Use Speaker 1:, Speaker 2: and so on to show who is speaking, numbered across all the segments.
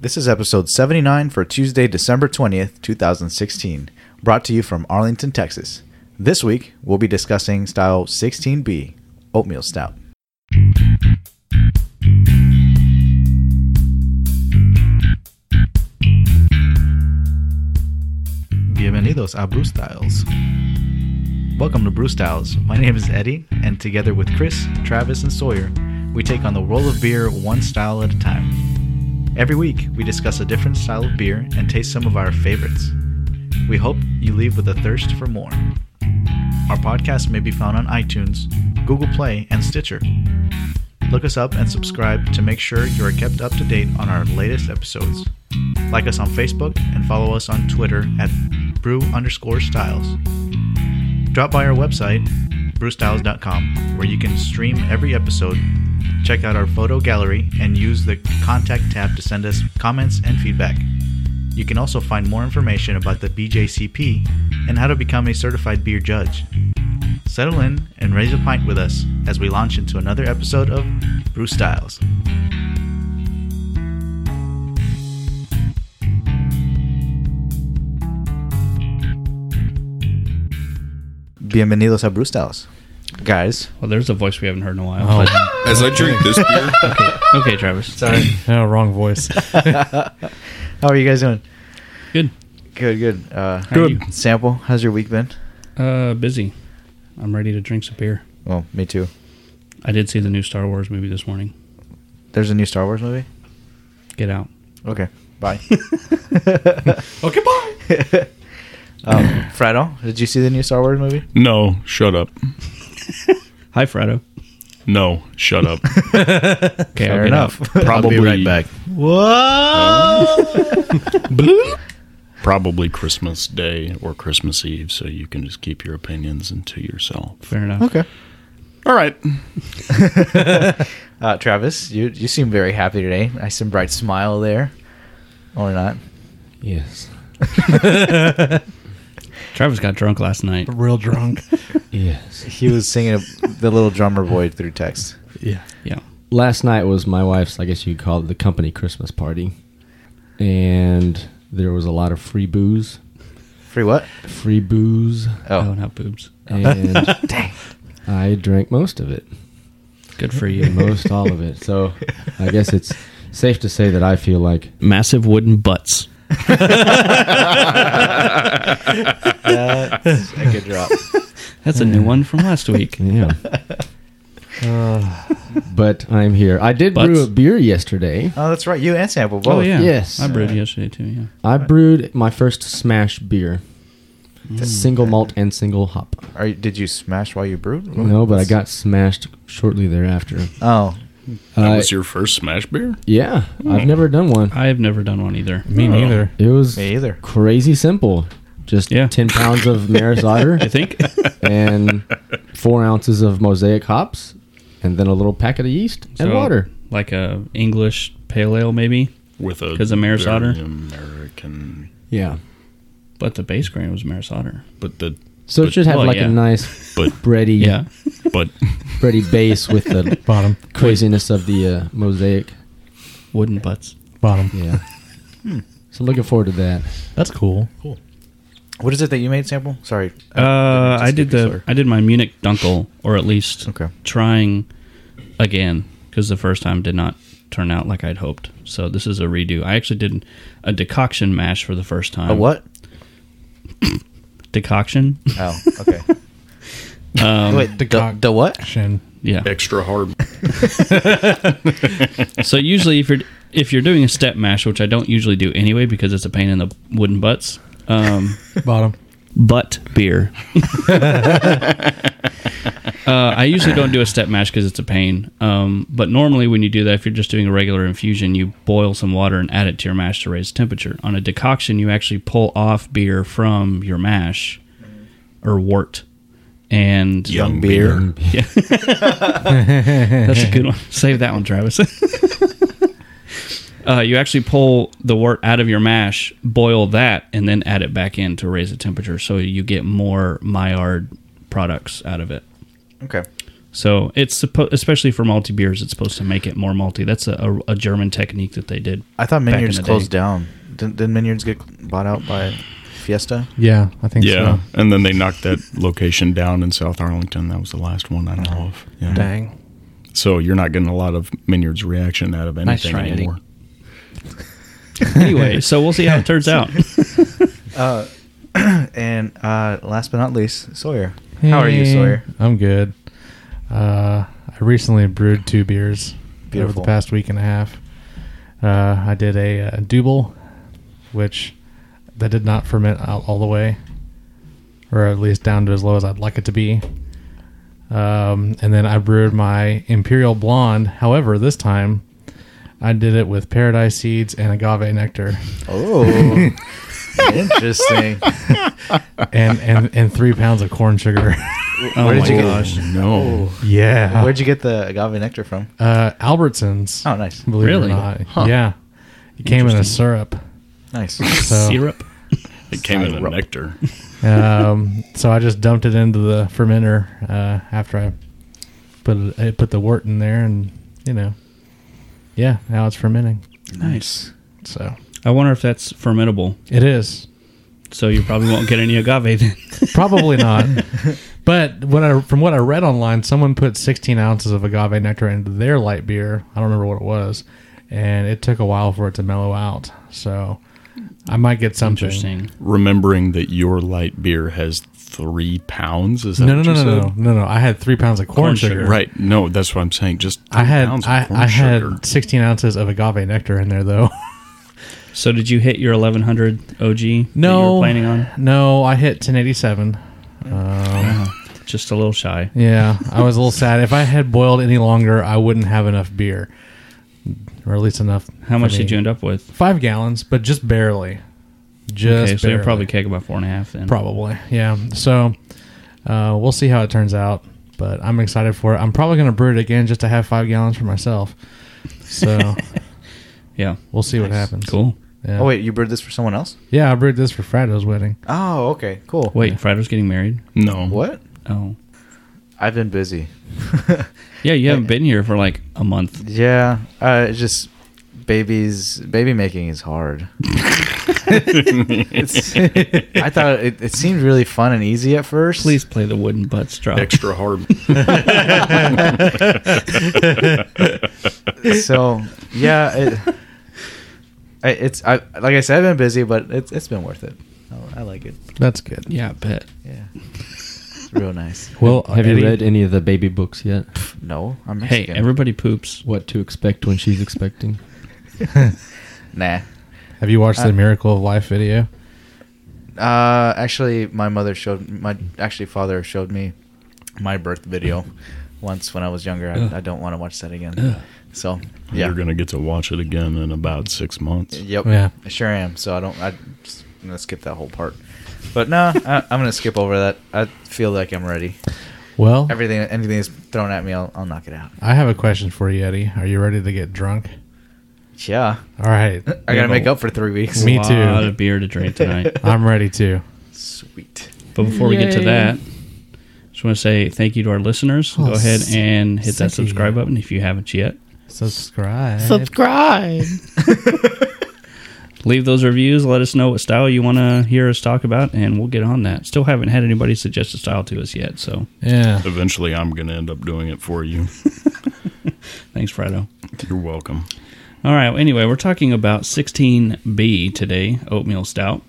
Speaker 1: This is episode 79 for Tuesday, December 20th, 2016, brought to you from Arlington, Texas. This week, we'll be discussing style 16B, oatmeal stout. Bienvenidos a Brew Styles. Welcome to Brew Styles. My name is Eddie, and together with Chris, Travis, and Sawyer, we take on the world of beer one style at a time. Every week, we discuss a different style of beer and taste some of our favorites. We hope you leave with a thirst for more. Our podcast may be found on iTunes, Google Play, and Stitcher. Look us up and subscribe to make sure you are kept up to date on our latest episodes. Like us on Facebook and follow us on Twitter at brew underscore styles. Drop by our website, brewstyles.com, where you can stream every episode, check out our photo gallery, and use the contact tab to send us comments and feedback. You can also find more information about the BJCP and how to become a certified beer judge. Settle in and raise a pint with us as we launch into another episode of Brew Styles. Bienvenidos a Brew Styles. Guys,
Speaker 2: Well, there's a voice we haven't heard in a while.
Speaker 3: Oh,
Speaker 4: As I drink this beer,
Speaker 2: But- okay, Travis. Sorry.
Speaker 3: No, Oh, wrong voice.
Speaker 1: how are you guys doing?
Speaker 2: Good.
Speaker 1: Good, good. Uh,
Speaker 2: How are you?
Speaker 1: Sample, how's your week been?
Speaker 2: Uh, busy. I'm ready to drink some beer.
Speaker 1: Well, me too.
Speaker 2: I did see the new Star Wars movie this morning.
Speaker 1: There's a new Star Wars movie.
Speaker 2: Get out.
Speaker 1: Okay, bye.
Speaker 3: okay, bye.
Speaker 1: um, Fredo, did you see the new Star Wars movie?
Speaker 4: no, shut up.
Speaker 2: Hi, Fredo.
Speaker 4: No, shut up.
Speaker 2: Okay, I'll
Speaker 1: Fair
Speaker 2: get
Speaker 1: enough.
Speaker 2: out.
Speaker 4: Probably
Speaker 1: Whoa!
Speaker 4: Probably Christmas Day or Christmas Eve, so you can just keep your opinions to yourself.
Speaker 2: Fair enough.
Speaker 1: okay.
Speaker 4: All right.
Speaker 1: Uh, Travis, you you seem very happy today. Nice and bright smile there, or not?
Speaker 5: Yes.
Speaker 2: Travis got drunk last night.
Speaker 3: Real drunk.
Speaker 5: Yes.
Speaker 1: He was singing a, the little drummer boy through text.
Speaker 3: yeah.
Speaker 2: Yeah.
Speaker 5: Last night was my wife's, I guess you'd call it the company Christmas party. And there was a lot of free booze.
Speaker 1: Free what?
Speaker 5: Free booze.
Speaker 2: Oh,
Speaker 1: Oh,
Speaker 2: not boobs.
Speaker 5: And I drank most of it.
Speaker 2: Good for you.
Speaker 5: Most all of it. So I guess it's safe to say that I feel like
Speaker 2: Massive wooden butts.
Speaker 1: that's a good drop.
Speaker 2: That's a new one from last week.
Speaker 5: yeah. but I'm here. I did brew a
Speaker 2: Butts.
Speaker 5: beer yesterday.
Speaker 1: Oh, that's right. You and Sample both.
Speaker 2: Oh yeah.
Speaker 5: Yes.
Speaker 2: I brewed yesterday too. Yeah.
Speaker 5: I brewed my first smash beer. Single malt and single hop.
Speaker 1: Are you, did you smash while you brewed?
Speaker 5: No, but I got smashed shortly thereafter.
Speaker 1: Oh,
Speaker 4: That
Speaker 5: Uh,
Speaker 4: was your first smash beer?
Speaker 5: yeah, I've never done one.
Speaker 2: I have never done one either.
Speaker 3: Me
Speaker 4: Oh.
Speaker 3: neither.
Speaker 5: It was
Speaker 1: me either.
Speaker 5: crazy simple. Just
Speaker 2: Yeah.
Speaker 5: 10 pounds of Maris Otter
Speaker 2: I think.
Speaker 5: and four ounces of mosaic hops, and then a little packet of yeast and
Speaker 2: So,
Speaker 5: water.
Speaker 2: Like a English pale ale, maybe.
Speaker 4: With a
Speaker 2: 'Cause of Maris
Speaker 4: very
Speaker 2: Otter?
Speaker 4: American,
Speaker 5: Yeah.
Speaker 2: But the base grain was Maris Otter.
Speaker 4: but the
Speaker 5: So it
Speaker 4: But-
Speaker 5: should have
Speaker 2: well,
Speaker 5: like
Speaker 2: yeah.
Speaker 5: a nice
Speaker 4: but
Speaker 5: bready,
Speaker 2: Yeah.
Speaker 4: but
Speaker 5: bready base with the
Speaker 3: Bottom.
Speaker 5: craziness of the uh, mosaic.
Speaker 2: Wooden butts.
Speaker 3: Bottom.
Speaker 5: Yeah. Hmm. so looking forward to that.
Speaker 3: That's cool.
Speaker 1: What is it that you made, Sample? Sorry.
Speaker 2: Uh,
Speaker 1: Just
Speaker 2: I did
Speaker 1: give you
Speaker 2: the
Speaker 1: slur.
Speaker 2: I did my Munich Dunkel, or at least
Speaker 1: Okay.
Speaker 2: trying again because the first time did not turn out like I'd hoped. So this is a redo. I actually did a decoction mash for the first time.
Speaker 1: A what?
Speaker 2: Decoction?
Speaker 1: Oh, okay. Wait, the, the,
Speaker 3: Decog-
Speaker 1: what?
Speaker 3: Shin.
Speaker 2: Yeah.
Speaker 4: extra hard.
Speaker 2: so usually if you're if you're doing a step mash, which I don't usually do anyway because it's a pain in the wooden butts. Um,
Speaker 3: Bottom.
Speaker 2: butt beer. uh, I usually don't do a step mash because it's a pain. Um, but normally, when you do that, if you're just doing a regular infusion, you boil some water and add it to your mash to raise temperature. On a decoction, you actually pull off beer from your mash or wort. And
Speaker 4: Young
Speaker 1: beer.
Speaker 4: beer.
Speaker 2: that's a good one. Save that one, Travis. uh, you actually pull the wort out of your mash, boil that, and then add it back in to raise the temperature, so you get more Maillard products out of it.
Speaker 1: Okay.
Speaker 2: So it's suppo- especially for malty beers, it's supposed to make it more malty. That's a, a, a German technique that they did.
Speaker 1: I thought
Speaker 2: back in
Speaker 1: Minyards
Speaker 2: the
Speaker 1: closed
Speaker 2: day.
Speaker 1: down. Didn't, didn't Minyards get bought out by Fiesta?
Speaker 3: Yeah, I think
Speaker 4: Yeah,
Speaker 3: so.
Speaker 4: and then they knocked that location down in South Arlington. That was the last one I know of. Yeah.
Speaker 3: Dang.
Speaker 4: So you're not getting a lot of Minyard's reaction out of
Speaker 3: Nice
Speaker 4: anything
Speaker 3: try, Eddie.
Speaker 4: anymore.
Speaker 2: Anyway, so we'll see how it turns out.
Speaker 1: Uh, And uh, last but not least, Sawyer. How are you,
Speaker 3: Hey,
Speaker 1: Sawyer?
Speaker 3: I'm good. Uh, I recently brewed two beers over
Speaker 1: Beautiful.
Speaker 3: the past week and a half. Uh, I did a, uh double, which that did not ferment out all the way, or at least down to as low as I'd like it to be. Um, and then I brewed my imperial blonde. However, this time I did it with paradise seeds and agave nectar,
Speaker 1: Oh, interesting.
Speaker 3: and and and three pounds of corn sugar.
Speaker 2: Oh
Speaker 1: Where did
Speaker 2: my
Speaker 1: you get-
Speaker 2: gosh.
Speaker 4: No.
Speaker 3: yeah,
Speaker 1: Where'd you get the agave nectar from?
Speaker 3: uh, Albertsons.
Speaker 1: Oh, nice,
Speaker 3: Believe
Speaker 2: Really?
Speaker 3: it or not. Yeah. It came in a syrup.
Speaker 1: nice.
Speaker 3: So,
Speaker 2: Syrup.
Speaker 4: It came in a
Speaker 1: Syrup.
Speaker 4: nectar.
Speaker 3: um, so I just dumped it into the fermenter uh, after I put it, I put the wort in there, and you know, yeah, now it's fermenting.
Speaker 2: Nice.
Speaker 3: So
Speaker 2: I wonder if that's fermentable.
Speaker 3: it is
Speaker 2: So you probably won't get any agave then.
Speaker 3: probably not, but when I from what I read online, someone put 16 ounces of agave nectar into their light beer. I don't remember what it was, and it took a while for it to mellow out. So I might get something.
Speaker 2: Interesting.
Speaker 4: Remembering that your light beer has three pounds. Is that
Speaker 3: No, no,
Speaker 4: what
Speaker 3: no,
Speaker 4: you
Speaker 3: no,
Speaker 4: said?
Speaker 3: no, no, no. I had three pounds of corn,
Speaker 2: Corn
Speaker 3: sugar.
Speaker 2: sugar.
Speaker 4: Right. No, that's what I'm saying. Just
Speaker 3: I
Speaker 4: three
Speaker 3: had
Speaker 4: pounds of
Speaker 3: I,
Speaker 4: corn
Speaker 3: I
Speaker 4: sugar.
Speaker 3: had 16 ounces of agave nectar in there though.
Speaker 2: So did you hit your 1100 OG that you were planning on?
Speaker 3: No, I hit 1087. Um,
Speaker 2: Just a little shy.
Speaker 3: yeah, I was a little sad. If I had boiled any longer, I wouldn't have enough beer, or at least enough.
Speaker 2: How much did you end up with?
Speaker 3: Five gallons, but just barely. Just
Speaker 2: okay, so you're
Speaker 3: barely.
Speaker 2: probably keg about four and a half then.
Speaker 3: Probably, yeah. So uh, we'll see how it turns out, but I'm excited for it. I'm probably going to brew it again just to have five gallons for myself. So
Speaker 2: Yeah.
Speaker 3: we'll see what happens.
Speaker 2: Cool.
Speaker 3: Yeah.
Speaker 1: Oh wait, you brewed this for someone else?
Speaker 3: yeah, I brewed this for Frado's wedding.
Speaker 1: Oh, okay, cool.
Speaker 2: Wait, Frida's getting married?
Speaker 4: No.
Speaker 1: What?
Speaker 2: Oh.
Speaker 1: I've been busy.
Speaker 2: Yeah, you haven't been here for like a month.
Speaker 1: Yeah, uh, it's just babies. Baby making is hard. it's, I thought it, it seemed really fun and easy at first.
Speaker 2: Please play the wooden butts drop.
Speaker 4: Extra hard.
Speaker 1: So yeah, it, I- it's I like I said, I've been busy, but it's it's been worth it. I, I like it.
Speaker 3: That's good.
Speaker 2: Yeah, I bet.
Speaker 1: Yeah, it's real nice.
Speaker 3: Well,
Speaker 5: Have
Speaker 3: Eddie,
Speaker 5: you read any of the baby books yet?
Speaker 1: No, I'm
Speaker 2: Hey,
Speaker 1: Mexican.
Speaker 2: everybody poops.
Speaker 5: What to expect when she's expecting?
Speaker 1: nah.
Speaker 3: Have you watched
Speaker 1: Uh,
Speaker 3: the Miracle of Life video?
Speaker 1: Uh, actually, my mother showed my actually father showed me my birth video once when I was younger.
Speaker 2: Ugh.
Speaker 1: I, I don't want to watch that again.
Speaker 2: Ugh.
Speaker 1: So yeah,
Speaker 4: You're going to get to watch it again in about six months.
Speaker 1: yep,
Speaker 3: Yeah.
Speaker 1: I sure am. So I don't. I, just- I'm gonna skip that whole part. But no, I, I'm gonna skip over that. I feel like I'm ready.
Speaker 3: Well,
Speaker 1: Everything, anything that's thrown at me, I'll, I'll knock it out.
Speaker 3: I have a question for you, Eddie. Are you ready to get drunk?
Speaker 1: Yeah,
Speaker 3: All right.
Speaker 1: I gotta make up for three weeks.
Speaker 3: Me
Speaker 2: a
Speaker 3: too.
Speaker 2: lot of beer to drink tonight.
Speaker 3: I'm ready too.
Speaker 1: Sweet.
Speaker 2: But before we get to that, just want to say thank you to our listeners.
Speaker 3: Oh,
Speaker 2: Go ahead
Speaker 3: s-
Speaker 2: and hit that
Speaker 3: thank you.
Speaker 2: subscribe button if you haven't yet.
Speaker 3: Subscribe.
Speaker 2: Leave those reviews. Let us know what style you want to hear us talk about, and we'll get on that. Still haven't had anybody suggest a style to us yet, so
Speaker 3: yeah.
Speaker 4: Eventually, I'm going to end up doing it for you.
Speaker 2: thanks, Fredo.
Speaker 4: You're welcome.
Speaker 2: All right. Anyway, we're talking about 16B today, oatmeal stout.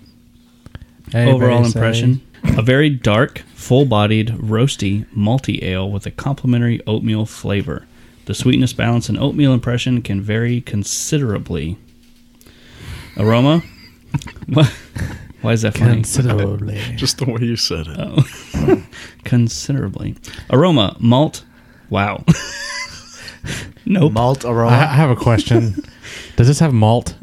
Speaker 3: Hey,
Speaker 2: Overall
Speaker 3: buddy, say-
Speaker 2: impression: a very dark, full-bodied, roasty, malty ale with a complementary oatmeal flavor. The sweetness balance and oatmeal impression can vary considerably. Aroma? Wha- Why is that funny?
Speaker 3: Considerably.
Speaker 4: Just the way you said it.
Speaker 3: Oh.
Speaker 2: considerably. Aroma: malt. Wow. nope.
Speaker 1: Malt
Speaker 3: I, I
Speaker 1: aroma.
Speaker 3: have a question. Does this have malt?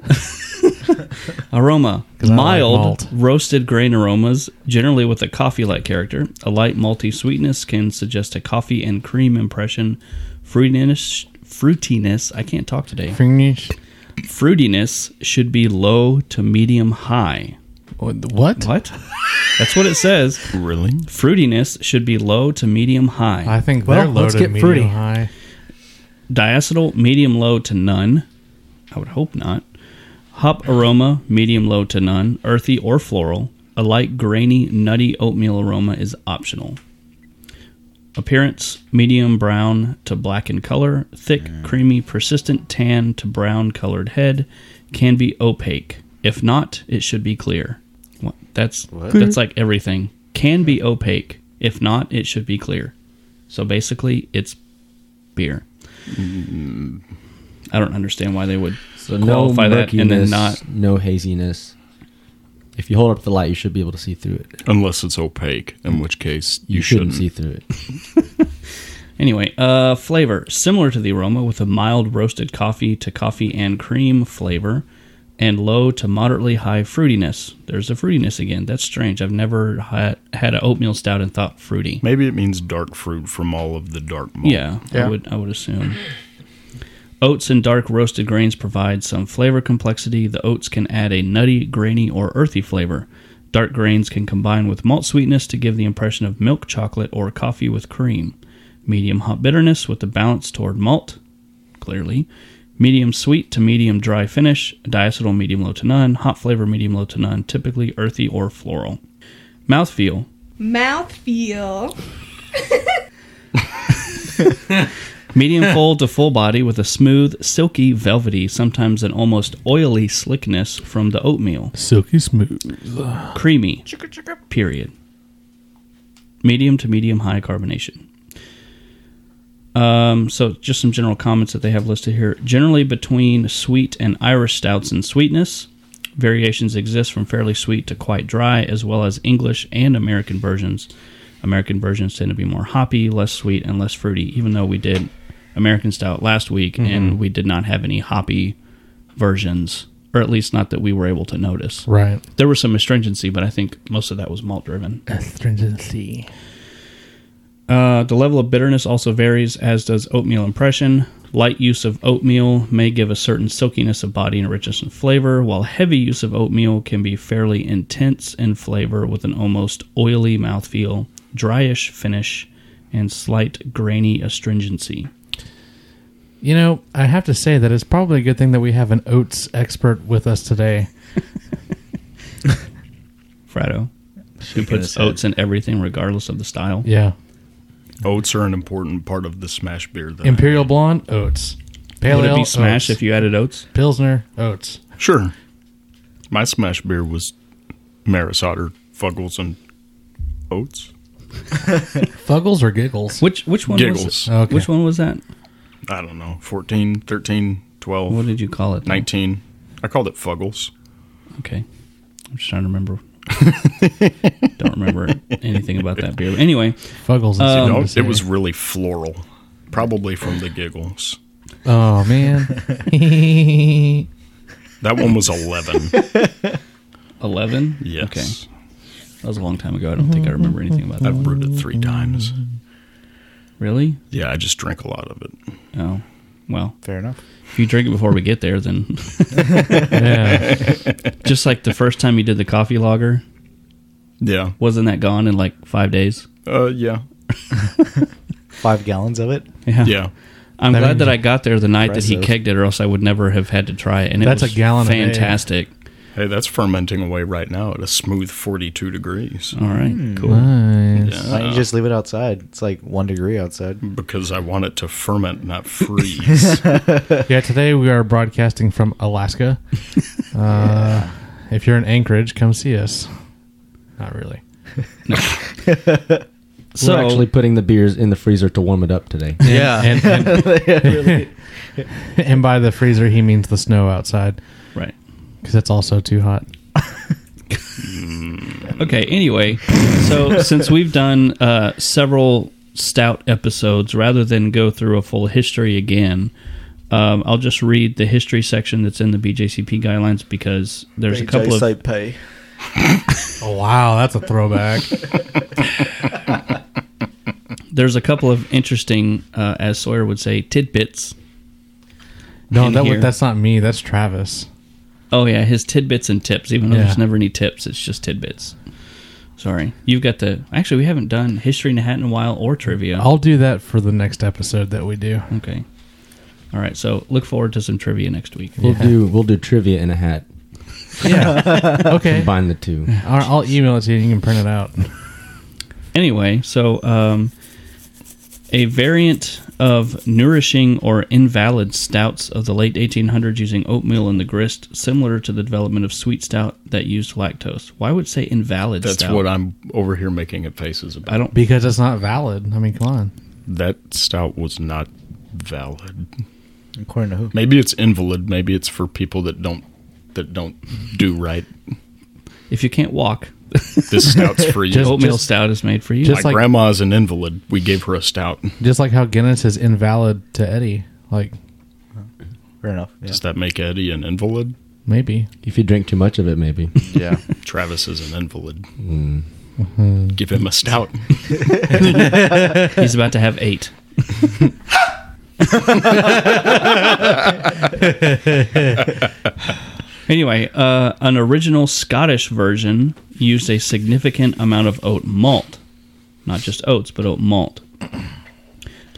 Speaker 2: Aroma
Speaker 3: 'Cause I like
Speaker 2: mild
Speaker 3: malt.
Speaker 2: roasted grain aromas, generally with a coffee like character. A light malty sweetness can suggest a coffee and cream impression. Fruitiness, fruitiness, I can't talk today.
Speaker 3: Fringish?
Speaker 2: Fruitiness should be low to medium high.
Speaker 3: What?
Speaker 2: What? That's what it says.
Speaker 4: Really?
Speaker 2: Fruitiness should be low to medium high.
Speaker 3: I think
Speaker 1: Well,
Speaker 3: they're loaded
Speaker 1: let's get
Speaker 3: medium
Speaker 1: fruity.
Speaker 3: high.
Speaker 2: Diacetyl, medium low to none. I would hope not. Hop aroma, medium low to none. Earthy or floral. A light, grainy, nutty oatmeal aroma is optional. Appearance, medium brown to black in color. Thick, creamy, persistent tan to brown colored head. Can be opaque. If not, it should be clear. What? That's that's like everything. Can be opaque. If not, it should be clear. So basically, it's beer. I don't understand why they would
Speaker 5: So no
Speaker 2: qualify that and then
Speaker 5: murkiness,
Speaker 2: not.
Speaker 5: no haziness. If you hold up the light, you should be able to see through it.
Speaker 4: Unless it's opaque, in which case you,
Speaker 5: You,
Speaker 4: shouldn't.
Speaker 5: shouldn't. see through it.
Speaker 2: Anyway, uh, flavor similar to the aroma with a mild roasted coffee to coffee and cream flavor, and low to moderately high fruitiness. There's the fruitiness again. That's strange. I've never had had an oatmeal stout and thought fruity.
Speaker 4: Maybe it means dark fruit from all of the dark malt.
Speaker 2: Yeah,
Speaker 1: Yeah.
Speaker 2: I would I would assume. Oats and dark roasted grains provide some flavor complexity. The oats can add a nutty, grainy, or earthy flavor. Dark grains can combine with malt sweetness to give the impression of milk chocolate or coffee with cream. Medium hot bitterness with the balance toward malt, clearly. Medium sweet to medium dry finish. Diacetyl medium low to none. Hot flavor medium low to none. Typically earthy or floral. Mouthfeel
Speaker 6: Mouth feel.
Speaker 2: Medium full to full body with a smooth, silky, velvety, sometimes an almost oily slickness from the oatmeal.
Speaker 3: Silky smooth.
Speaker 2: Creamy. Period. Medium to medium high carbonation. Um, so, just some general comments that they have listed here. Generally between sweet and Irish stouts in sweetness. Variations exist from fairly sweet to quite dry, as well as English and American versions. American versions tend to be more hoppy, less sweet, and less fruity, even though we did American stout last week and we did not have any hoppy versions, or at least not that we were able to notice.
Speaker 3: Right.
Speaker 2: There was some astringency, but I think most of that was malt driven.
Speaker 3: Astringency.
Speaker 2: Uh, the level of bitterness also varies, as does oatmeal impression. Light use of oatmeal may give a certain silkiness of body and richness in flavor, while heavy use of oatmeal can be fairly intense in flavor with an almost oily mouthfeel, dryish finish, and slight grainy astringency.
Speaker 3: You know, I have to say that it's probably a good thing that we have an oats expert with us today.
Speaker 2: Fratto, who puts oats in everything regardless of the style.
Speaker 3: Yeah.
Speaker 4: Oats are an important part of the smash beer. That I-
Speaker 3: Imperial blonde, oats. Pale
Speaker 2: Would it
Speaker 3: ale,
Speaker 2: be smash
Speaker 3: oats.
Speaker 2: if you added oats?
Speaker 3: Pilsner, oats.
Speaker 4: Sure. My smash beer was Maris Otter, Fuggles, and Oats.
Speaker 3: Fuggles or giggles?
Speaker 2: Which which one was
Speaker 4: Giggles.
Speaker 3: Okay.
Speaker 2: Which one was that?
Speaker 4: I don't know, 14, 13, 12,
Speaker 2: What did you call it?
Speaker 4: 19. I called it Fuggles.
Speaker 2: Okay. I'm just trying to remember. Don't remember anything about that beer. But anyway, Um,
Speaker 3: Fuggles. is fun
Speaker 4: No,
Speaker 3: to
Speaker 4: it was
Speaker 3: say.
Speaker 4: really floral, probably from the Giggles.
Speaker 3: Oh man.
Speaker 4: That one was 11.
Speaker 2: 11?
Speaker 4: yes.
Speaker 2: Okay. That was a long time ago. I don't think I remember anything about
Speaker 4: I've
Speaker 2: that.
Speaker 4: brewed it three times. Mm-hmm.
Speaker 2: Really?
Speaker 4: Yeah, I just drink a lot of it.
Speaker 2: Oh. Well,
Speaker 1: Fair enough.
Speaker 2: if you drink it before we get there, then
Speaker 3: yeah.
Speaker 2: just like the first time you did the coffee lager,
Speaker 4: Yeah.
Speaker 2: wasn't that gone in like five days?
Speaker 4: Uh, yeah.
Speaker 1: Five gallons of it.
Speaker 2: Yeah.
Speaker 4: Yeah.
Speaker 2: I'm
Speaker 3: That
Speaker 2: glad
Speaker 3: is
Speaker 2: that I got there the night that he
Speaker 1: impressive.
Speaker 2: kegged it, or else I would never have had to try it. And it
Speaker 3: That's
Speaker 2: was
Speaker 3: a gallon a day.
Speaker 2: fantastic.
Speaker 4: Hey, that's fermenting away right now at a smooth 42 degrees
Speaker 2: All right.
Speaker 4: Hmm.
Speaker 2: Cool.
Speaker 3: Nice.
Speaker 1: Why don't you just leave it outside? It's like one degree outside.
Speaker 4: because I want it to ferment, not freeze.
Speaker 3: Yeah, today we are broadcasting from Alaska. Uh, If you're in Anchorage, come see us. Not really.
Speaker 2: So,
Speaker 5: We're actually putting the beers in the freezer to warm it up today.
Speaker 1: Yeah.
Speaker 3: And, and, and by the freezer, he means the snow outside
Speaker 2: right.
Speaker 3: because it's also too hot.
Speaker 2: Okay. Anyway, so since we've done uh, several stout episodes, rather than go through a full history again, um, I'll just read the history section that's in the BJCP guidelines because there's a couple of
Speaker 1: pay.
Speaker 3: Oh, wow. That's a throwback.
Speaker 2: there's a couple of interesting, uh, as Sawyer would say, tidbits.
Speaker 3: No,
Speaker 2: In
Speaker 3: that
Speaker 2: here.
Speaker 3: would, that's not me. That's Travis.
Speaker 2: Oh yeah, his tidbits and tips. Even though
Speaker 3: Yeah.
Speaker 2: there's never any tips, it's just tidbits. Sorry, you've got the. Actually, we haven't done history in a hat in a while or trivia.
Speaker 3: I'll do that for the next episode that we do.
Speaker 2: okay. All right. So look forward to some trivia next week.
Speaker 5: We'll do we'll do trivia in a hat.
Speaker 3: Okay.
Speaker 5: Combine the two.
Speaker 3: I'll, I'll email it to you. and You can print it out.
Speaker 2: Anyway, so um, a variant of nourishing or invalid stouts of the late 1800s using oatmeal in the grist, similar to the development of sweet stout that used lactose. Why would it say invalid?
Speaker 4: That's
Speaker 2: stout?
Speaker 4: what I'm over here making at faces about.
Speaker 2: I don't.
Speaker 3: Because it's not valid. I mean, come on.
Speaker 4: That stout was not valid.
Speaker 1: According to who?
Speaker 4: Maybe it's invalid. Maybe it's for people that don't that don't do right.
Speaker 2: If you can't walk,
Speaker 4: This stout's for you.
Speaker 3: Just-
Speaker 2: oatmeal stout is made for you.
Speaker 3: just
Speaker 4: My
Speaker 3: like-
Speaker 4: grandma's an invalid. We gave her a stout.
Speaker 3: Just like how Guinness is invalid to Eddie. Like,
Speaker 1: Fair enough. Yeah.
Speaker 4: Does that make Eddie an invalid?
Speaker 3: maybe.
Speaker 5: If you drink too much of it, maybe.
Speaker 1: yeah.
Speaker 4: Travis is an invalid.
Speaker 2: Mm-hmm.
Speaker 4: Give him a stout.
Speaker 2: He's about to have eight. anyway, uh, an original Scottish version used a significant amount of oat malt, not just oats, but oat malt.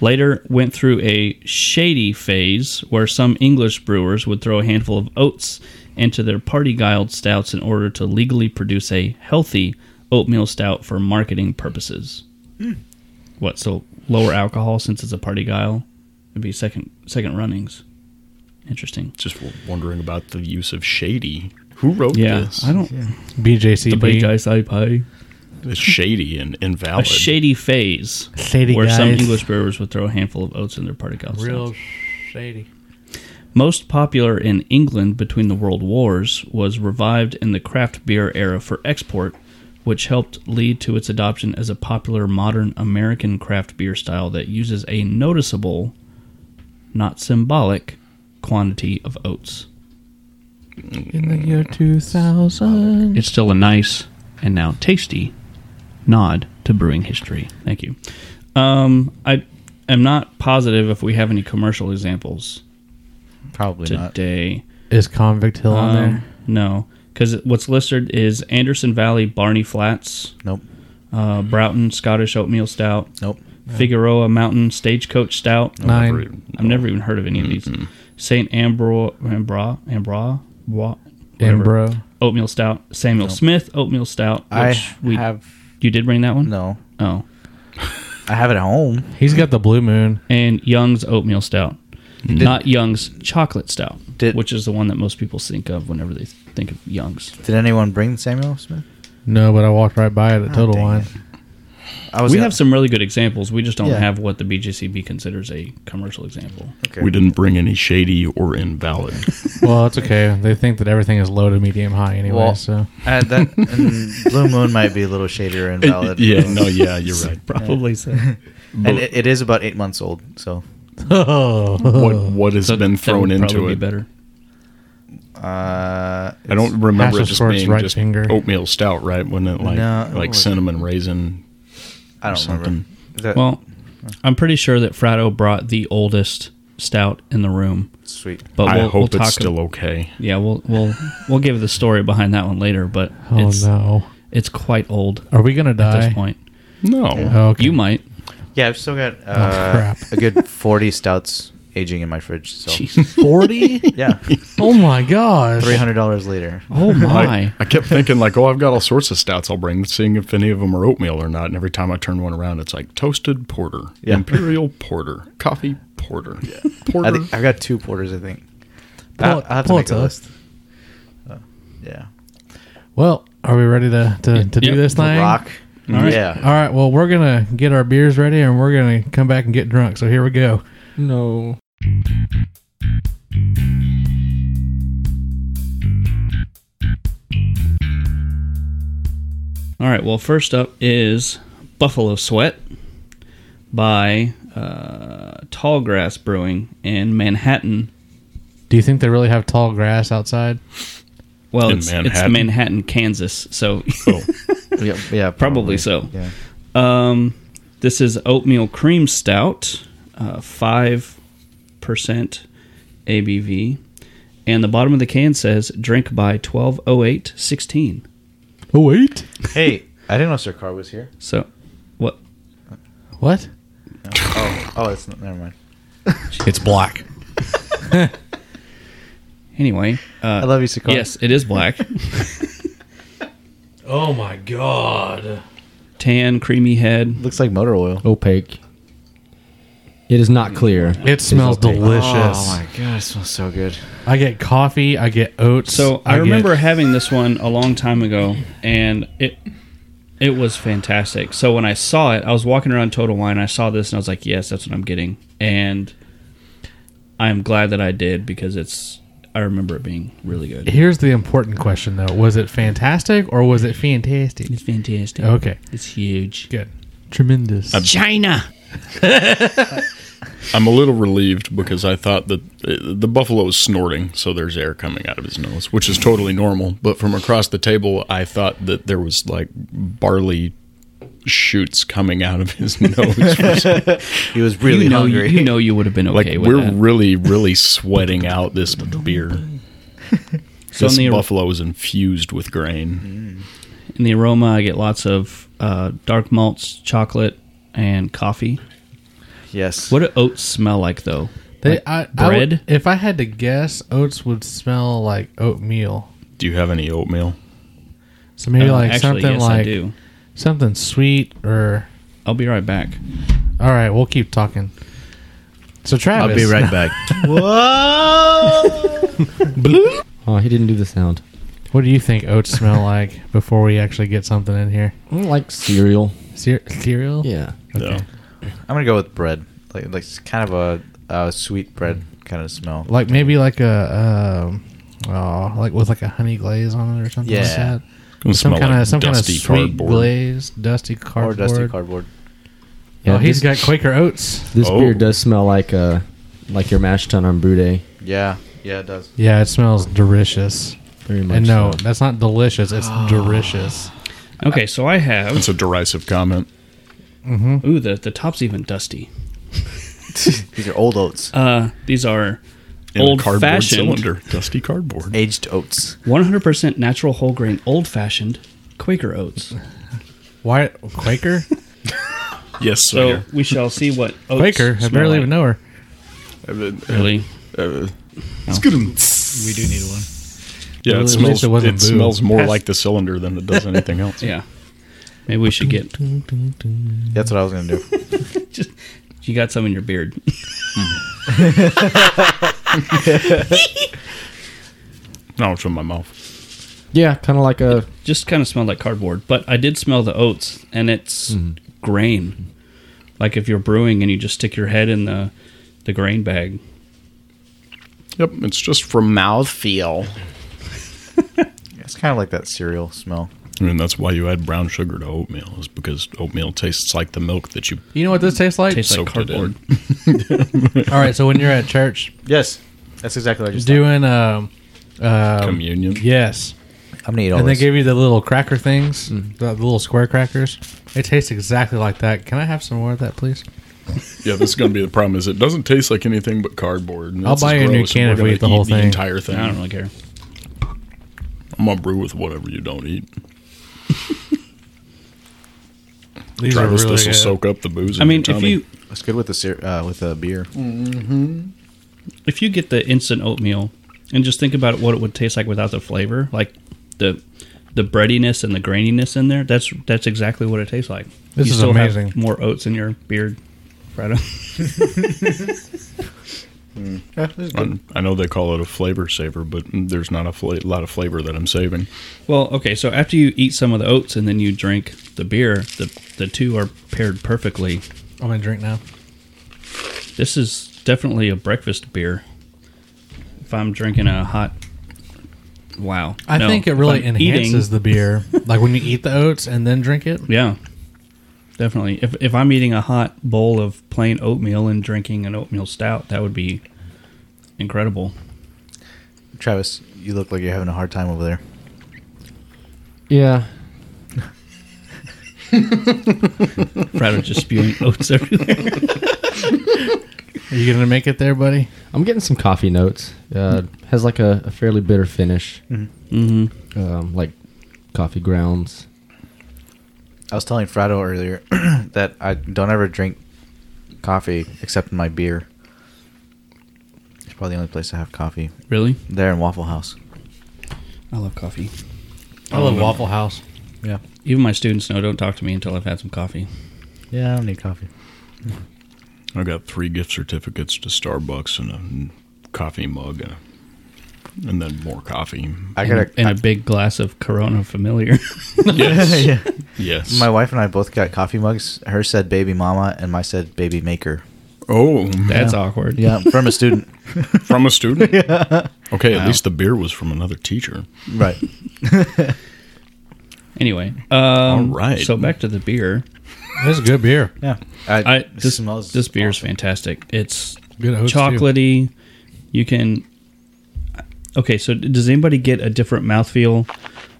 Speaker 2: Later, went through a shady phase where some English brewers would throw a handful of oats into their party guiled stouts in order to legally produce a healthy oatmeal stout for marketing purposes what so lower alcohol since it's a party guile would be second second runnings interesting
Speaker 4: Just wondering about the use of shady. Who wrote
Speaker 2: yeah
Speaker 4: this?
Speaker 2: i don't
Speaker 3: BJCB.
Speaker 2: the BJ's IPA.
Speaker 4: It's shady and
Speaker 2: a
Speaker 4: invalid.
Speaker 2: shady phase
Speaker 3: Shady
Speaker 2: where some
Speaker 3: guys.
Speaker 2: english brewers would throw a handful of oats in their party guile
Speaker 3: Real
Speaker 2: styles.
Speaker 3: shady.
Speaker 2: most popular in england between the world wars was revived in the craft beer era for export which helped lead to its adoption as a popular modern american craft beer style that uses a noticeable not symbolic quantity of oats
Speaker 3: In the year 2000.
Speaker 2: It's still a nice and now tasty nod to brewing history. Thank you. Um, I am not positive if we have any commercial examples
Speaker 1: Probably not.
Speaker 2: today.
Speaker 3: Is Convict Hill on
Speaker 2: Um,
Speaker 3: there?
Speaker 2: no, because what's listed is Anderson Valley Barney Flats,
Speaker 1: Nope.
Speaker 2: uh, Broughton Scottish Oatmeal Stout,
Speaker 1: Nope.
Speaker 2: Figueroa Mountain Stagecoach Stout.
Speaker 3: Nine.
Speaker 2: I've never even heard of any of these. St. Ambro, Ambra, Ambra, Wa- whatever.
Speaker 3: Imbro.
Speaker 2: Oatmeal Stout, Samuel Smith Oatmeal Stout.
Speaker 1: I
Speaker 2: Which we
Speaker 1: have
Speaker 2: You did bring that one?
Speaker 1: no.
Speaker 2: Oh.
Speaker 1: I have it at home.
Speaker 3: He's got the Blue Moon.
Speaker 2: And Young's Oatmeal Stout. Not Young's Chocolate Stout,
Speaker 1: Did-
Speaker 2: which is the one that most people think of whenever they think of Young's.
Speaker 1: Did anyone bring Samuel Smith?
Speaker 3: No, but I walked right by it at
Speaker 1: Oh,
Speaker 3: Total
Speaker 1: dang
Speaker 3: Wine.
Speaker 1: it. I
Speaker 4: Oh,
Speaker 1: was
Speaker 2: We
Speaker 1: gonna-
Speaker 2: have some really good examples. We just don't
Speaker 1: Yeah.
Speaker 2: have what the BJCB considers a commercial example.
Speaker 1: Okay.
Speaker 4: We didn't bring any shady or invalid.
Speaker 3: Well, it's okay. They think that everything is low to medium high anyway.
Speaker 1: Well,
Speaker 3: so
Speaker 1: uh, that, and Blue Moon might be a little shadier or invalid.
Speaker 4: yeah, no, yeah, you're right.
Speaker 2: Probably so.
Speaker 1: and it, it is about eight months old. So
Speaker 3: Oh,
Speaker 4: What what has been thrown into
Speaker 2: probably
Speaker 4: it?
Speaker 2: Be better.
Speaker 1: uh,
Speaker 4: I don't remember it
Speaker 3: Hassel
Speaker 4: just
Speaker 3: Schwartz
Speaker 4: being
Speaker 3: right
Speaker 4: just
Speaker 3: finger.
Speaker 4: oatmeal stout, right? Wasn't it like
Speaker 1: No, it
Speaker 4: like
Speaker 1: was-
Speaker 4: cinnamon raisin?
Speaker 1: I don't remember.
Speaker 4: something.
Speaker 1: Is that
Speaker 2: Well, I'm pretty sure that Fratto brought the oldest stout in the room,
Speaker 1: sweet.
Speaker 2: but we'll,
Speaker 4: I
Speaker 2: we'll
Speaker 4: hope
Speaker 2: talk
Speaker 4: it's still okay.
Speaker 2: Yeah, we'll we'll we'll give the story behind that one later, but
Speaker 3: oh
Speaker 2: it's
Speaker 3: no,
Speaker 2: it's quite old
Speaker 3: are we gonna die?
Speaker 2: at this point.
Speaker 4: No,
Speaker 3: Oh, okay.
Speaker 2: You might.
Speaker 1: Yeah, I've still got uh,
Speaker 3: Oh, crap.
Speaker 1: a good forty stouts aging in my fridge. So
Speaker 3: forty?
Speaker 1: yeah,
Speaker 3: oh my gosh!
Speaker 1: three hundred dollars later.
Speaker 2: Oh my.
Speaker 4: I kept thinking like, oh, I've got all sorts of stouts I'll bring, seeing if any of them are oatmeal or not. And every time I turn one around, it's like toasted porter,
Speaker 1: Yeah.
Speaker 4: imperial porter, coffee porter,
Speaker 1: I
Speaker 4: porter.
Speaker 1: think, I've got two porters. I think.
Speaker 3: Pull
Speaker 1: I'll,
Speaker 3: it-
Speaker 1: I'll have to
Speaker 3: pull
Speaker 1: make
Speaker 3: it
Speaker 1: a
Speaker 3: up.
Speaker 1: list. Uh, yeah,
Speaker 3: Well, are we ready to to, to
Speaker 2: Yep.
Speaker 3: do this thing?
Speaker 1: rock.
Speaker 2: right.
Speaker 1: Yeah,
Speaker 3: All right. Well, we're gonna get our beers ready and we're gonna come back and get drunk. So here we go.
Speaker 5: No.
Speaker 2: All right. Well, first up is Buffalo Sweat by uh, Tallgrass Brewing in Manhattan.
Speaker 3: Do you think they really have tall grass outside?
Speaker 2: Well,
Speaker 4: In
Speaker 2: it's, it's
Speaker 4: Manhattan?
Speaker 2: Manhattan, Kansas, so
Speaker 4: Oh,
Speaker 1: yeah, yeah,
Speaker 2: probably so.
Speaker 1: Yeah,
Speaker 2: Um, this is oatmeal cream stout, uh, five percent ABV, and the bottom oh of the can says "drink by 120816.
Speaker 3: Oh wait.
Speaker 1: hey, I didn't know Sir Car was here.
Speaker 2: So, what?
Speaker 3: What?
Speaker 1: Oh, oh, it's never mind.
Speaker 7: It's black.
Speaker 2: Anyway,
Speaker 1: I
Speaker 2: uh,
Speaker 1: love you, Sir Car.
Speaker 2: yes, it is black,
Speaker 7: Oh my god.
Speaker 2: tan, creamy head.
Speaker 1: looks like motor oil.
Speaker 5: Opaque. It is not clear.
Speaker 3: It smells
Speaker 5: opaque.
Speaker 3: delicious.
Speaker 1: god, it smells so good.
Speaker 3: I get coffee. I get oats.
Speaker 2: So I,
Speaker 3: get-
Speaker 2: remember having this one a long time ago, and it it was fantastic. So when I saw it, I was walking around Total Wine. I saw this, and I was like, "Yes, that's what I'm getting." And I'm glad that I did because it's. I remember it being really good.
Speaker 3: Here's the important question, though: Was it fantastic or was it fantastic?
Speaker 2: It's fantastic.
Speaker 3: Okay,
Speaker 2: It's huge.
Speaker 3: good, tremendous.
Speaker 2: China.
Speaker 4: I'm a little relieved because I thought that uh, the buffalo is snorting, so there's air coming out of his nose, which is totally normal. But from across the table, I thought that there was like barley shoots coming out of his nose. for some-
Speaker 1: He was really
Speaker 2: you know, you,
Speaker 1: hungry.
Speaker 2: you know, you would have been
Speaker 4: like
Speaker 2: okay with
Speaker 4: we're
Speaker 2: that.
Speaker 4: really, really sweating out this beer.
Speaker 2: So in
Speaker 4: This
Speaker 2: the,
Speaker 4: buffalo is infused with grain.
Speaker 2: in the aroma, I get lots of uh, dark malts, chocolate, and coffee.
Speaker 1: yes.
Speaker 2: What do oats smell like, though?
Speaker 3: They,
Speaker 2: Like
Speaker 3: I, I would-
Speaker 2: bread.
Speaker 3: if I had to guess, oats would smell like oatmeal.
Speaker 4: Do you have any oatmeal?
Speaker 3: So maybe
Speaker 2: Uh,
Speaker 3: like
Speaker 2: actually,
Speaker 3: something
Speaker 2: yes, I
Speaker 3: like
Speaker 2: do.
Speaker 3: something sweet or.
Speaker 2: I'll be right back.
Speaker 3: All right, we'll keep talking. So Travis,
Speaker 7: I'll be right back.
Speaker 5: Oh, he didn't do the sound.
Speaker 3: what do you think oats smell like before we actually get something in here?
Speaker 5: Mm, Like cereal.
Speaker 3: Cere- cereal?
Speaker 5: Yeah.
Speaker 3: Okay.
Speaker 4: No.
Speaker 1: I'm gonna go with bread, like, like it's kind of a, a sweet bread kind of smell.
Speaker 3: Like maybe like a um, oh, like with like a honey glaze on it or something like
Speaker 1: Yeah.
Speaker 3: that.
Speaker 4: Gonna
Speaker 3: some
Speaker 4: smell
Speaker 3: kind
Speaker 4: like
Speaker 3: of some kind of
Speaker 4: dusty
Speaker 3: sweet
Speaker 4: cardboard.
Speaker 3: glaze, dusty
Speaker 1: or
Speaker 3: cardboard.
Speaker 1: dusty cardboard.
Speaker 5: yeah
Speaker 3: oh, he's
Speaker 5: this,
Speaker 3: got Quaker oats.
Speaker 5: this
Speaker 4: Oh.
Speaker 5: beer does smell like uh like your mashed tun on brulee.
Speaker 1: Yeah, yeah, it does.
Speaker 3: Yeah, it smells delicious.
Speaker 5: Very much.
Speaker 3: And no,
Speaker 5: so.
Speaker 3: that's not delicious. It's delicious.
Speaker 2: Okay, so I have.
Speaker 4: That's a derisive comment.
Speaker 3: Mm-hmm.
Speaker 2: Ooh, the, the top's even dusty.
Speaker 1: These are old oats,
Speaker 2: Uh, these are
Speaker 4: In
Speaker 2: old
Speaker 4: a cardboard
Speaker 2: fashioned,
Speaker 4: cylinder, dusty cardboard.
Speaker 1: aged oats.
Speaker 2: 100% natural whole grain, old fashioned Quaker oats.
Speaker 3: Why Quaker?
Speaker 4: Yes,
Speaker 2: So
Speaker 4: sir.
Speaker 2: we shall see what oats.
Speaker 3: Quaker. I
Speaker 2: smell
Speaker 3: barely
Speaker 2: like.
Speaker 3: even know her.
Speaker 2: Really?
Speaker 4: It's good.
Speaker 7: We do need one.
Speaker 4: Yeah,
Speaker 3: Well,
Speaker 4: it
Speaker 3: at
Speaker 4: smells.
Speaker 3: least it
Speaker 4: It,
Speaker 3: wasn't booze.
Speaker 4: smells more
Speaker 2: That's-
Speaker 4: like the cylinder than it does anything else.
Speaker 2: Yeah. Maybe we should get.
Speaker 1: That's what I was gonna do.
Speaker 2: Just, you got some in your beard.
Speaker 4: No, it's from my mouth.
Speaker 5: yeah, kind of like a
Speaker 2: Just kind of smelled like cardboard, but I did smell the oats, and it's
Speaker 3: Mm-hmm.
Speaker 2: grain. Like if you're brewing and you just stick your head in the, the grain bag.
Speaker 4: Yep, it's just from mouthfeel.
Speaker 1: It's kind of like that cereal smell.
Speaker 4: I mean, that's why you add brown sugar to oatmeal, is because oatmeal tastes like the milk that you
Speaker 3: You know what this tastes like?
Speaker 2: Tastes like
Speaker 4: Soaked it in.
Speaker 2: cardboard.
Speaker 3: All right, so when you're at church
Speaker 1: Yes, that's exactly what I just do.
Speaker 3: doing um, um
Speaker 4: communion.
Speaker 3: yes,
Speaker 1: I'm gonna eat all
Speaker 3: and they
Speaker 1: this.
Speaker 3: give you the little cracker things, the little square crackers. It tastes exactly like that. Can I have some more of that, please?
Speaker 4: Yeah, this is going to be the problem. Is it doesn't taste like anything but cardboard. and
Speaker 3: I'll
Speaker 4: this is
Speaker 3: buy you a new
Speaker 4: gross,
Speaker 3: can
Speaker 4: and
Speaker 3: if
Speaker 4: we're
Speaker 3: we
Speaker 4: gonna
Speaker 3: eat the whole thing.
Speaker 4: entire thing.
Speaker 2: I don't really care.
Speaker 4: I'm gonna brew with whatever you don't eat.
Speaker 3: These are
Speaker 4: Travis,
Speaker 3: really
Speaker 4: this will
Speaker 3: good.
Speaker 4: soak up the booze.
Speaker 2: I
Speaker 4: in
Speaker 2: mean,
Speaker 4: your
Speaker 2: if
Speaker 4: tummy.
Speaker 2: you
Speaker 1: it's good with the cere- uh, with the beer.
Speaker 2: if you get the instant oatmeal and just think about what it would taste like without the flavor, like the the breadiness and the graininess in there, that's that's exactly what it tastes like.
Speaker 3: This
Speaker 2: you
Speaker 3: is
Speaker 2: still have
Speaker 3: amazing.
Speaker 2: more oats in your beard, Fredo.
Speaker 4: I'm- I know they call it a flavor saver, but there's not a fla- lot of flavor that I'm saving.
Speaker 2: well, okay, so after you eat some of the oats and then you drink the beer, the the two are paired perfectly.
Speaker 3: I'm gonna drink now.
Speaker 2: This is definitely a breakfast beer. If I'm drinking a hot, wow,
Speaker 3: I
Speaker 2: No,
Speaker 3: think it
Speaker 2: if
Speaker 3: really
Speaker 2: I'm
Speaker 3: enhances
Speaker 2: eating-
Speaker 3: the beer. like when you eat the oats and then drink it.
Speaker 2: Yeah, definitely. If if I'm eating a hot bowl of plain oatmeal and drinking an oatmeal stout, that would be incredible.
Speaker 1: Travis, you look like you're having a hard time over there.
Speaker 5: yeah.
Speaker 2: Rather just spewing oats everywhere.
Speaker 3: Are you gonna make it there, buddy?
Speaker 5: I'm getting some coffee notes. Uh, has like a, a fairly bitter finish,
Speaker 2: Mm-hmm.
Speaker 5: um, like coffee grounds.
Speaker 1: I was telling Frado earlier that I don't ever drink coffee except in my beer. It's probably the only place I have coffee.
Speaker 2: Really?
Speaker 1: There in Waffle House.
Speaker 2: I love coffee.
Speaker 3: I love Waffle House.
Speaker 1: Yeah.
Speaker 2: Even my students know don't talk to me until I've had some coffee.
Speaker 1: Yeah, I don't need coffee.
Speaker 4: I got three gift certificates to Starbucks and a coffee mug and, a, and then more coffee.
Speaker 1: I got a,
Speaker 2: and a big glass of Corona Familiar.
Speaker 4: Yes.
Speaker 1: yeah.
Speaker 4: yes.
Speaker 1: My wife and I both got coffee mugs. Her said baby mama and my said baby maker.
Speaker 4: oh,
Speaker 2: That's awkward.
Speaker 1: Yeah, from a student.
Speaker 4: from a student? Okay, at least the beer was from another teacher.
Speaker 1: right.
Speaker 2: Anyway, um,
Speaker 4: All right.
Speaker 2: So back to the beer.
Speaker 3: This is good beer.
Speaker 1: Yeah.
Speaker 2: I this
Speaker 1: smells
Speaker 2: this beer is
Speaker 1: awesome.
Speaker 2: fantastic. It's
Speaker 3: Good oats, too.
Speaker 2: chocolatey. You can. Okay, so does anybody get a different mouthfeel?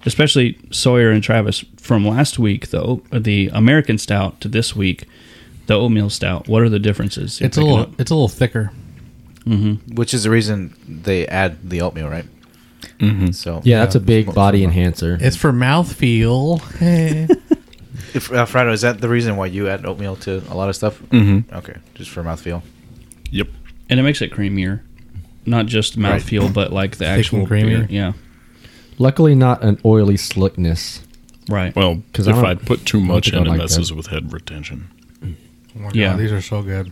Speaker 2: Especially Sawyer and Travis from last week, the oat- the American Stout to this week, the oatmeal stout. What are the differences? You're
Speaker 3: It's a
Speaker 2: picking
Speaker 3: little.
Speaker 2: up?
Speaker 3: It's a little thicker.
Speaker 1: Which is the reason they add the oatmeal, right? So
Speaker 5: Yeah, that's a big
Speaker 1: Smoke
Speaker 5: body
Speaker 1: some.
Speaker 5: enhancer.
Speaker 3: It's for mouthfeel.
Speaker 1: If, uh, Frado, is that the reason why you add oatmeal to a lot of stuff? Mm-hmm. Okay, just for mouthfeel.
Speaker 4: Yep.
Speaker 2: and it makes it creamier, not just mouthfeel, but like the
Speaker 3: and
Speaker 2: actual beer.
Speaker 3: creamier.
Speaker 2: Yeah,
Speaker 5: Luckily, not an oily slickness.
Speaker 2: right.
Speaker 4: Well,
Speaker 5: 'Cause
Speaker 4: if
Speaker 5: I don't-
Speaker 4: I put too much
Speaker 5: think
Speaker 4: in, it
Speaker 5: I like
Speaker 4: messes with head retention.
Speaker 3: Oh my God,
Speaker 2: Yeah.
Speaker 3: these are so good.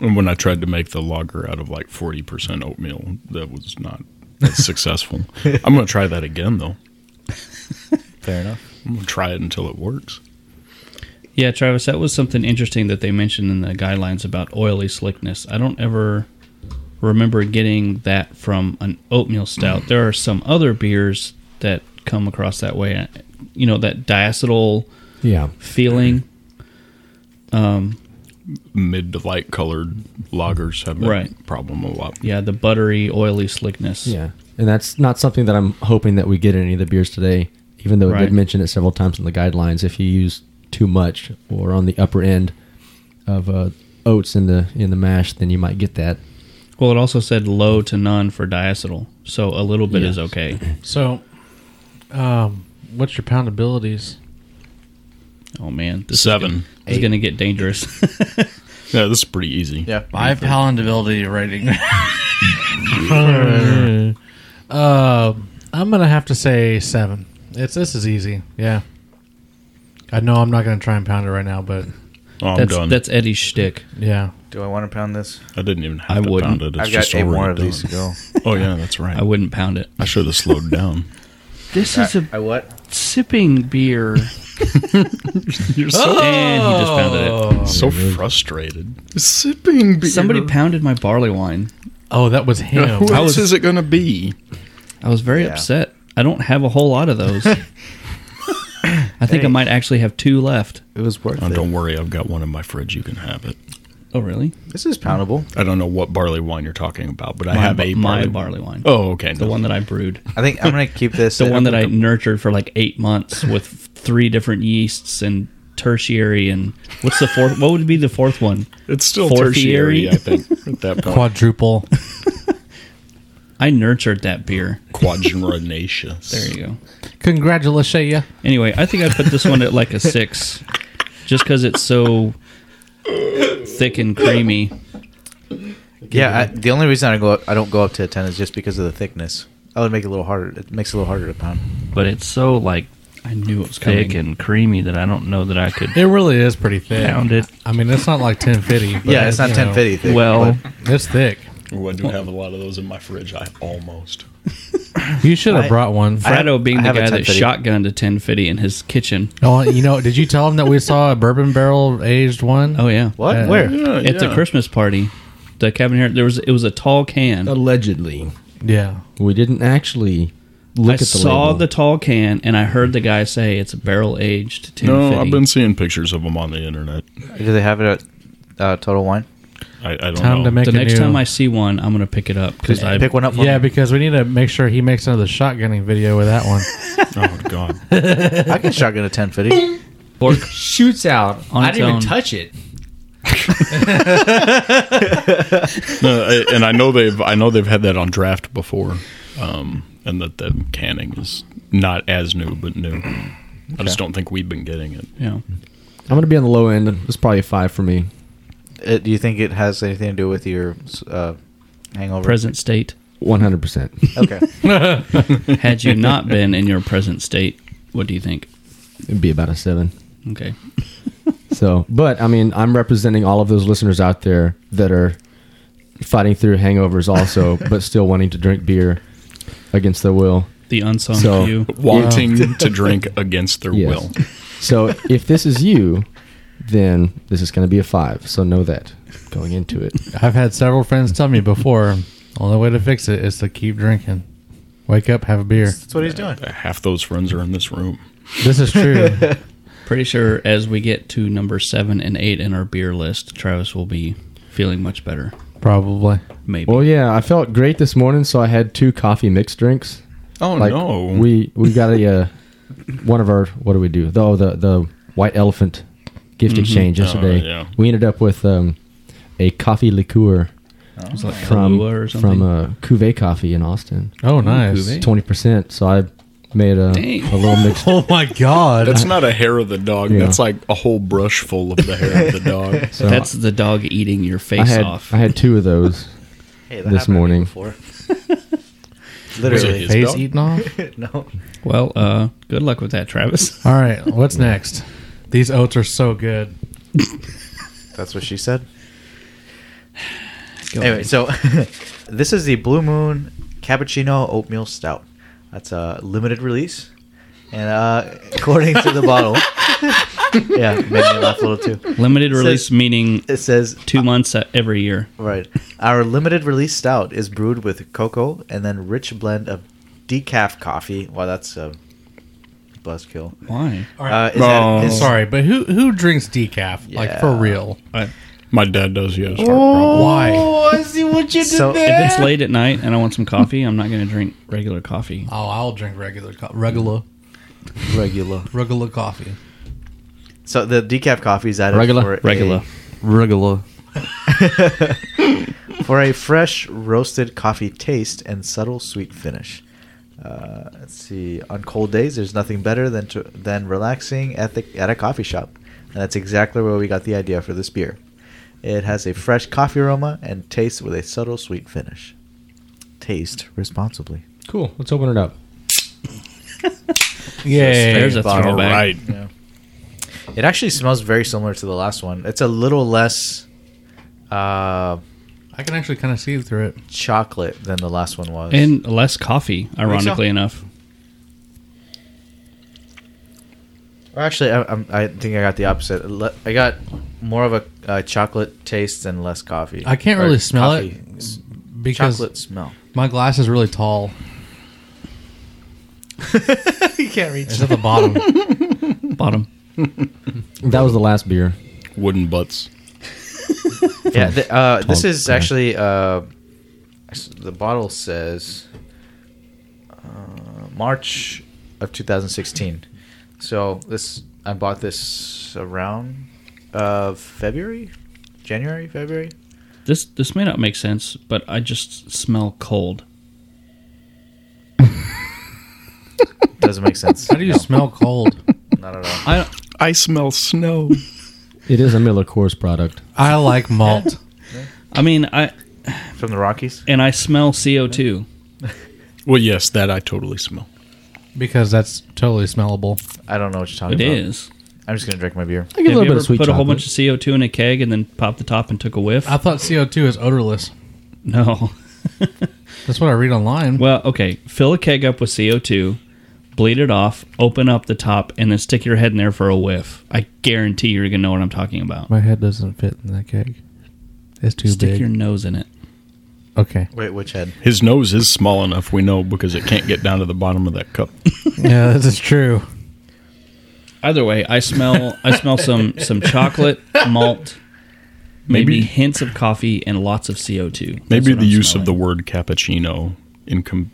Speaker 4: And when I tried to make the lager out of like 40% oatmeal, that was not as successful. I'm going to try that again, though.
Speaker 1: Fair enough.
Speaker 4: I'm going to try it until it works.
Speaker 2: Yeah, Travis, that was something interesting that they mentioned in the guidelines about oily slickness. I don't ever remember getting that from an oatmeal stout. There are some other beers that come across that way. You know, that diacetyl
Speaker 5: Yeah,
Speaker 2: feeling.
Speaker 4: Mid to light colored lagers have that
Speaker 2: Right.
Speaker 4: problem a lot.
Speaker 2: Yeah, the buttery, oily slickness.
Speaker 5: yeah, and that's not something that I'm hoping that we get in any of the beers today. Even though I
Speaker 2: Right.
Speaker 5: did mention it several times in the guidelines, if you use too much or on the upper end of uh, oats in the in the mash, then you might get that.
Speaker 2: Well, it also said low to none for diacetyl. So a little bit is
Speaker 5: Yes.
Speaker 2: okay.
Speaker 3: So, um, what's your poundabilities?
Speaker 2: Oh, man. This
Speaker 4: Seven.
Speaker 2: is going to get dangerous.
Speaker 4: Yeah, this is pretty easy.
Speaker 1: Yeah.
Speaker 7: My palatability rating.
Speaker 3: Um, I'm gonna have to say seven. It's this is easy. Yeah. I know I'm not gonna try and pound it right now, but
Speaker 4: Oh, I'm
Speaker 2: that's,
Speaker 4: done.
Speaker 2: that's Eddie's shtick.
Speaker 3: yeah.
Speaker 1: Do I want to pound this?
Speaker 4: I didn't even have
Speaker 2: I
Speaker 4: to
Speaker 2: wouldn't.
Speaker 4: pound it. It's
Speaker 1: I've got
Speaker 4: just
Speaker 1: eight
Speaker 4: already
Speaker 1: more of
Speaker 4: done.
Speaker 1: these to go.
Speaker 4: Oh, yeah, that's right.
Speaker 2: I wouldn't pound it.
Speaker 4: I should have slowed down.
Speaker 2: This is
Speaker 1: I,
Speaker 2: a
Speaker 1: I what?
Speaker 2: sipping beer. Oh.
Speaker 4: You're so,
Speaker 2: And he just pounded
Speaker 4: so frustrated. Sipping beer.
Speaker 2: it. Somebody pounded my barley wine.
Speaker 3: Oh, that was him.
Speaker 4: Who
Speaker 2: I
Speaker 4: else
Speaker 2: was-
Speaker 4: is it going to be?
Speaker 2: I was very
Speaker 1: Yeah.
Speaker 2: upset. I don't have a whole lot of those. I think
Speaker 1: Hey.
Speaker 2: I might actually have two left.
Speaker 1: It was worth
Speaker 4: Oh,
Speaker 1: it.
Speaker 4: don't worry, I've got one in my fridge. You can have it.
Speaker 2: Oh, really?
Speaker 1: This is poundable.
Speaker 4: I don't know what barley wine you're talking about, but I
Speaker 2: my,
Speaker 4: have
Speaker 2: ba-
Speaker 4: a
Speaker 2: my
Speaker 4: barley.
Speaker 2: barley wine.
Speaker 4: Oh, okay.
Speaker 2: The one that I brewed.
Speaker 1: I think I'm gonna keep this.
Speaker 2: The one that I nurtured for like eight months with three different yeasts and tertiary and what's the fourth? what would be the fourth one?
Speaker 4: it's still
Speaker 2: Fortieri?
Speaker 4: tertiary, I think. At that point,
Speaker 3: Quadruple.
Speaker 2: I nurtured that beer.
Speaker 4: quadrinaceous.
Speaker 2: There you go.
Speaker 3: Congratulations, ya.
Speaker 2: Anyway, I think I put this one at like a six, just because it's so thick and creamy.
Speaker 1: Yeah. I, the only reason I go up, I don't go up to a ten is just because of the thickness. That would make it a little harder. It makes it a little harder to pound.
Speaker 8: but it's so like
Speaker 2: I knew it was coming.
Speaker 8: thick and creamy that I don't know that I could
Speaker 3: It really is pretty thick.
Speaker 8: pound it.
Speaker 3: I mean, it's not like 1050. but
Speaker 1: yeah, it's not
Speaker 3: you
Speaker 1: ten
Speaker 3: know,
Speaker 1: fifty thick.
Speaker 8: Well,
Speaker 1: but
Speaker 3: It's thick.
Speaker 4: Oh, I do have a lot of those in my fridge. I almost.
Speaker 3: You should have
Speaker 1: I-
Speaker 3: brought one.
Speaker 1: I-
Speaker 2: Frado being
Speaker 1: I
Speaker 2: the
Speaker 1: have a
Speaker 2: guy that
Speaker 1: 1050.
Speaker 2: shotgunned a 1050 in his kitchen.
Speaker 3: oh, you know, did you tell him that we saw a bourbon barrel aged one?
Speaker 2: Oh yeah,
Speaker 1: what?
Speaker 3: Uh,
Speaker 1: Where?
Speaker 4: Yeah,
Speaker 2: at the
Speaker 4: yeah.
Speaker 2: Christmas party, the cabin here there was it was a tall can.
Speaker 5: Allegedly,
Speaker 3: Yeah.
Speaker 5: we didn't actually look
Speaker 2: I
Speaker 5: at the
Speaker 2: saw
Speaker 5: label.
Speaker 2: the tall can and I heard the guy say it's a barrel aged 1050.
Speaker 4: No, I've been seeing pictures of them on the internet.
Speaker 1: Do they have it at uh, Total Wine?
Speaker 4: I, I don't
Speaker 3: Time
Speaker 4: know.
Speaker 3: to make
Speaker 2: the
Speaker 3: a
Speaker 2: next
Speaker 3: new-
Speaker 2: time I see one, I'm gonna pick it up because I
Speaker 1: Pick one up. For
Speaker 3: Yeah,
Speaker 1: me.
Speaker 3: because we need to make sure he makes another shotgunning video with that one.
Speaker 4: oh God,
Speaker 1: I can shotgun a ten fifty.
Speaker 5: shoots out.
Speaker 2: On its own.
Speaker 5: touch it.
Speaker 4: no, I- and I know they've I know they've had that on draft before, um, and that the canning is not as new but new. I just don't think we've been getting it.
Speaker 2: Yeah.
Speaker 5: I'm gonna be on the low end. It's probably a five for me.
Speaker 1: Uh, do you think it has anything to do with your uh, hangover?
Speaker 2: Present state.
Speaker 5: One hundred percent.
Speaker 1: Okay.
Speaker 2: Had you not been in your present state, what do you think?
Speaker 5: It'd be about a seven.
Speaker 2: Okay.
Speaker 5: So, but I mean, I'm representing all of those listeners out there that are fighting through hangovers, also, but still wanting to drink beer against their will.
Speaker 2: The unsung
Speaker 5: So-
Speaker 2: few.
Speaker 4: Wanting to drink against their
Speaker 5: Yes.
Speaker 4: will.
Speaker 5: So, if this is you, then this is going to be a five. So know that going into it.
Speaker 3: I've had several friends tell me before, only way to fix it is to keep drinking. Wake up, have a beer.
Speaker 1: That's what he's doing.
Speaker 4: Half those friends are in this room.
Speaker 3: This is true.
Speaker 2: Pretty sure as we get to number seven and eight in our beer list, Travis will be feeling much better.
Speaker 3: Probably.
Speaker 2: Maybe.
Speaker 5: Well, yeah, I felt great this morning, so I had two coffee mixed drinks.
Speaker 4: Oh
Speaker 5: Like
Speaker 4: no!
Speaker 5: we we got a uh, one of our what do we do? The oh, the the white elephant gift exchange
Speaker 4: Oh,
Speaker 5: yesterday.
Speaker 4: yeah.
Speaker 5: We ended up with um, a coffee liqueur
Speaker 2: It's like
Speaker 5: from
Speaker 2: Kahlua or something.
Speaker 5: from uh, Cuvée Coffee in Austin.
Speaker 3: Oh, nice.
Speaker 5: Twenty percent. So I made a,
Speaker 2: Dang.
Speaker 5: a little mixed.
Speaker 3: Oh my god.
Speaker 4: That's not a hair of the dog.
Speaker 5: Yeah.
Speaker 4: That's like a whole brush full of the hair of the dog.
Speaker 5: So
Speaker 2: That's the dog eating your
Speaker 5: I
Speaker 2: face
Speaker 5: had
Speaker 2: off.
Speaker 5: I had two of those.
Speaker 1: Hey,
Speaker 5: This
Speaker 1: happened to me
Speaker 5: morning.
Speaker 1: Before.
Speaker 4: Was it
Speaker 1: Literally.
Speaker 4: his
Speaker 3: Face
Speaker 4: dog?
Speaker 3: eaten off.
Speaker 1: no.
Speaker 2: well, uh, good luck with that, Travis.
Speaker 3: All right, what's next? These oats are so good.
Speaker 1: That's what she said.
Speaker 2: Go
Speaker 1: anyway,
Speaker 2: ahead.
Speaker 1: so this is the Blue Moon Cappuccino Oatmeal Stout. That's a limited release, and uh, according to the bottle, yeah, made me laugh a little too.
Speaker 2: Limited
Speaker 1: Says-
Speaker 2: release meaning
Speaker 1: It says
Speaker 2: two months uh, every year.
Speaker 1: right, our limited release stout is brewed with cocoa and then rich blend of decaf coffee. Wow, that's a buzzkill.
Speaker 2: Why?
Speaker 1: Uh, is that-
Speaker 4: Oh.
Speaker 1: is-
Speaker 3: Sorry, but who who drinks decaf? Like for
Speaker 1: Yeah.
Speaker 3: real?
Speaker 4: My dad does. Yes.
Speaker 3: Why?
Speaker 1: Oh.
Speaker 5: I see what you
Speaker 1: So
Speaker 2: If it's late at night and I want some coffee, I'm not going to drink regular coffee.
Speaker 3: Oh, I'll drink regular co- regular
Speaker 1: regular.
Speaker 3: regular coffee.
Speaker 1: So the decaf coffee is added
Speaker 5: Regular.
Speaker 1: for a-
Speaker 2: Regular.
Speaker 7: Regular.
Speaker 1: for a fresh roasted coffee taste and subtle sweet finish. Uh, let's see. On cold days, there's nothing better than to, than relaxing at the at a coffee shop, and that's exactly where we got the idea for this beer. It has a fresh coffee aroma and taste with a subtle sweet finish. Taste responsibly.
Speaker 5: Cool. Let's open it up.
Speaker 3: Yay!
Speaker 2: There's a
Speaker 1: bottle.
Speaker 4: All
Speaker 2: throwback.
Speaker 4: right.
Speaker 1: It actually smells very similar to the last one. It's a little less uh,
Speaker 3: I can actually kind of see through it.
Speaker 1: chocolate than the last one was.
Speaker 2: And less coffee, ironically enough.
Speaker 1: Or actually, I, I'm, I think I got the opposite. Le- I got more of a uh, chocolate taste and less coffee.
Speaker 3: I can't
Speaker 1: Or
Speaker 3: really smell it
Speaker 1: coffee.
Speaker 3: Because
Speaker 1: Chocolate smell.
Speaker 3: my glass is really tall.
Speaker 1: you can't reach.
Speaker 3: It's at the bottom.
Speaker 2: Bottom.
Speaker 5: That was the last beer.
Speaker 4: Wooden butts.
Speaker 1: Yeah, th- uh, this
Speaker 5: Tall
Speaker 1: is
Speaker 5: glass.
Speaker 1: actually uh, s- the bottle says uh, March of 2016. So this I bought this around uh, February, January, February.
Speaker 2: This this may not make sense, but I just smell cold.
Speaker 1: Doesn't make sense.
Speaker 3: How do you smell cold?
Speaker 1: Not at all.
Speaker 2: I
Speaker 4: I smell snow.
Speaker 5: It is a Miller Coors product.
Speaker 3: I like malt.
Speaker 2: I mean I
Speaker 1: From the Rockies.
Speaker 2: and I smell CO two.
Speaker 4: well, yes, that I totally smell.
Speaker 3: Because that's totally smellable.
Speaker 1: I don't know what you're talking
Speaker 2: It
Speaker 1: about.
Speaker 2: is.
Speaker 1: I'm just gonna drink my beer.
Speaker 5: I get a
Speaker 2: Have
Speaker 5: little
Speaker 2: you
Speaker 5: bit
Speaker 2: ever
Speaker 5: of sweet
Speaker 2: put a whole
Speaker 5: chocolate.
Speaker 2: bunch of CO two in a keg and then popped the top and took a whiff?
Speaker 3: I thought CO2 is odorless.
Speaker 2: no.
Speaker 3: That's what I read online.
Speaker 2: Well, okay. Fill a keg up with CO two, bleed it off, open up the top, and then stick your head in there for a whiff. I guarantee you're gonna know what I'm talking about.
Speaker 3: My head doesn't fit in that cake. It's too
Speaker 2: Stick
Speaker 3: big.
Speaker 2: your nose in it.
Speaker 3: okay.
Speaker 1: Wait, which head?
Speaker 4: His nose is small enough. We know because it can't get down to the bottom of that cup.
Speaker 3: yeah, this is true.
Speaker 2: Either way, I smell I smell some some chocolate, malt, maybe,
Speaker 4: Maybe-
Speaker 2: hints of coffee and lots of CO two.
Speaker 4: Maybe the use of the word cappuccino in com-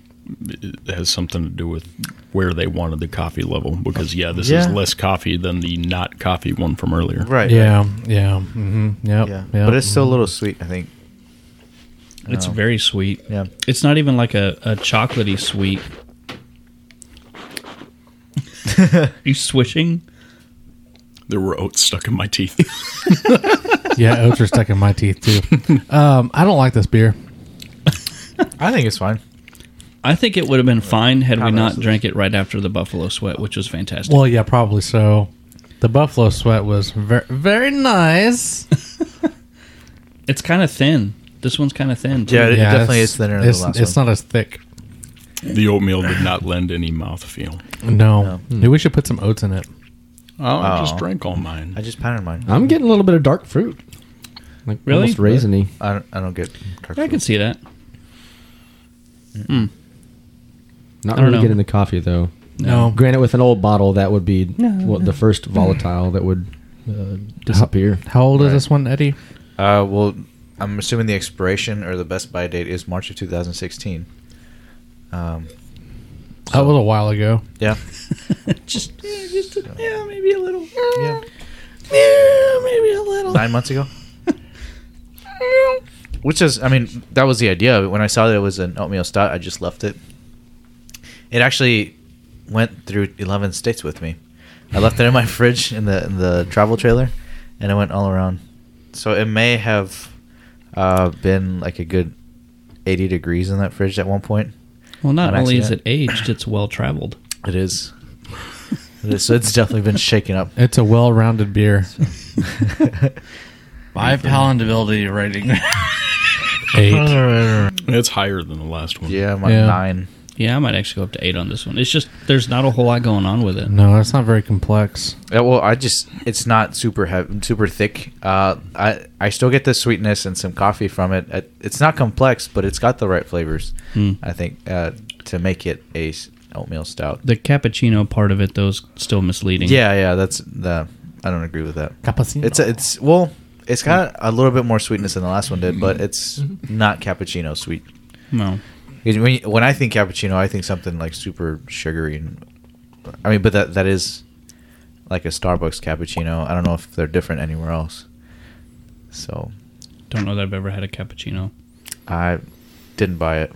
Speaker 4: has something to do with where they wanted the coffee level. Because yeah, this
Speaker 1: Yeah.
Speaker 4: is less coffee than the not coffee one from earlier.
Speaker 1: Right.
Speaker 3: Yeah, yeah, hmm yep,
Speaker 1: Yeah.
Speaker 3: yep.
Speaker 1: But it's still a little sweet, I think.
Speaker 2: It's very sweet.
Speaker 1: Yeah.
Speaker 2: It's not even like a, a chocolatey sweet. you swishing?
Speaker 4: There were oats stuck in my teeth.
Speaker 3: Yeah, oats are stuck in my teeth too. Um, I don't like this beer.
Speaker 1: I think it's fine.
Speaker 2: I think it would have been fine had we
Speaker 1: How
Speaker 2: not
Speaker 1: nice is
Speaker 2: drank it right after the Buffalo Sweat, which was fantastic.
Speaker 3: Well, yeah, probably so. The buffalo sweat was very, very nice.
Speaker 2: it's kind of thin. This one's kind of thin. too.
Speaker 1: Yeah, it
Speaker 3: Yeah,
Speaker 1: definitely
Speaker 3: it's-
Speaker 1: is thinner than
Speaker 3: it's,
Speaker 1: the last
Speaker 3: It's
Speaker 1: one.
Speaker 3: not as thick.
Speaker 4: the oatmeal did not lend any mouthfeel.
Speaker 3: No, Maybe we should put some oats in it.
Speaker 4: Oh, I
Speaker 1: Oh.
Speaker 4: just drank all mine.
Speaker 1: I just patterned mine.
Speaker 5: I'm getting a little bit of dark fruit. Like
Speaker 2: Really?
Speaker 5: almost raisiny.
Speaker 1: I don't, I don't get. dark
Speaker 2: I can
Speaker 1: fruit.
Speaker 2: see that.
Speaker 5: Not
Speaker 2: I don't
Speaker 5: really
Speaker 2: know.
Speaker 5: getting the coffee though.
Speaker 3: No.
Speaker 5: Granted, with an old bottle, that would be well, the first volatile that would uh, disappear.
Speaker 3: How old is
Speaker 1: Right.
Speaker 3: this one, Eddie?
Speaker 1: Uh, well, I'm assuming the expiration or the best by date is March of 2016. Um,
Speaker 3: that was a while ago.
Speaker 1: yeah,
Speaker 2: Just, yeah, just a- yeah, maybe a little.
Speaker 1: yeah,
Speaker 2: maybe a little.
Speaker 1: nine months ago. Which is, I mean, that was the idea. When I saw that it was an oatmeal stout, I just left it. It actually went through 11 states with me. I left it in my fridge in the in the travel trailer, and it went all around. So it may have uh, been like a good 80 degrees in that fridge at one point.
Speaker 2: Well, not
Speaker 1: An
Speaker 2: only is it
Speaker 1: accident.
Speaker 2: aged, it's well traveled.
Speaker 1: It is. It is. So it's definitely been shaken up.
Speaker 3: It's a well-rounded beer.
Speaker 7: My palatability rating.
Speaker 3: Eight.
Speaker 4: It's higher than the last one.
Speaker 1: Yeah, my
Speaker 3: Yeah.
Speaker 1: nine.
Speaker 2: Yeah, I might actually go up to eight on this one. It's just there's not a whole lot going on
Speaker 1: Mm.
Speaker 2: with it.
Speaker 3: No, it's not very complex.
Speaker 1: Yeah, well, I just it's not super heavy, super thick. Uh, I I still get the sweetness and some coffee from it. Uh, It's not complex, but it's got the right flavors. I think uh, to make it a s- oatmeal stout.
Speaker 2: The cappuccino part of it, though, is still misleading.
Speaker 1: Yeah, yeah, that's the. I don't agree with that.
Speaker 3: Cappuccino.
Speaker 1: It's a, it's well, it's got a little bit more sweetness than the last one did,
Speaker 4: Mm-hmm.
Speaker 1: but it's not cappuccino sweet.
Speaker 2: No.
Speaker 1: 'Cause When, you- when I think cappuccino, I think something like super sugary and I mean, but that that is like a Starbucks cappuccino. I don't know if they're different anywhere else. So
Speaker 2: Don't know that I've ever had a cappuccino.
Speaker 1: I didn't buy it.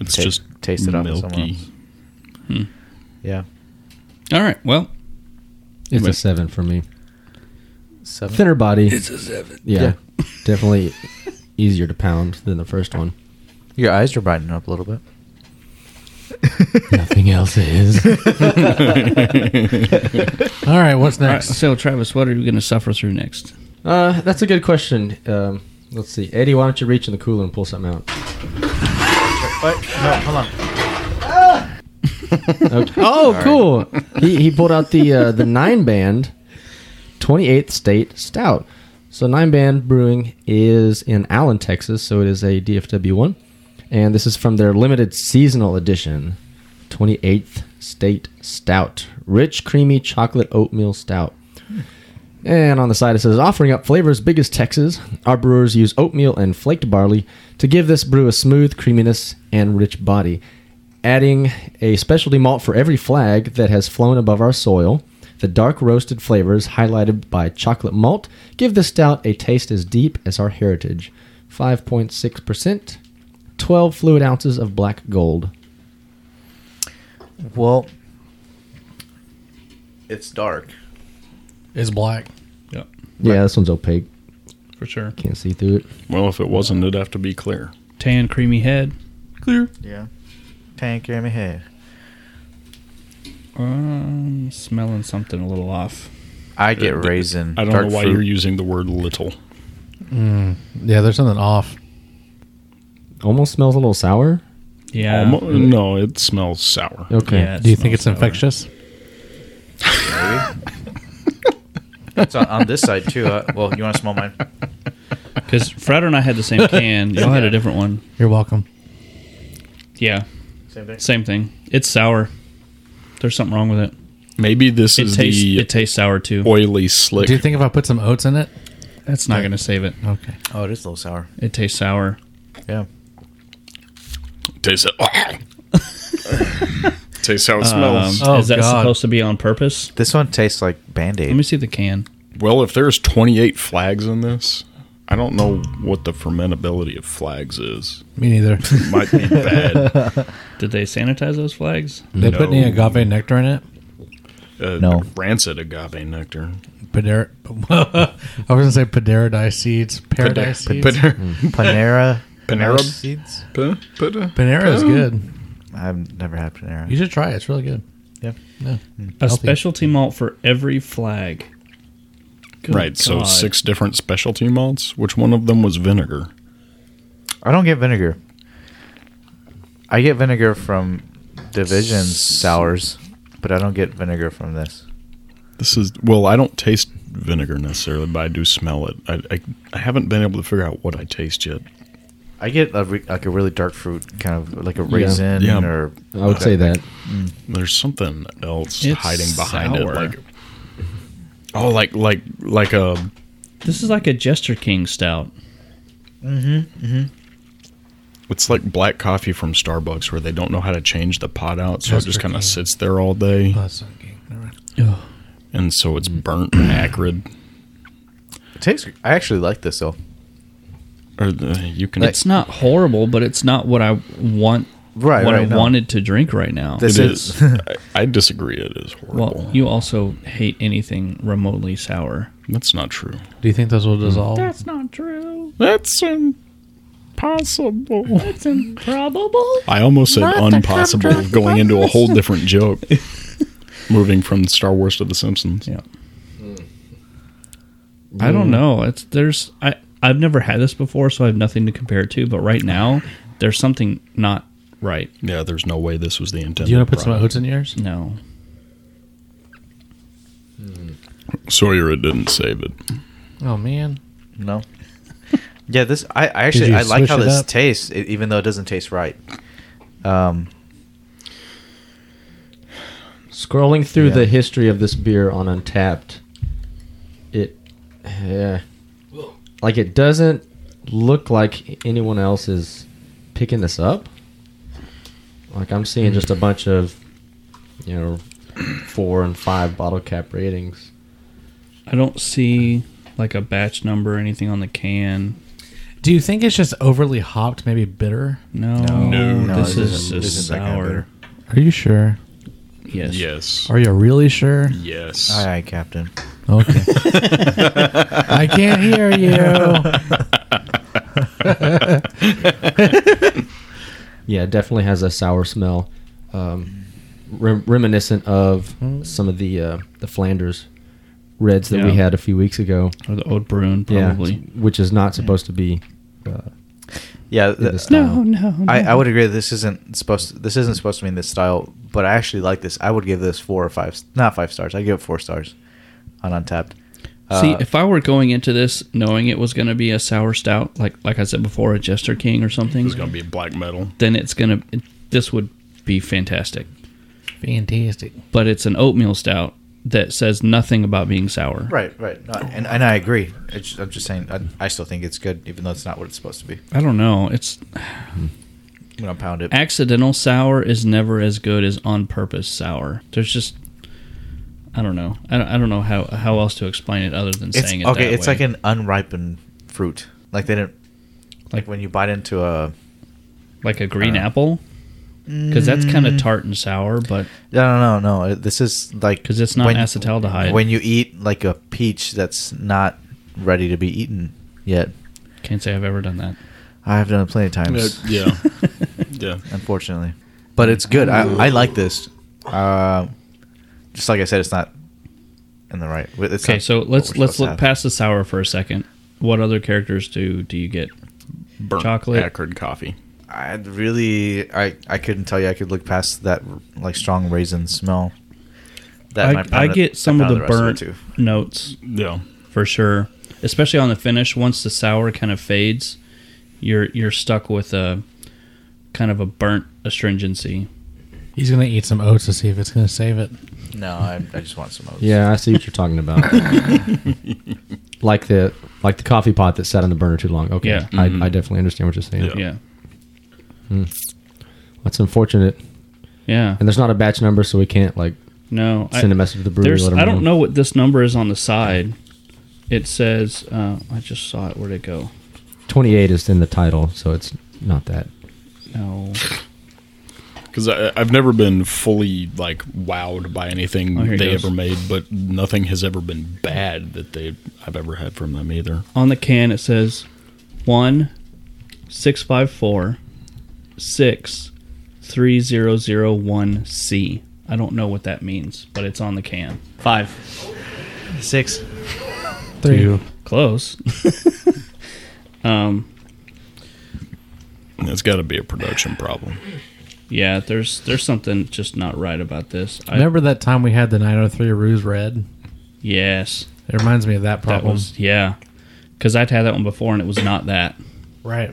Speaker 4: It's
Speaker 1: Ta-
Speaker 4: just
Speaker 1: taste it off of someone
Speaker 4: milky.
Speaker 1: else. Yeah,
Speaker 2: All right. Well,
Speaker 5: It's a seven for me.
Speaker 1: seven.
Speaker 5: Thinner body. It's a seven. Yeah, definitely easier to pound than the first one.
Speaker 1: Your eyes are brightening up a little bit.
Speaker 5: Nothing else is.
Speaker 3: All right, what's
Speaker 2: all right,
Speaker 3: next?
Speaker 2: so Travis, what are you going to suffer through next?
Speaker 5: Uh, that's a good question. Um, let's see, Eddie, why don't you reach in the cooler and pull something out? Okay. Oh, cool! He, he pulled out the uh, the nine band, twenty eighth state stout. So nine band brewing is in Allen, Texas. So it is a DFW one, and this is from their limited seasonal edition, twenty eighth state stout, rich creamy chocolate oatmeal stout. And on the side it says, offering up flavors big as Texas, our brewers use oatmeal and flaked barley to give this brew a smooth creaminess and rich body. Adding a specialty malt for every flag that has flown above our soil, the dark roasted flavors highlighted by chocolate malt give this stout a taste as deep as our heritage. 5.6%, 12 fluid ounces of black gold.
Speaker 1: Well, it's dark.
Speaker 3: It's black.
Speaker 2: Yeah,
Speaker 5: Yeah, this one's opaque.
Speaker 2: for sure.
Speaker 5: Can't see through it.
Speaker 4: Well, if it wasn't, it'd have to be clear.
Speaker 2: Tan, creamy head. Clear.
Speaker 1: Yeah, tank in my head.
Speaker 2: Um, smelling something a little off.
Speaker 1: I get
Speaker 4: Uh,
Speaker 1: raisin.
Speaker 4: I don't
Speaker 1: dark
Speaker 4: know why
Speaker 1: fruit.
Speaker 4: you're using the word little.
Speaker 3: Yeah, there's something off.
Speaker 5: Almost smells a little sour.
Speaker 2: Yeah.
Speaker 4: Almo- no, it smells sour.
Speaker 5: Okay.
Speaker 2: Yeah, it
Speaker 3: Do you think it's
Speaker 2: smells sour.
Speaker 3: infectious?
Speaker 1: It's on, on this side too. Uh, well, you want to smell mine?
Speaker 2: Because Fred and I had the same can. Y'all had a different one.
Speaker 3: You're welcome.
Speaker 2: Yeah,
Speaker 1: Same thing.
Speaker 2: same thing. It's sour. There's something wrong with it.
Speaker 4: Maybe this
Speaker 2: It
Speaker 4: is
Speaker 2: tastes.
Speaker 4: the
Speaker 2: It tastes sour too.
Speaker 4: oily slick.
Speaker 3: Do you think if I put some oats in it?
Speaker 2: That's not going to save it.
Speaker 3: Okay.
Speaker 1: Oh, it is a little sour.
Speaker 2: It tastes sour.
Speaker 1: Yeah.
Speaker 4: Taste it. Taste how it smells.
Speaker 1: Um,
Speaker 3: Oh,
Speaker 2: is that
Speaker 3: God.
Speaker 2: supposed to be on purpose?
Speaker 1: This one tastes like Band
Speaker 2: Let me
Speaker 1: Aid.
Speaker 2: see the can.
Speaker 4: well, if there's 28 flags in this, I don't know what the fermentability of flags is.
Speaker 3: Me neither.
Speaker 4: It might be bad.
Speaker 2: Did they sanitize those flags? Mm.
Speaker 3: They put any
Speaker 4: No.
Speaker 3: agave nectar in it?
Speaker 4: uh,
Speaker 1: No.
Speaker 4: rancid agave nectar.
Speaker 3: Padera. I was gonna say paradise seeds. Paradise seeds.
Speaker 2: Mm.
Speaker 1: Panera.
Speaker 4: Panera?
Speaker 1: seeds.
Speaker 4: P- p-
Speaker 3: Panera is good.
Speaker 1: I've never had Panera.
Speaker 3: You should try it. It's really good.
Speaker 1: Yep.
Speaker 3: Yeah.
Speaker 2: A
Speaker 3: Healthy.
Speaker 2: specialty malt for every flag. Good
Speaker 4: Right, so
Speaker 2: God.
Speaker 4: six different specialty malts. Which one of them was vinegar?
Speaker 1: I don't get vinegar. I get vinegar from Division sours, but I don't get vinegar from this.
Speaker 4: This is well, I don't taste vinegar necessarily, but I do smell it. I, I, I haven't been able to figure out what I taste yet.
Speaker 1: I get a re- like a really dark fruit kind of like a raisin
Speaker 4: Yeah.
Speaker 1: or
Speaker 5: I would say that.
Speaker 4: There's something else
Speaker 2: It's
Speaker 4: hiding behind
Speaker 2: sour.
Speaker 4: it, like oh, like like like uh, a
Speaker 2: This is like a Jester King stout.
Speaker 4: it's like black coffee from Starbucks where they don't know how to change the pot out, so it just kind of sits there all day,
Speaker 3: Oh, it's okay. Never mind.
Speaker 4: and so it's burnt and acrid.
Speaker 1: it tastes. I actually like this though.
Speaker 4: Or the, you can
Speaker 2: It's not horrible, but it's not what I want.
Speaker 1: Right,
Speaker 2: what
Speaker 1: right,
Speaker 2: I
Speaker 1: no.
Speaker 2: wanted to drink right now.
Speaker 1: This
Speaker 4: It
Speaker 1: is.
Speaker 4: is. I, I disagree. It is horrible.
Speaker 2: well, you also hate anything remotely sour.
Speaker 4: That's not true.
Speaker 3: Do you think those will dissolve?
Speaker 2: Mm, not true.
Speaker 4: That's impossible.
Speaker 2: It's improbable.
Speaker 4: I almost said impossible going into a whole different joke. Moving from Star Wars to The Simpsons.
Speaker 2: Yeah. I
Speaker 1: Mm.
Speaker 2: don't know. It's there's I I've never had this before, so I have nothing to compare it to. But right now, there's something not right.
Speaker 4: Yeah, there's no way this was the intent.
Speaker 3: Do you want to put some oats in yours?
Speaker 2: No,
Speaker 4: Sawyer it didn't save it.
Speaker 3: Oh man.
Speaker 1: No. Yeah, this I, I
Speaker 3: Did
Speaker 1: actually
Speaker 3: you
Speaker 1: I like
Speaker 3: swish
Speaker 1: how
Speaker 3: it
Speaker 1: this
Speaker 3: up?
Speaker 1: tastes, e- even though it doesn't taste right. Um,
Speaker 5: Scrolling through
Speaker 1: Yeah.
Speaker 5: the history of this beer on Untapped, it, yeah, like it doesn't look like anyone else is picking this up. Like I'm seeing just a
Speaker 2: Hmm.
Speaker 5: bunch of, you know, four and five bottle cap ratings.
Speaker 2: I don't see like a batch number or anything on the can.
Speaker 3: Do you think it's just overly hopped, maybe bitter?
Speaker 2: No,
Speaker 1: no,
Speaker 2: this
Speaker 1: it
Speaker 2: is
Speaker 1: isn't- it
Speaker 2: just
Speaker 1: isn't that kind of
Speaker 2: sour.
Speaker 1: bitter.
Speaker 3: Are you sure?
Speaker 2: yes.
Speaker 4: Yes.
Speaker 3: Are you really sure?
Speaker 4: Yes.
Speaker 1: all right, Captain.
Speaker 3: Okay. I can't hear you.
Speaker 5: Yeah, it definitely has a sour smell, um, rem- reminiscent of some of the uh, the Flanders reds that we
Speaker 2: Hmm. Yeah.
Speaker 5: had a few weeks ago.
Speaker 2: Or the old Bruin, probably.
Speaker 5: Yeah, which is not supposed to be uh,
Speaker 1: Yeah,
Speaker 5: in
Speaker 1: th-
Speaker 5: the style.
Speaker 2: no, no.
Speaker 1: Um, I, I would agree. This isn't supposed. To, this isn't supposed to be in this style, but I actually like this. I would give this four or five, not five stars. I give it four stars on Untapped.
Speaker 2: See,
Speaker 1: Uh,
Speaker 2: if I were going into this knowing it was going to be a sour stout, like like I said before, a Jester King or something,
Speaker 4: It's going to be black metal.
Speaker 2: then it's going to this would be fantastic.
Speaker 3: Fantastic.
Speaker 2: But it's an oatmeal stout that says nothing about being sour.
Speaker 1: Right, right, No, and and I agree. It's, I'm just saying, I, I still think it's good, even though it's not what it's supposed to be.
Speaker 2: I don't know. It's
Speaker 1: I'm gonna pound it.
Speaker 2: accidental sour is never as good as on purpose sour. There's just I don't know. I don't, I don't know how, how else to explain it other than
Speaker 1: It's
Speaker 2: saying it.
Speaker 1: okay.
Speaker 2: that
Speaker 1: it's
Speaker 2: way.
Speaker 1: like an unripened fruit. Like they didn't. Like when you bite into a.
Speaker 2: like a green
Speaker 1: uh,
Speaker 2: apple because that's kind
Speaker 1: Mm.
Speaker 2: of tart and sour, but
Speaker 1: No, no, no, no. This is like
Speaker 2: 'Cause it's not acetaldehyde.
Speaker 1: When you eat like a peach that's not ready to be eaten yet,
Speaker 2: can't say I've ever done that.
Speaker 1: I have done it plenty of times,
Speaker 4: yeah. yeah.
Speaker 1: unfortunately. But it's good. I, I like this. Uh, just like I said, it's not in the right. It's
Speaker 2: Okay,
Speaker 1: not
Speaker 2: so
Speaker 1: what
Speaker 2: let's
Speaker 1: we're
Speaker 2: let's
Speaker 1: supposed to
Speaker 2: look
Speaker 1: have.
Speaker 2: past the sour for a second. What other characters do do you get?
Speaker 4: Burnt
Speaker 2: Chocolate.
Speaker 4: acrid coffee.
Speaker 1: I really, I, I couldn't tell you. I could look past that like strong raisin smell. That
Speaker 2: I,
Speaker 1: might
Speaker 2: I
Speaker 1: pound it-
Speaker 2: get some of
Speaker 1: pound
Speaker 2: the,
Speaker 1: rest
Speaker 2: burnt
Speaker 1: it too.
Speaker 2: notes
Speaker 4: Yeah.
Speaker 2: for sure, especially on the finish. Once the sour kind of fades, you're you're stuck with a kind of a burnt astringency.
Speaker 3: He's gonna eat some oats to see if it's gonna save it.
Speaker 1: No, I, I just want some oats.
Speaker 5: Yeah, I see what you're talking about. like the like the coffee pot that sat on the burner too long. Okay,
Speaker 2: Yeah. Mm-hmm.
Speaker 5: I, I definitely understand what you're saying.
Speaker 4: Yeah.
Speaker 2: Yeah,
Speaker 5: That's unfortunate,
Speaker 2: yeah.
Speaker 5: and there's not a batch number, so we can't like
Speaker 2: No,
Speaker 5: send a message to the brewery.
Speaker 2: there's-
Speaker 5: let 'em
Speaker 2: I don't know what this number is on the side. It says uh, I just saw it. Where'd it go?
Speaker 5: 28 is in the title, so it's not that.
Speaker 2: No,
Speaker 4: because I've never been fully like wowed by anything
Speaker 2: Oh, here it
Speaker 4: they
Speaker 2: goes.
Speaker 4: ever made, but nothing has ever been bad that they I've ever had from them either.
Speaker 2: on the can it says one six five four six three zero zero one C. I don't know what that means, but it's on the can. Five.
Speaker 1: Six.
Speaker 3: Three.
Speaker 2: Close. um
Speaker 4: It's got to be a production problem.
Speaker 2: yeah, there's there's something just not right about this. I,
Speaker 3: Remember that time we had the 903 Ruse Red?
Speaker 2: yes.
Speaker 3: It reminds me of that
Speaker 2: That
Speaker 3: problem.
Speaker 2: was yeah. Cuz I'd had that one before and it was not that.
Speaker 3: right.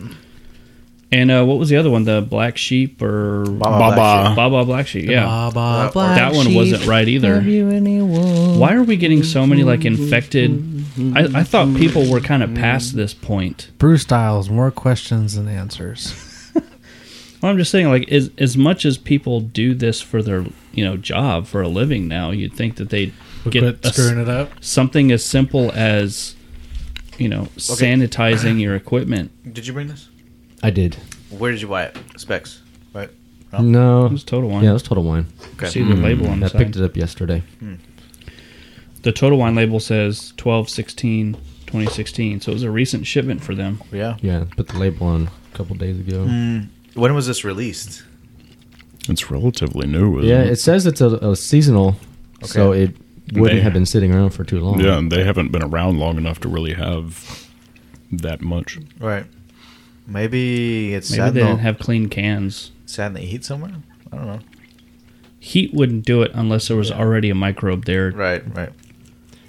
Speaker 2: And uh, what was the other one? The black sheep or Baba
Speaker 4: Baba,
Speaker 2: Baba Black Sheep? Yeah,
Speaker 3: Bah, bah, black
Speaker 2: that one
Speaker 3: sheep.
Speaker 2: wasn't right either. Why are we getting so many like infected? I, I thought people were kind of past this point.
Speaker 3: Bruce Styles, more questions than answers.
Speaker 2: Well, I'm just saying, like, as as much as people do this for their you know job for a living now, you'd think that they would get
Speaker 3: Quit
Speaker 2: a s-
Speaker 3: screwing it up.
Speaker 2: something as simple as you know sanitizing your equipment.
Speaker 9: Did you bring this?
Speaker 5: I did.
Speaker 9: Where did you buy it? Specs. Right.
Speaker 5: No.
Speaker 2: Oh. It was Total Wine.
Speaker 5: Yeah, it was Total Wine. Mm.
Speaker 9: Okay.
Speaker 2: See the label on
Speaker 5: I
Speaker 2: the side.
Speaker 5: picked it up yesterday.
Speaker 2: the total wine label says 12 16 2016 so it was a recent shipment for them
Speaker 9: Yeah.
Speaker 5: Yeah, put the label on a couple days ago.
Speaker 9: When was this released?
Speaker 4: it's relatively new. Isn't
Speaker 5: Yeah,
Speaker 4: it?
Speaker 5: it says it's a, a seasonal, so
Speaker 9: Okay.
Speaker 5: it wouldn't
Speaker 4: They-
Speaker 5: have been sitting around for too long.
Speaker 4: yeah, and they haven't been around long enough to really have that much.
Speaker 9: Right. Maybe it's
Speaker 2: maybe
Speaker 9: sad
Speaker 2: they
Speaker 9: in the-
Speaker 2: didn't have clean cans
Speaker 9: sad in the heat somewhere. I don't know.
Speaker 2: heat wouldn't do it unless there was already a microbe there
Speaker 9: Right. Right.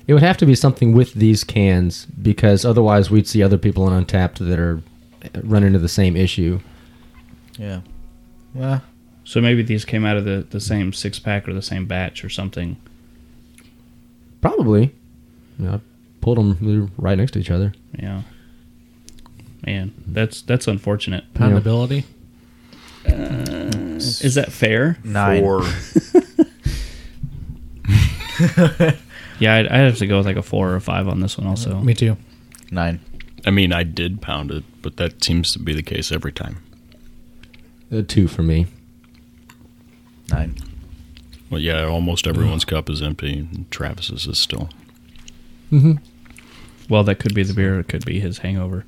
Speaker 5: It would have to be something with these cans because otherwise we'd see other people on Untapped that are running into the same issue.
Speaker 9: Yeah. Well.
Speaker 2: so maybe these came out of the, the same six pack or the same batch or something
Speaker 5: Probably. Yeah, I pulled them right next to each other.
Speaker 2: yeah man that's that's unfortunate
Speaker 3: Poundability.
Speaker 2: is that fair
Speaker 9: Nine.
Speaker 4: Or
Speaker 2: yeah i'd, I'd have to go with like a four or a five on this one also
Speaker 3: Me too.
Speaker 9: Nine.
Speaker 4: I mean, I did pound it, but that seems to be the case every time.
Speaker 5: Uh, two for me.
Speaker 9: Nine.
Speaker 4: Well, yeah, almost everyone's cup is empty. And Travis's is still.
Speaker 2: well that could be the beer it could be his hangover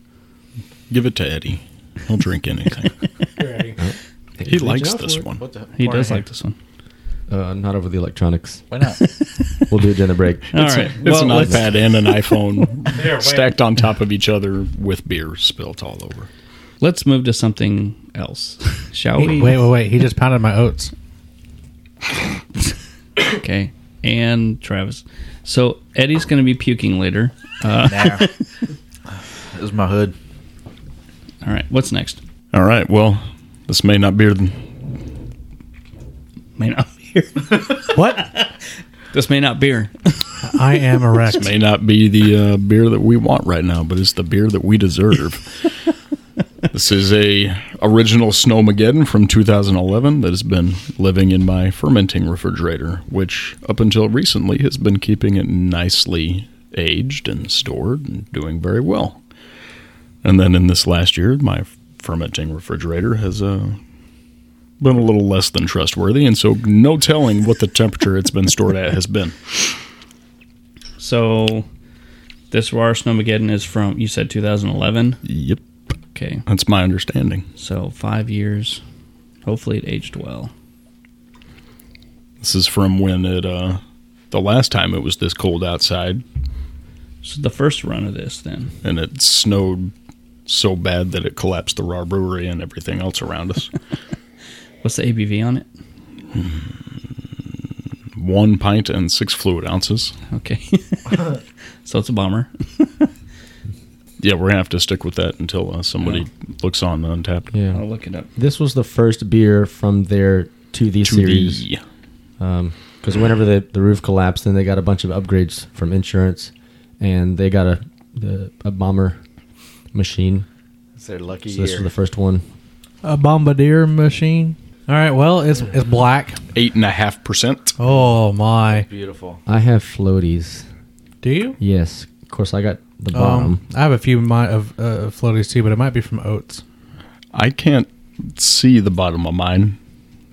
Speaker 4: Give it to Eddie. He'll drink anything. he likes
Speaker 5: out
Speaker 4: this
Speaker 5: for it.
Speaker 4: one.
Speaker 9: What the?
Speaker 2: he
Speaker 9: why-
Speaker 2: does like this one
Speaker 5: Uh, not over the electronics.
Speaker 9: Why not?
Speaker 5: We'll do it during the break.
Speaker 2: All right.
Speaker 4: It's an
Speaker 2: well, let's-
Speaker 4: iPad and an iPhone stacked on top of each other with beer spilt all over.
Speaker 2: let's move to something else shall we
Speaker 3: Wait, wait, wait. He just pounded my oats.
Speaker 2: Okay. And Travis. So Eddie's going to be puking later.
Speaker 9: nah. This is my hood.
Speaker 2: All right. What's next?
Speaker 4: All right. Well, this may not be
Speaker 2: May not beer.
Speaker 3: What?
Speaker 2: This may not beer.
Speaker 3: I am erect.
Speaker 4: may not be the uh, beer that we want right now, but it's the beer that we deserve. this is a original Snowmageddon from 2011 that has been living in my fermenting refrigerator, which up until recently has been keeping it nicely aged and stored and doing very well. And then in this last year, my fermenting refrigerator has uh, been a little less than trustworthy, and so no telling what the temperature it's been stored at has been.
Speaker 2: So this Roar Snowmageddon is from, you said 2011.
Speaker 4: Yep,
Speaker 2: Okay.
Speaker 4: that's my understanding.
Speaker 2: So five years. Hopefully it aged well.
Speaker 4: This is from when it uh the last time it was this cold outside
Speaker 2: So the first run of this then.
Speaker 4: and it snowed so bad that it collapsed the raw brewery and everything else around us.
Speaker 2: What's the ABV on it?
Speaker 4: One pint and six fluid ounces.
Speaker 2: Okay. so it's a bomber.
Speaker 4: Yeah, we're gonna have to stick with that until uh, somebody looks on the untapped.
Speaker 5: Yeah.
Speaker 2: I'll look it up.
Speaker 5: This was the first beer from their To These
Speaker 4: To
Speaker 5: series.
Speaker 4: the-
Speaker 5: because whenever the, the roof collapsed, then they got a bunch of upgrades from insurance, and they got a the, a bomber machine.
Speaker 9: It's their lucky
Speaker 5: So this was the first one.
Speaker 3: A bombardier machine. All right. Well, it's it's black.
Speaker 4: eight and a half percent.
Speaker 3: Oh my.
Speaker 9: Beautiful.
Speaker 5: I have floaties.
Speaker 3: Do you?
Speaker 5: Yes, of course I got the bottom.
Speaker 3: Um, I have a few of my, of uh, floaties too, but it might be from oats.
Speaker 4: I can't see the bottom of mine.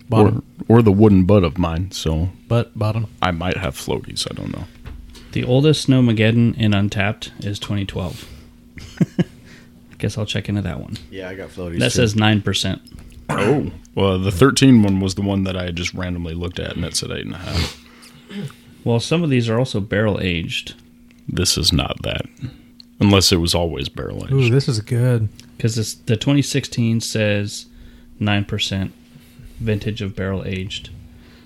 Speaker 3: bottom,
Speaker 4: or or the wooden butt of mine. So
Speaker 3: butt bottom.
Speaker 4: I might have floaties. I don't know.
Speaker 2: The oldest Snowmageddon in Untapped is 2012. I guess I'll check into that one.
Speaker 9: Yeah, I got floaties.
Speaker 2: That says 9%.
Speaker 4: Oh, well, the 13 one was the one that I had just randomly looked at, and it said eight and a half.
Speaker 2: Well, some of these are also barrel aged
Speaker 4: This is not that, unless it was always barrel
Speaker 3: Ooh,
Speaker 4: aged.
Speaker 3: this is good.
Speaker 2: because the 2016 says 9% vintage of barrel aged.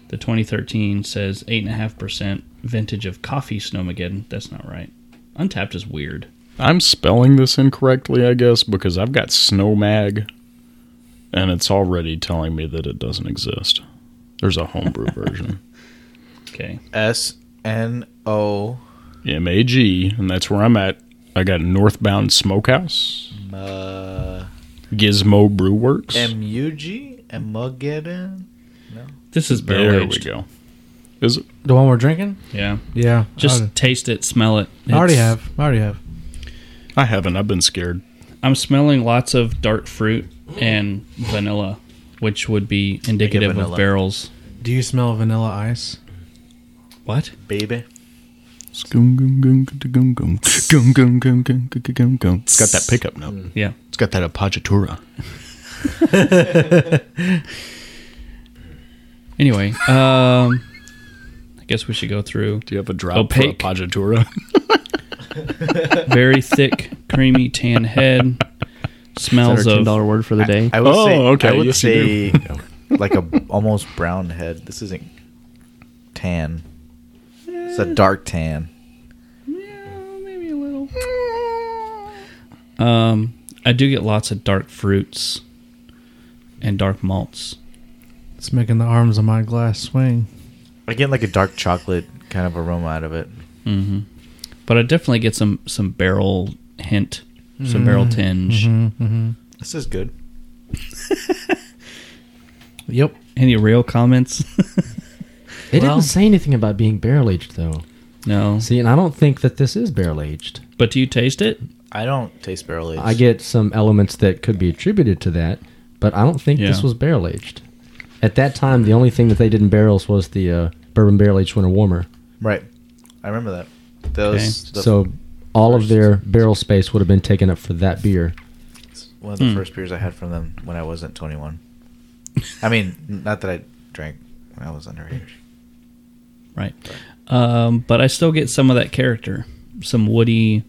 Speaker 2: The 2013 says 8.5% vintage of coffee Snowmageddon. That's not right. Untapped is weird.
Speaker 4: I'm spelling this incorrectly, I guess, because I've got Snowmag, and it's already telling me that it doesn't exist. There's a homebrew version,
Speaker 2: Okay.
Speaker 9: S N O
Speaker 4: M A G, and that's where I'm at. I got Northbound Smokehouse, Gizmo Brew Works.
Speaker 9: Uh, M U G Mugeddon.
Speaker 2: This is barrel
Speaker 4: there we
Speaker 2: aged.
Speaker 4: go. Is it?
Speaker 3: The one we're drinking?
Speaker 2: Yeah.
Speaker 3: Yeah.
Speaker 2: Just
Speaker 3: I,
Speaker 2: taste it, smell it.
Speaker 3: I already
Speaker 2: It's-
Speaker 3: have. I already have.
Speaker 4: I haven't. I've been scared.
Speaker 2: I'm smelling lots of dark fruit and vanilla, which would be indicative of
Speaker 9: vanilla.
Speaker 2: barrels.
Speaker 3: Do you smell vanilla ice?
Speaker 2: What?
Speaker 9: Baby.
Speaker 4: It's got that pickup
Speaker 9: Mm.
Speaker 4: note.
Speaker 2: Yeah.
Speaker 4: It's got that appoggiatura.
Speaker 2: Anyway, um, I guess we should go through
Speaker 4: Do you have a drop
Speaker 2: Opaque.
Speaker 4: for appoggiatura?
Speaker 2: very thick, creamy tan head. Smells
Speaker 8: $10
Speaker 2: of
Speaker 8: word for the day.
Speaker 9: I would
Speaker 4: Oh,
Speaker 9: say,
Speaker 4: okay,
Speaker 9: I would
Speaker 4: yes,
Speaker 9: say
Speaker 4: you
Speaker 9: like a almost brown head. This isn't tan. It's
Speaker 4: Eh.
Speaker 9: a dark tan.
Speaker 2: maybe a little. Um, I do get lots of dark fruits and dark malts.
Speaker 3: It's making the arms of my glass swing.
Speaker 9: I get like a dark chocolate kind of aroma out of it.
Speaker 8: Mm-hmm.
Speaker 2: but I definitely get some some barrel hint,
Speaker 8: Mm-hmm.
Speaker 2: some barrel tinge.
Speaker 3: Mm-hmm,
Speaker 9: This is good.
Speaker 3: Yep.
Speaker 2: Any real comments?
Speaker 5: They
Speaker 3: Well-
Speaker 5: didn't say anything about being barrel aged though.
Speaker 2: no.
Speaker 5: See, and I don't think that this is barrel aged.
Speaker 2: But do you taste it?
Speaker 9: I don't taste barrel aged.
Speaker 5: I get some elements that could be attributed to that, but I don't think
Speaker 2: Yeah.
Speaker 5: this was barrel aged. At that time, the only thing that they did in barrels was the uh, bourbon barrel aged winter warmer.
Speaker 9: right. I remember that. Those the,
Speaker 5: so all of their barrel space would have been taken up for that beer.
Speaker 9: one
Speaker 3: Hmm.
Speaker 9: of the first beers I had from them when I wasn't 21. I mean, not that I drank when I was underage.
Speaker 2: Right. Um, but I still get some of that character, some woody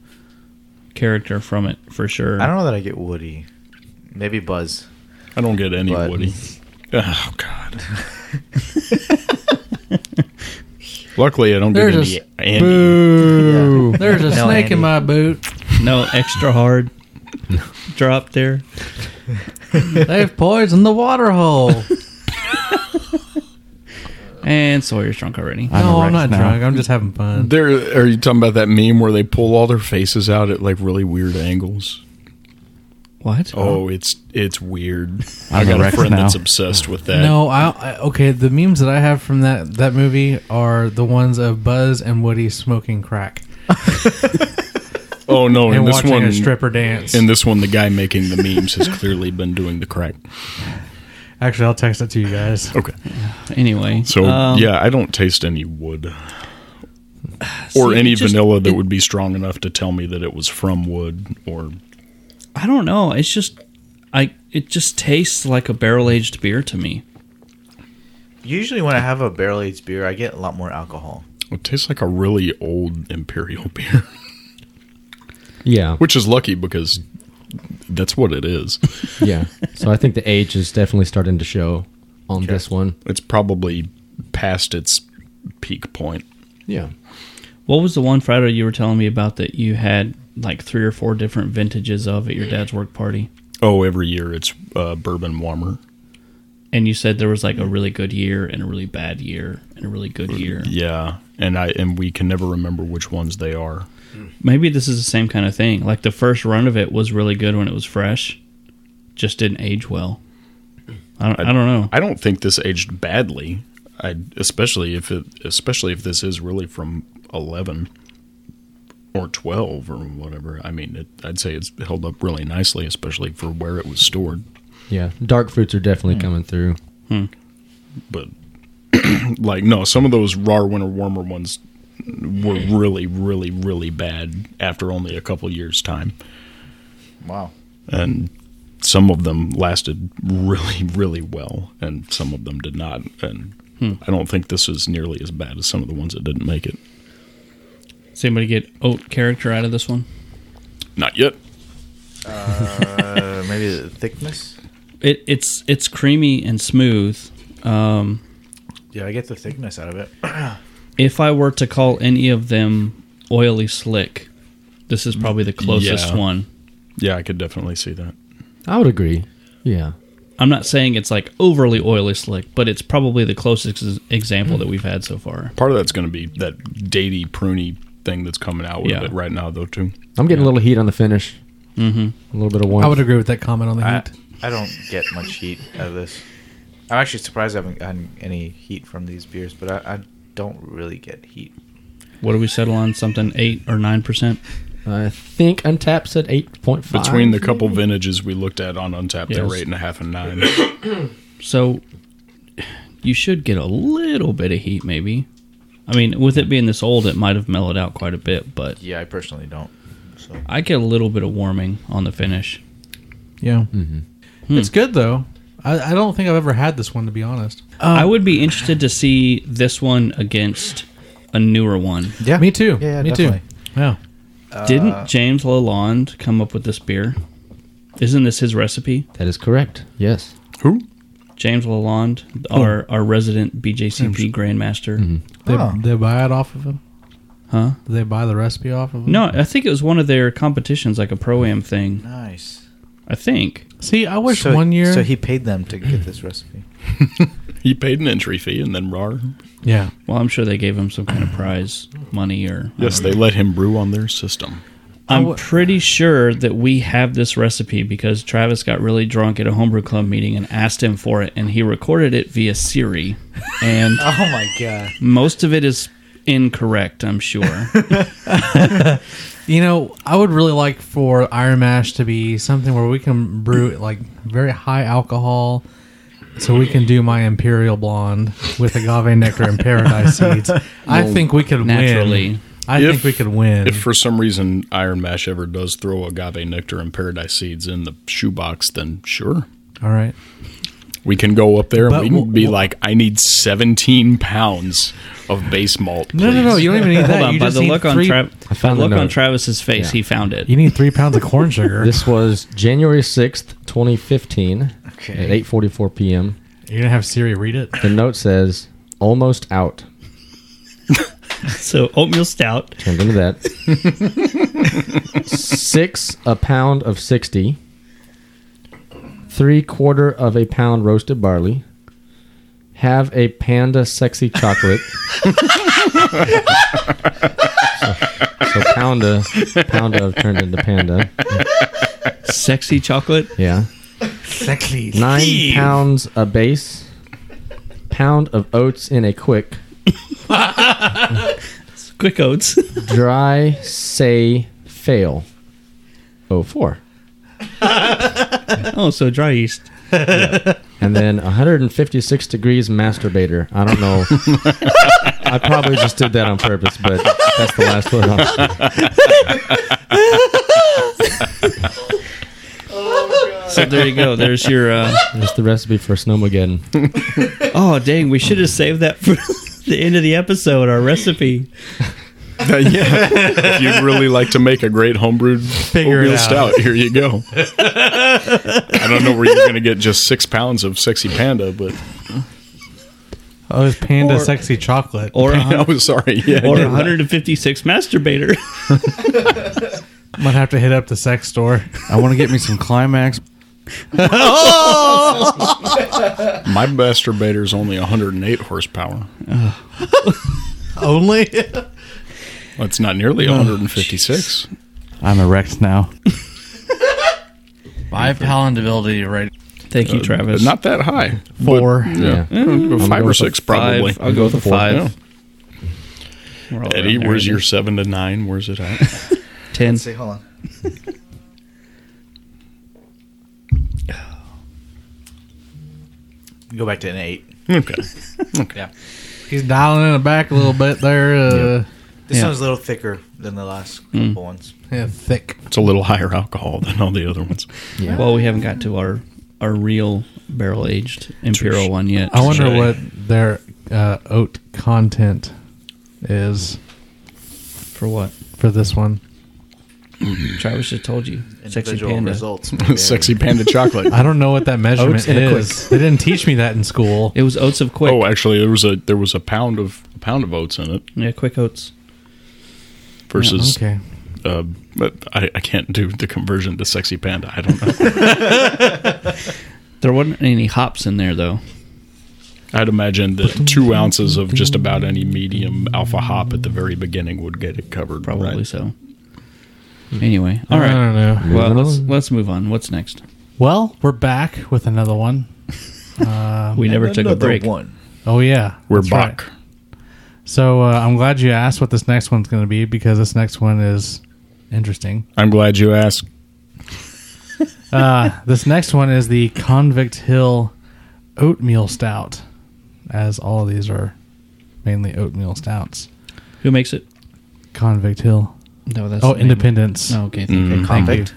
Speaker 2: character from it for sure.
Speaker 9: I don't know that I get woody. Maybe buzz.
Speaker 4: I don't get any
Speaker 9: But-
Speaker 4: woody. Oh God. Luckily, I don't get
Speaker 3: There's
Speaker 4: any.
Speaker 3: a
Speaker 4: Andy.
Speaker 9: Ooh.
Speaker 3: There's a
Speaker 9: No,
Speaker 3: snake
Speaker 9: Andy.
Speaker 3: in my boot.
Speaker 2: No extra hard drop there.
Speaker 3: They've poisoned the water hole.
Speaker 2: And Sawyer's drunk already.
Speaker 3: no,
Speaker 9: a
Speaker 3: I'm
Speaker 9: wreck
Speaker 3: not
Speaker 9: now.
Speaker 3: drunk. I'm just having fun.
Speaker 4: There, are you talking about that meme where they pull all their faces out at like really weird angles?
Speaker 2: What?
Speaker 4: Oh, it's it's weird.
Speaker 9: I'm
Speaker 4: I got
Speaker 9: a
Speaker 4: a
Speaker 9: wreck
Speaker 4: friend
Speaker 9: now.
Speaker 4: that's obsessed with that.
Speaker 3: No, I, I okay. The memes that I have from that that movie are the ones of Buzz and Woody smoking crack
Speaker 4: Oh no!
Speaker 3: and
Speaker 4: In this
Speaker 3: watching
Speaker 4: one,
Speaker 3: a stripper dance.
Speaker 4: in this one, the guy making the memes has clearly been doing the crack.
Speaker 3: Actually, I'll text it to you guys.
Speaker 4: Okay.
Speaker 2: Anyway.
Speaker 4: So
Speaker 2: um,
Speaker 4: yeah, I don't taste any wood or
Speaker 2: see,
Speaker 4: any
Speaker 2: it just-
Speaker 4: vanilla that
Speaker 2: it-
Speaker 4: would be strong enough to tell me that it was from wood or
Speaker 2: I don't know. It's just I it just tastes like a barrel aged beer to me.
Speaker 9: Usually, when I have a barrel aged beer, I get a lot more alcohol.
Speaker 4: it tastes like a really old imperial beer,
Speaker 5: Yeah,
Speaker 4: which is lucky because that's what it is.
Speaker 5: yeah. So I think the age is definitely starting to show on this one.
Speaker 4: It's probably past its peak point.
Speaker 5: Yeah.
Speaker 2: What was the one Friday you were telling me about that you had like three or four different vintages of at your dad's work party?
Speaker 4: Oh, every year it's uh, bourbon warmer.
Speaker 2: And you said there was like a really good year and a really bad year and a really good year.
Speaker 4: Yeah, and I and we can never remember which ones they are.
Speaker 2: Maybe this is the same kind of thing. Like the first run of it was really good when it was fresh, just didn't age well. I don't, I, don't know.
Speaker 4: I don't think this aged badly. I especially if it especially if this is really from eleven or twelve or whatever. I mean, it, I'd say it's held up really nicely, especially for where it was stored.
Speaker 5: Yeah. Dark fruits are definitely coming through.
Speaker 4: but like no, some of those raw winter warmer ones were really, really, really bad after only a couple years' time,
Speaker 9: Wow.
Speaker 4: and some of them lasted really, really well, and some of them did not. And I don't think this is nearly as bad as some of the ones that didn't make it.
Speaker 2: Does anybody get oat character out of this one?
Speaker 4: Not yet.
Speaker 9: Uh, maybe the thickness.
Speaker 2: It, it's it's creamy and smooth. Um,
Speaker 9: Yeah, I get the thickness out of it.
Speaker 2: if I were to call any of them oily slick, this is probably the closest
Speaker 4: Yeah.
Speaker 2: one.
Speaker 4: Yeah, I could definitely see that.
Speaker 5: I would agree. Yeah.
Speaker 2: I'm not saying it's like overly oily slick, but it's probably the closest ex- example that we've had so far.
Speaker 4: Part of that's going to be that datey pruny thing that's coming out with
Speaker 2: Yeah.
Speaker 4: it right now, though, too.
Speaker 5: I'm getting a little heat on the finish. Mm-hmm. A little bit of warmth.
Speaker 3: I would agree with that comment on the
Speaker 9: I,
Speaker 3: heat.
Speaker 9: I don't get much heat out of this. I'm actually surprised I haven't gotten any heat from these beers, but I, I don't really get heat.
Speaker 2: What do we settle on? Something eight or nine percent?
Speaker 5: I think Untapped said 8.5.
Speaker 4: Between the couple vintages we looked at on Untapped, they were
Speaker 2: Yes.
Speaker 4: eight and a half and nine.
Speaker 2: So you should get a little bit of heat, maybe. I mean, with it being this old, it might have mellowed out quite a bit, but
Speaker 9: Yeah, I personally don't. So
Speaker 2: I get a little bit of warming on the finish.
Speaker 3: Yeah.
Speaker 9: Mm-hmm. Hmm.
Speaker 3: It's good though. I, I don't think I've ever had this one to be honest.
Speaker 9: Um,
Speaker 2: I would be interested to see this one against a newer one.
Speaker 9: yeah,
Speaker 3: Me too.
Speaker 9: Yeah, yeah,
Speaker 3: Me
Speaker 9: definitely.
Speaker 3: too. Yeah.
Speaker 9: Uh,
Speaker 2: Didn't James Lalonde come up with this beer? Isn't this his recipe?
Speaker 5: That is correct. Yes.
Speaker 4: Who?
Speaker 2: James Lalonde,
Speaker 9: Oh.
Speaker 2: our our resident BJCP grandmaster.
Speaker 9: Mm-hmm.
Speaker 3: They, they buy it off of him.
Speaker 2: Huh?
Speaker 3: Do they buy the recipe off of him?
Speaker 2: No, I think it was one of their competitions, like a pro am thing.
Speaker 9: Nice.
Speaker 2: I think.
Speaker 3: See, I wish
Speaker 9: Hmm. So-
Speaker 3: one year.
Speaker 9: So he paid them to get this recipe.
Speaker 4: He paid an entry fee and then RAR.
Speaker 3: yeah.
Speaker 2: Well, I'm sure they gave him some kind of prize money or.
Speaker 4: Yes,
Speaker 3: Mm-hmm.
Speaker 4: they let him brew on their system.
Speaker 2: I'm pretty sure that we have this recipe because Travis got really drunk at a homebrew club meeting and asked him for it, and he recorded it via Siri, and
Speaker 9: Oh my god.
Speaker 2: most of it is incorrect. I'm sure.
Speaker 3: You know, I would really like for Iron Mash to be something where we can brew it like very high alcohol, so we can do my Imperial Blonde with agave nectar and paradise seeds. I think we could
Speaker 2: naturally.
Speaker 3: win. I
Speaker 4: If-
Speaker 3: think we could win.
Speaker 4: If for some reason Iron Mash ever does throw agave nectar and paradise seeds in the shoebox, then sure.
Speaker 3: All right.
Speaker 4: We can go up there
Speaker 3: But
Speaker 4: and we can
Speaker 3: wh-
Speaker 4: be
Speaker 3: wh-
Speaker 4: like, I need 17 pounds of base malt. Please.
Speaker 3: No, no, no. You don't even need that.
Speaker 2: Hold on,
Speaker 3: you
Speaker 2: by
Speaker 3: just
Speaker 2: the
Speaker 3: need
Speaker 2: look on
Speaker 3: three,
Speaker 2: Trav,
Speaker 5: I
Speaker 2: the
Speaker 5: found the
Speaker 2: look on
Speaker 5: note.
Speaker 2: Travis's face, he found it.
Speaker 3: You need three pounds of corn sugar.
Speaker 5: This was January 6th, 2015
Speaker 9: Okay.
Speaker 5: at 8.44 p.m.
Speaker 3: You're gonna have Siri read it.
Speaker 5: The note says, almost out.
Speaker 2: So oatmeal stout,
Speaker 5: Turned into that. Six, a pound of 60. Three quarter of a pound roasted barley. Have a panda sexy chocolate. so, so panda, panda turned into panda.
Speaker 2: sexy chocolate.
Speaker 5: Yeah.
Speaker 3: Sexy.
Speaker 5: Nine pounds a base. Pound of oats in a quick.
Speaker 2: Quick oats.
Speaker 5: Dry say fail. Oh four.
Speaker 2: oh, so dry yeast.
Speaker 5: And then 156 degrees masturbator. I don't know. I probably just did that on purpose, but that's the last one.
Speaker 2: So there you go. There's your. Uh,
Speaker 5: That's the recipe for Snowmageddon.
Speaker 2: oh dang, we should have saved that for the end of the episode. Our recipe.
Speaker 4: yeah. if you'd really like to make a great homebrewed
Speaker 3: it
Speaker 4: oatmeal
Speaker 3: out.
Speaker 4: stout, here you go. I don't know where you're going to get just six pounds of sexy panda, but
Speaker 3: Oh, it's panda
Speaker 2: Or-
Speaker 3: sexy chocolate.
Speaker 2: Or a
Speaker 4: I
Speaker 2: hun-
Speaker 4: was sorry. Yeah, I
Speaker 2: Uh-huh. or
Speaker 4: did that.
Speaker 2: 156 masturbator.
Speaker 3: I'm gonna have to hit up the sex store.
Speaker 7: I want to get me some climax.
Speaker 4: My masturbator's only 108 horsepower.
Speaker 3: Only.
Speaker 4: Well, it's not nearly 156.
Speaker 7: I'm erect now. My palatability rating.
Speaker 2: Thank you, Travis.
Speaker 4: Not that high.
Speaker 3: Four.
Speaker 4: Yeah.
Speaker 5: going
Speaker 4: Five or
Speaker 5: with
Speaker 4: six,
Speaker 5: a
Speaker 4: probably.
Speaker 2: Five. I'll go with a five. We're all around
Speaker 4: Eddie,
Speaker 2: there,
Speaker 4: where's
Speaker 2: Eddie.
Speaker 4: your seven to nine? Where's it at?
Speaker 2: ten?
Speaker 9: Say, hold on. Go back to an eight.
Speaker 4: Okay.
Speaker 10: He's dialing in the back a little bit there. Uh,
Speaker 1: This
Speaker 2: Yeah.
Speaker 1: one's a little thicker than the last
Speaker 3: Hmm.
Speaker 1: couple ones.
Speaker 10: yeah, thick.
Speaker 4: It's a little higher alcohol than all the other ones.
Speaker 2: Well, we haven't got to our our real barrel aged imperial one yet.
Speaker 10: I wonder
Speaker 4: Sure.
Speaker 10: what their uh, oat content is
Speaker 2: for what
Speaker 10: for this one.
Speaker 2: Travis just told you. Sexy
Speaker 1: Individual
Speaker 2: panda.
Speaker 1: results. may vary.
Speaker 4: Sexy panda chocolate.
Speaker 10: I don't know what that measurement
Speaker 5: Oats in a
Speaker 10: is. They didn't teach me that in school.
Speaker 2: It was oats of quick.
Speaker 4: Oh, actually, there was a there was a pound of a pound of oats in it
Speaker 2: yeah, quick oats.
Speaker 4: versus.
Speaker 10: Okay.
Speaker 4: uh, but I, I can't do the conversion to sexy panda. I don't know.
Speaker 2: There wasn't any hops in there though.
Speaker 4: I'd imagine that two ounces of just about any medium alpha hop at the very beginning would get it covered.
Speaker 2: Probably
Speaker 4: right?
Speaker 2: so. Anyway, all
Speaker 10: I
Speaker 2: right.
Speaker 10: don't know.
Speaker 2: Well,
Speaker 5: Moving
Speaker 2: let's
Speaker 5: on.
Speaker 2: let's move on. What's next?
Speaker 3: Well, we're back with another one.
Speaker 2: We never took a
Speaker 1: Another
Speaker 2: break.
Speaker 1: One.
Speaker 3: Oh yeah,
Speaker 4: We're
Speaker 3: that's right.
Speaker 4: back.
Speaker 3: So uh, I'm glad you asked what this next one's going to be because this next one is interesting.
Speaker 4: I'm glad you asked.
Speaker 3: This next one is the Convict Hill Oatmeal Stout, as all of these are mainly oatmeal stouts.
Speaker 2: Who makes it?
Speaker 3: Convict Hill.
Speaker 2: No, that's
Speaker 3: Oh,
Speaker 2: the name.
Speaker 3: Independence. Mm.
Speaker 2: Oh, okay, thank you.
Speaker 1: Convict.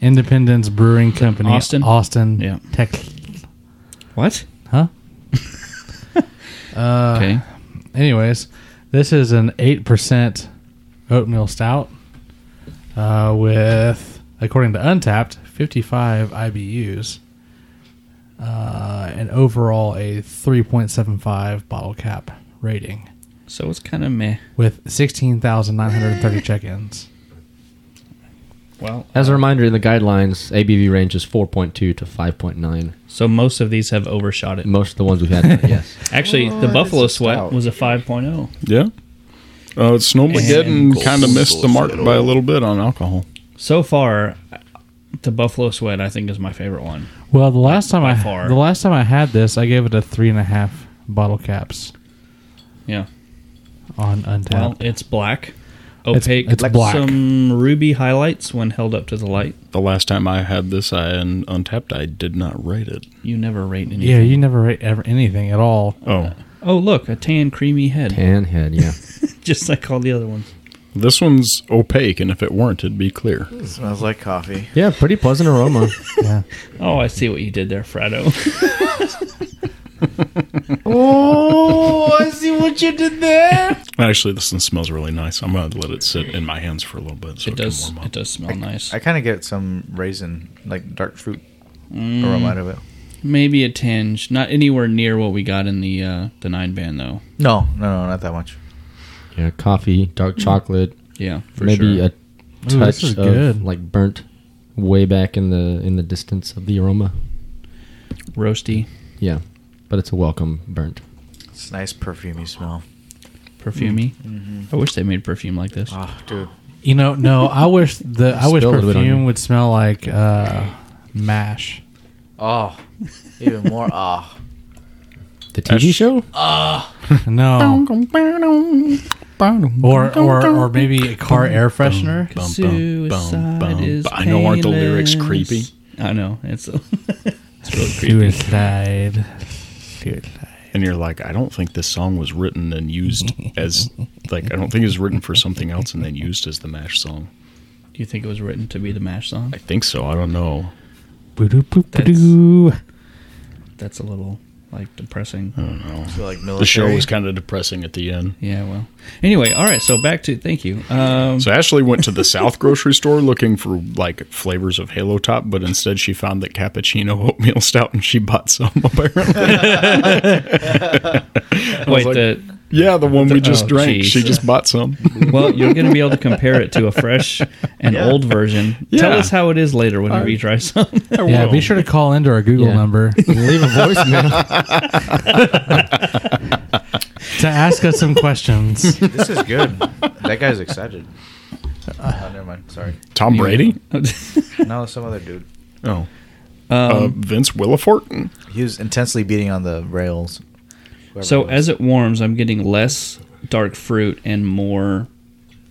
Speaker 3: Independence Brewing Company.
Speaker 2: Austin?
Speaker 3: Austin.
Speaker 2: Yeah.
Speaker 3: Tex-
Speaker 2: What? Uh,
Speaker 3: Huh?
Speaker 2: okay.
Speaker 3: Anyways, this is an 8% oatmeal stout uh, with, according to Untapped, 55 IBUs uh, and overall a 3.75 bottle cap rating
Speaker 2: So it's kind of meh.
Speaker 3: with 16,930 check ins.
Speaker 2: Well,
Speaker 5: As a reminder, in the guidelines, ABV range is 4.2 to 5.9.
Speaker 2: so most of these have overshot it.
Speaker 5: Most of the ones we've had, yes.
Speaker 2: Actually, the Buffalo Sweat was a oh. 5.0.
Speaker 4: Yeah. Uh, Snowmageddon
Speaker 2: And-
Speaker 4: kind of missed the mark by a little bit on alcohol.
Speaker 2: So far, the Buffalo Sweat I think is my favorite one.
Speaker 3: Well, the last time
Speaker 2: By
Speaker 3: I
Speaker 2: far.
Speaker 3: the last time I had this, I gave it a three and a half bottle caps
Speaker 2: Yeah.
Speaker 3: on Untapped.
Speaker 2: Well, it's black,
Speaker 3: It's-
Speaker 2: opaque,
Speaker 3: it's
Speaker 2: like
Speaker 3: black.
Speaker 2: some ruby highlights when held up to the light.
Speaker 4: The last time I had this, I and untapped, I did not rate it.
Speaker 2: You never rate anything.
Speaker 3: yeah, you never rate ever anything at all.
Speaker 4: Oh,
Speaker 2: oh, look, a tan, creamy head,
Speaker 5: Pan head, yeah.
Speaker 2: just like all the other ones.
Speaker 4: this one's opaque, and if it weren't, it'd be clear.
Speaker 1: Smells like coffee.
Speaker 5: Yeah, pretty pleasant aroma.
Speaker 2: Oh, I see what you did there, Fredo.
Speaker 1: oh, I see what you did there.
Speaker 4: Actually, this one smells really nice. I'm gonna let it sit in my hands for a little bit. So
Speaker 2: it does.
Speaker 4: Can warm
Speaker 2: It
Speaker 4: up.
Speaker 2: does smell nice.
Speaker 1: I kind of get some raisin, like dark fruit
Speaker 9: Mm.
Speaker 1: aroma out of it.
Speaker 2: Maybe a tinge, not anywhere near what we got in the uh, the nine band though.
Speaker 1: No, no, no, not that much.
Speaker 5: Yeah, coffee, dark chocolate,
Speaker 2: Yeah, for
Speaker 5: maybe
Speaker 2: sure.
Speaker 5: a touch
Speaker 3: is
Speaker 5: of
Speaker 3: good.
Speaker 5: like burnt way back in the in the distance of the aroma.
Speaker 2: roasty,
Speaker 5: Yeah. But it's a welcome burnt.
Speaker 1: It's nice perfumey smell.
Speaker 2: perfumey. I wish they made perfume like this.
Speaker 1: Oh, dude.
Speaker 3: You know, no, I wish the I wish
Speaker 5: Spill a little bit on
Speaker 3: perfume
Speaker 5: you.
Speaker 3: would smell like uh, mash.
Speaker 9: Ah,
Speaker 1: Oh, even more. Ah,
Speaker 5: The TV show?
Speaker 3: No. Or or or maybe a car air freshener.
Speaker 4: Bum, bum, bum,
Speaker 2: Suicide
Speaker 4: bum.
Speaker 2: is
Speaker 4: I know, aren't the lyrics
Speaker 2: painless.
Speaker 4: creepy?
Speaker 2: I know it's it's really creepy.
Speaker 3: Suicide.
Speaker 4: And you're like, I don't think this song was written and used as like I don't think it was written for something else and then used as the mash song.
Speaker 2: Do you think it was written to be the Mash song?
Speaker 4: I think so. I don't know.
Speaker 3: Boo-doo-boo-boo-doo.
Speaker 2: That's a little like depressing.
Speaker 4: I don't know.
Speaker 1: I feel like military.
Speaker 4: The show was kind of depressing at the end.
Speaker 2: Yeah, well. Anyway, all right. So back to thank you. Um,
Speaker 4: So Ashley went to the South grocery store looking for like flavors of Halo Top, but instead she found the cappuccino oatmeal stout and she bought some apparently.
Speaker 2: wait,
Speaker 4: like-
Speaker 2: the,
Speaker 4: yeah, the one we just
Speaker 2: Oh,
Speaker 4: drank. She
Speaker 2: jeez.
Speaker 4: just bought some.
Speaker 2: well, you're going to be able to compare it to a fresh and old version. Tell
Speaker 4: Yeah.
Speaker 2: us how it is later whenever you try some.
Speaker 3: Yeah, be sure to call into our Google
Speaker 5: Yeah.
Speaker 3: number
Speaker 5: Leave a voicemail.
Speaker 3: to ask us some questions.
Speaker 1: This is good. that guy's excited. Oh, never mind. Sorry.
Speaker 4: Tom Brady?
Speaker 1: No, some other dude.
Speaker 4: Oh. uh, Vince Willifort?
Speaker 1: He was intensely beating on the rails. Whoever
Speaker 2: so
Speaker 1: it was.
Speaker 2: as it warms, I'm getting less dark fruit and more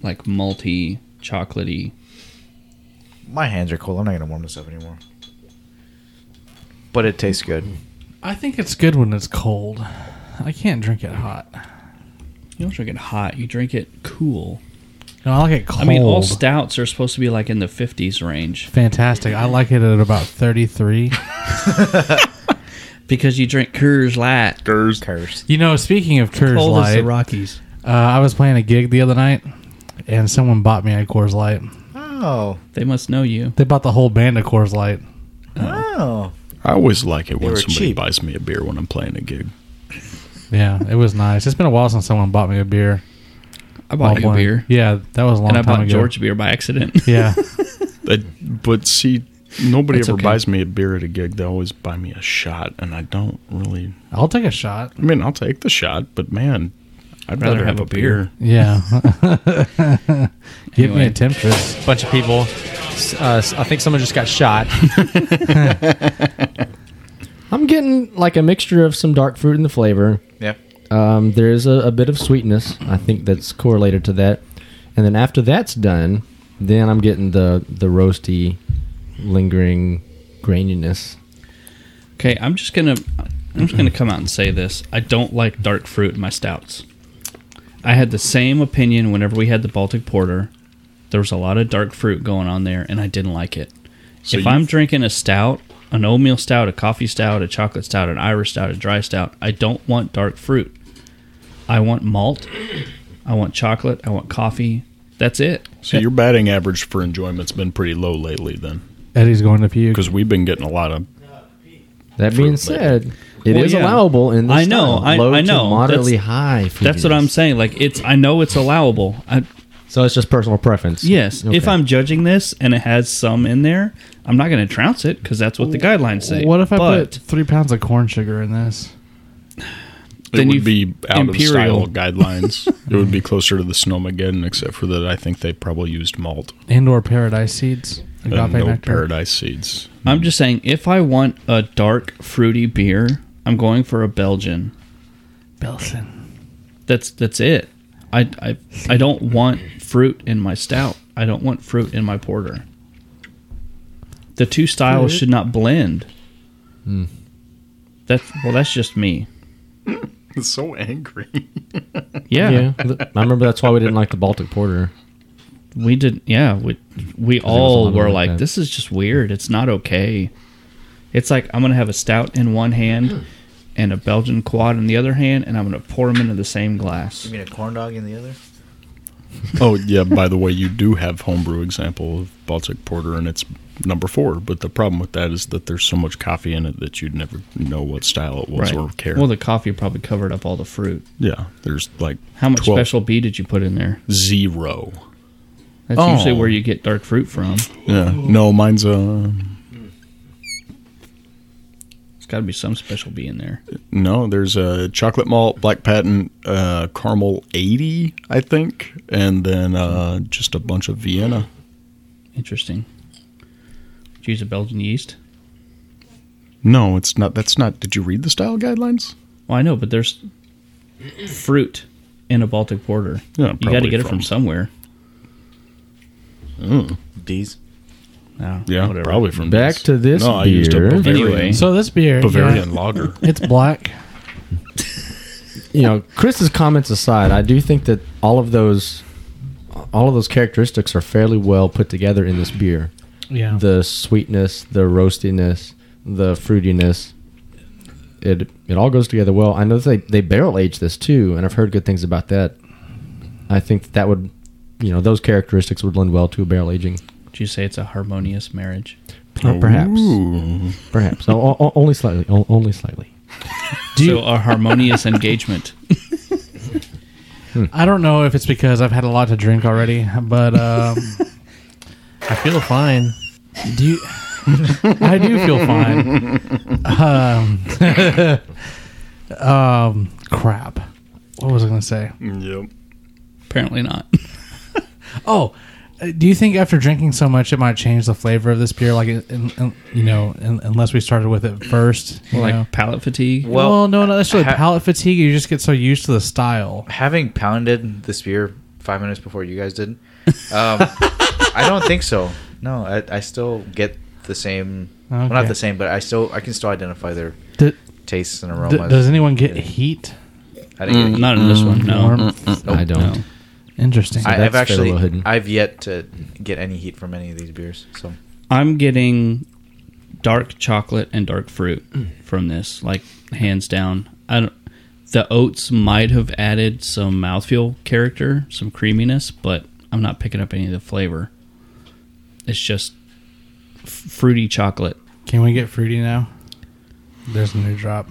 Speaker 2: like malty, chocolatey.
Speaker 1: my hands are cold, I'm not gonna warm this up anymore. But it tastes good.
Speaker 3: I think it's good when it's cold. I can't drink it hot.
Speaker 2: You don't drink it hot. You drink it cool.
Speaker 3: No, I like it
Speaker 2: I
Speaker 3: cold.
Speaker 2: mean, all stouts are supposed to be like in the 50s range
Speaker 3: fantastic. I like it at about thirty-three.
Speaker 2: because you drink Coors Light.
Speaker 4: Curse.
Speaker 9: Curse.
Speaker 3: You know, speaking of Coors
Speaker 2: Cold as
Speaker 3: Light,
Speaker 2: the Rockies.
Speaker 3: uh, I was playing a gig the other night, and someone bought me a Coors Light.
Speaker 9: Oh.
Speaker 2: They must know you.
Speaker 3: They bought the whole band of Coors Light.
Speaker 9: Oh.
Speaker 4: I always like it when
Speaker 9: were
Speaker 4: somebody
Speaker 9: cheap.
Speaker 4: buys me a beer when I'm playing a gig.
Speaker 3: Yeah, it was nice. It's been a while since someone bought me a beer.
Speaker 2: I bought you
Speaker 3: While
Speaker 2: a
Speaker 3: playing.
Speaker 2: beer.
Speaker 3: Yeah, that was a Oh, long
Speaker 2: And I
Speaker 3: time
Speaker 2: bought
Speaker 3: ago.
Speaker 2: George a beer by accident.
Speaker 3: Yeah,
Speaker 4: That, but see, nobody
Speaker 2: That's
Speaker 4: ever
Speaker 2: okay.
Speaker 4: buys me a beer at a gig. They always buy me a shot, and I don't really.
Speaker 3: I'll take a shot.
Speaker 4: I mean, I'll take the shot, but man, I'd
Speaker 2: Rather
Speaker 4: rather,
Speaker 2: have
Speaker 4: have, a
Speaker 2: a beer.
Speaker 4: beer.
Speaker 3: Yeah, give me
Speaker 2: Anyway.
Speaker 3: a tempest.
Speaker 11: bunch of people. S- Uh, s- I think someone just got shot.
Speaker 5: I'm getting like a mixture of some dark fruit in the flavor.
Speaker 9: Yep.
Speaker 5: Um, there is a, a bit of sweetness. I think that's correlated to that. And then after that's done, then I'm getting the the roasty, lingering graininess.
Speaker 2: Okay, I'm just gonna I'm just gonna come out and say this. I don't like dark fruit in my stouts. I had the same opinion whenever we had the Baltic Porter. There was a lot of dark fruit going on there, and I didn't like it. if
Speaker 4: you-
Speaker 2: I'm drinking a stout, an oatmeal stout, a coffee stout, a chocolate stout, an Irish stout, a dry stout, I don't want dark fruit. I want malt. I want chocolate. I want coffee. That's it.
Speaker 4: So your batting average for enjoyment's been pretty low lately, then,
Speaker 3: Eddie's going to puke.
Speaker 4: because we've been getting a lot of.
Speaker 5: That
Speaker 4: Fruit
Speaker 5: being
Speaker 4: label.
Speaker 5: said, it is
Speaker 2: Well, yeah.
Speaker 5: allowable in this
Speaker 2: I know,
Speaker 5: style,
Speaker 2: I-
Speaker 5: low
Speaker 2: I know.
Speaker 5: to moderately
Speaker 2: That's-
Speaker 5: high. fruitiness.
Speaker 2: That's what I'm saying. Like it's, I know it's allowable. I,
Speaker 5: So it's just personal preference.
Speaker 2: Yes. If
Speaker 5: Okay.
Speaker 2: I'm judging this and it has some in there, I'm not going to trounce it because that's what the guidelines say.
Speaker 3: What if I
Speaker 2: but
Speaker 3: put three pounds of corn sugar in this?
Speaker 2: Then
Speaker 4: it
Speaker 2: you've-
Speaker 4: would be out
Speaker 2: Imperial.
Speaker 4: of style guidelines. it would be closer to the Snowmageddon, except for that I think they probably used malt
Speaker 3: Indoor paradise seeds, agape
Speaker 4: and no
Speaker 3: nectar.
Speaker 4: paradise seeds.
Speaker 2: I'm just saying, if I want a dark fruity beer, I'm going for a Belgian.
Speaker 3: Belson.
Speaker 2: That's that's it. I I, I don't want fruit in my stout. I don't want fruit in my porter. The two styles should not blend.
Speaker 3: Hmm.
Speaker 2: That's well. That's just me.
Speaker 4: It's so angry.
Speaker 2: Yeah,
Speaker 5: yeah, th- I remember that's why we didn't like the Baltic Porter.
Speaker 2: we did. Yeah, we we all
Speaker 5: lot of
Speaker 2: were
Speaker 5: like
Speaker 2: like,
Speaker 5: that.
Speaker 2: this is just weird. It's not okay. It's like I'm gonna have a stout in one hand and a Belgian quad in the other hand, and I'm gonna pour them into the same glass.
Speaker 9: You mean a corn dog in the other?
Speaker 4: Oh yeah. By the way, you do have homebrew example of Baltic Porter, and it's number four. But the problem with that is that there's so much coffee in it that you'd never know what style it was or care.
Speaker 2: Well, the coffee probably covered up all the fruit.
Speaker 4: yeah, there's like
Speaker 2: How much
Speaker 4: 12
Speaker 2: special B did you put in there?
Speaker 4: zero.
Speaker 2: That's
Speaker 4: Oh.
Speaker 2: usually where you get dark fruit from.
Speaker 4: Yeah, no, mine's uh
Speaker 2: It's got to be some special B in there.
Speaker 4: no. There's a chocolate malt, black patent, uh, caramel eighty, I think, and then uh, just a bunch of Vienna.
Speaker 2: Interesting. Did you use a Belgian yeast?
Speaker 4: No, it's not. That's not. Did you read the style guidelines?
Speaker 2: Well, I know, but there's fruit in a Baltic porter. you
Speaker 4: Yeah,
Speaker 2: got to
Speaker 4: probably
Speaker 2: get it
Speaker 4: from-
Speaker 2: from somewhere.
Speaker 9: D's.
Speaker 2: No,
Speaker 4: Yeah,
Speaker 2: whatever.
Speaker 4: probably from
Speaker 5: Back
Speaker 4: this.
Speaker 5: to this
Speaker 4: No, I used a
Speaker 5: beer.
Speaker 4: Bavarian,
Speaker 2: Anyway,
Speaker 3: So this beer,
Speaker 4: Bavarian
Speaker 3: yeah,
Speaker 4: lager.
Speaker 3: it's black.
Speaker 5: You know, Chris's comments aside, I do think that all of those, all of those characteristics are fairly well put together in this beer.
Speaker 3: Yeah.
Speaker 5: The sweetness, the roastiness, the fruitiness. It it all goes together well. I know they they barrel age this too, and I've heard good things about that. I think that, that would, you know, those characteristics would lend well to a barrel aging.
Speaker 2: Did you say it's a harmonious marriage?
Speaker 5: Perhaps,
Speaker 4: Oh, Ooh.
Speaker 5: perhaps O- o- only slightly, o- only slightly.
Speaker 2: so a harmonious engagement.
Speaker 3: I don't know if it's because I've had a lot to drink already, but um, I feel fine. Do you? I do feel fine. Um, um, crap. What was I going to say?
Speaker 4: Yep.
Speaker 2: Apparently not.
Speaker 3: Oh, uh, do you think after drinking so much it might change the flavor of this beer? Like, in, in, you know, in, unless we started with it first. You
Speaker 2: like
Speaker 3: know?
Speaker 2: palate fatigue.
Speaker 3: Well,
Speaker 9: Well,
Speaker 3: no, not necessarily
Speaker 9: ha-
Speaker 3: palate fatigue. You just get so used to the style.
Speaker 9: Having pounded this beer five minutes before you guys did, um, I don't think so. No, I, I still get the same. Well,
Speaker 3: Okay.
Speaker 9: not the same, but I still I can still identify their
Speaker 3: Did,
Speaker 9: tastes and
Speaker 3: Th-
Speaker 9: aromas.
Speaker 3: does anyone get heat?
Speaker 9: I didn't get Mm, heat.
Speaker 2: not in this one, no.
Speaker 3: Warmth?
Speaker 2: Mm, mm,
Speaker 4: Oh,
Speaker 2: mm. I don't. No.
Speaker 3: Interesting.
Speaker 9: I, I've actually I've yet to get any heat from any of these beers. So
Speaker 2: I'm getting dark chocolate and dark fruit
Speaker 3: Mm.
Speaker 2: from this, like hands down. I don't, the oats might have added some mouthfeel character, some creaminess, but I'm not picking up any of the flavor. It's just f- fruity chocolate.
Speaker 3: Can we get fruity now? There's a new drop.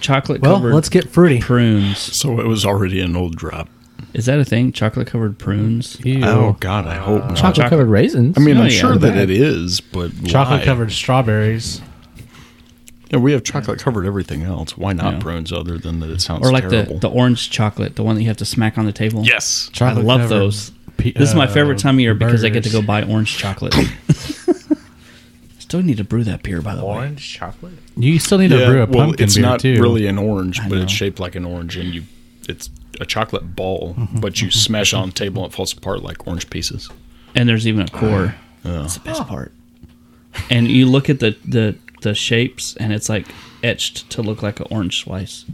Speaker 2: Chocolate
Speaker 3: Well,
Speaker 2: covered
Speaker 3: let's get fruity.
Speaker 2: prunes.
Speaker 4: So it was already an old drop.
Speaker 2: Is that a thing? Chocolate covered prunes?
Speaker 4: Oh God, I hope not.
Speaker 5: Chocolate covered raisins.
Speaker 4: I mean,
Speaker 2: No,
Speaker 4: I'm
Speaker 2: yeah,
Speaker 4: sure
Speaker 2: the
Speaker 4: that
Speaker 2: bag.
Speaker 4: it is, but
Speaker 3: Chocolate
Speaker 4: why?
Speaker 3: covered strawberries.
Speaker 4: Yeah, we have chocolate covered everything else. Why not
Speaker 2: Yeah.
Speaker 4: prunes? Other than that, it sounds
Speaker 2: Or like the,
Speaker 4: terrible.
Speaker 2: the orange chocolate, the one that you have to smack on the table.
Speaker 4: Yes.
Speaker 2: I
Speaker 4: Chocolate
Speaker 2: love
Speaker 4: covered
Speaker 2: those.
Speaker 4: pe-
Speaker 2: this is my
Speaker 4: uh,
Speaker 2: favorite time of year because I get to
Speaker 4: burgers.
Speaker 2: go buy orange chocolate. Still need to brew that beer, by the way.
Speaker 9: orange chocolate.
Speaker 3: You still need
Speaker 4: Yeah,
Speaker 3: to brew a
Speaker 4: well,
Speaker 3: pumpkin
Speaker 4: it's
Speaker 3: beer
Speaker 4: not
Speaker 3: too.
Speaker 4: really an orange,
Speaker 3: I
Speaker 4: but it's
Speaker 3: know.
Speaker 4: shaped like an orange, and you it's a chocolate ball,
Speaker 3: Mm-hmm.
Speaker 4: but you smash it on the table and it falls apart like orange pieces.
Speaker 2: And there's even a core. That's the best part. And you look at the, the, the shapes, and it's like etched to look like an orange slice.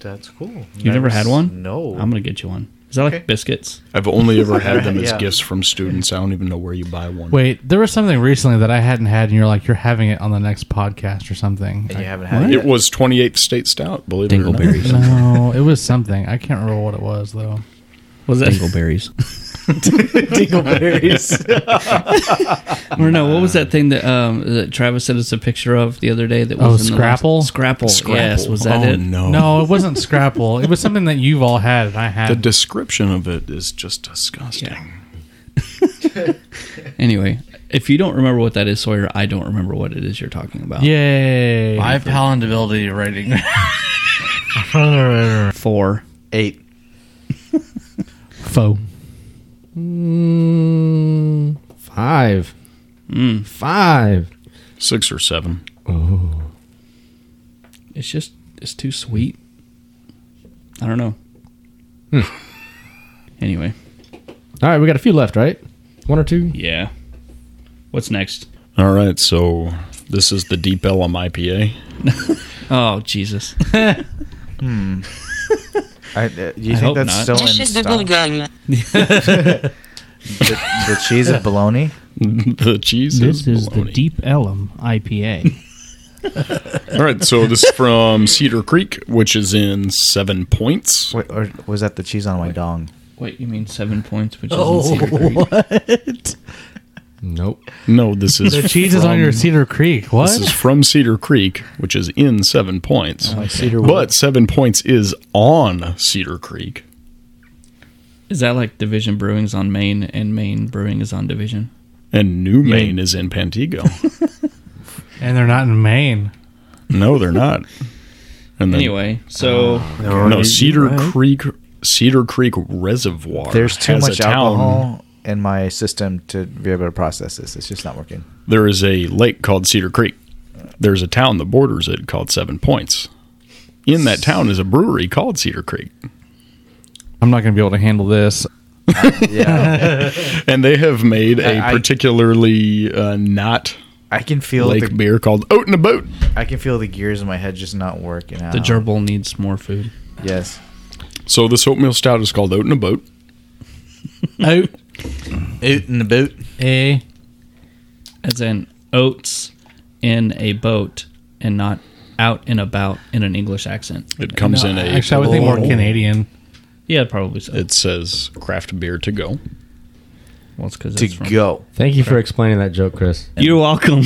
Speaker 9: That's cool.
Speaker 2: You've never had
Speaker 9: s-
Speaker 2: one?
Speaker 9: No.
Speaker 2: I'm going to get you one. Is that like
Speaker 9: Okay.
Speaker 2: biscuits?
Speaker 4: I've only ever had them as
Speaker 9: Yeah.
Speaker 4: gifts from students. I don't even know where you buy one.
Speaker 3: Wait, there was something recently that I hadn't had, and you're like, you're having it on the next podcast or something.
Speaker 9: And you haven't
Speaker 3: What?
Speaker 9: had
Speaker 4: It was 28th State Stout, believe it or not.
Speaker 3: no, it was something. I can't remember what it was though.
Speaker 2: Was that dingleberries?
Speaker 9: Dingleberries.
Speaker 2: or no, what was that thing that um, that Travis sent us a picture of the other day? That
Speaker 3: Oh,
Speaker 2: was in the last-
Speaker 3: Scrapple?
Speaker 2: Scrapple.
Speaker 3: Scrapple.
Speaker 2: Yes, was that
Speaker 4: Oh,
Speaker 2: it?
Speaker 4: no.
Speaker 3: No, it wasn't Scrapple. It was something that you've all had, and I had.
Speaker 4: The description of it is just disgusting.
Speaker 2: Anyway, if you don't remember what that is, Sawyer, I don't remember what it is you're talking about.
Speaker 3: Yay!
Speaker 7: My palatability rating.
Speaker 2: Four.
Speaker 9: Eight.
Speaker 3: Faux.
Speaker 5: Mm, five. Five.
Speaker 4: Six or seven.
Speaker 5: Oh.
Speaker 2: It's just it's too sweet. I don't know.
Speaker 3: Hmm.
Speaker 2: Anyway,
Speaker 5: All right, we got a few left, right? One or two?
Speaker 2: yeah. What's next?
Speaker 4: All right, so this is the Deep Elm IPA.
Speaker 2: Oh Jesus.
Speaker 9: Hmm. I, uh, do you
Speaker 2: I hope
Speaker 9: think that's
Speaker 2: not.
Speaker 9: still
Speaker 2: This
Speaker 9: in
Speaker 2: is the
Speaker 9: stock?
Speaker 2: Bulgarian.
Speaker 9: the, the cheese of bologna.
Speaker 4: the cheese
Speaker 12: This
Speaker 4: is
Speaker 12: is the Deep Ellum IPA.
Speaker 4: All right, so this is from Cedar Creek, which is in seven points.
Speaker 9: Wait, or was that the cheese on my dong?
Speaker 2: Wait, you mean seven points, which
Speaker 9: Oh,
Speaker 2: is in Cedar Creek?
Speaker 9: what?
Speaker 5: Nope.
Speaker 4: No, this is
Speaker 3: The cheese is on your Cedar Creek. What?
Speaker 4: This is from Cedar Creek, which is in seven points.
Speaker 2: Oh, Cedar
Speaker 4: but seven points is on Cedar Creek.
Speaker 2: Is that like Division Brewing's on Maine and Maine Brewing is on Division?
Speaker 4: And New Maine is in Pantego.
Speaker 3: and they're not in Maine.
Speaker 4: no, they're not. And then-
Speaker 2: Anyway, so
Speaker 4: no, Cedar Creek, Cedar Creek Reservoir.
Speaker 9: There's too
Speaker 4: has a
Speaker 9: much
Speaker 4: town-
Speaker 9: alcohol in my system to be able to process this. It's just not working.
Speaker 4: There is a lake called Cedar Creek. There's a town that borders it called Seven Points. In that town is a brewery called Cedar Creek.
Speaker 7: I'm not going to be able to handle this.
Speaker 9: yeah.
Speaker 4: and they have made a
Speaker 9: I- I-
Speaker 4: particularly uh, not
Speaker 9: I can feel
Speaker 4: lake
Speaker 9: the-
Speaker 4: beer called Oat in a Boat.
Speaker 9: I can feel the gears in my head just not working out.
Speaker 2: the gerbil needs more food.
Speaker 9: Yes.
Speaker 4: So this oatmeal stout is called Oat in a Boat.
Speaker 3: Oat.
Speaker 9: Oat in the boot.
Speaker 3: A.
Speaker 2: As in oats in a boat and not out and about in an English accent.
Speaker 4: It comes
Speaker 3: No,
Speaker 4: in a
Speaker 3: actually, I would think more Canadian.
Speaker 2: Yeah, probably so.
Speaker 4: It says craft beer to go.
Speaker 2: Well, it's because
Speaker 4: To go.
Speaker 5: Thank you for explaining that joke, Chris.
Speaker 2: You're welcome.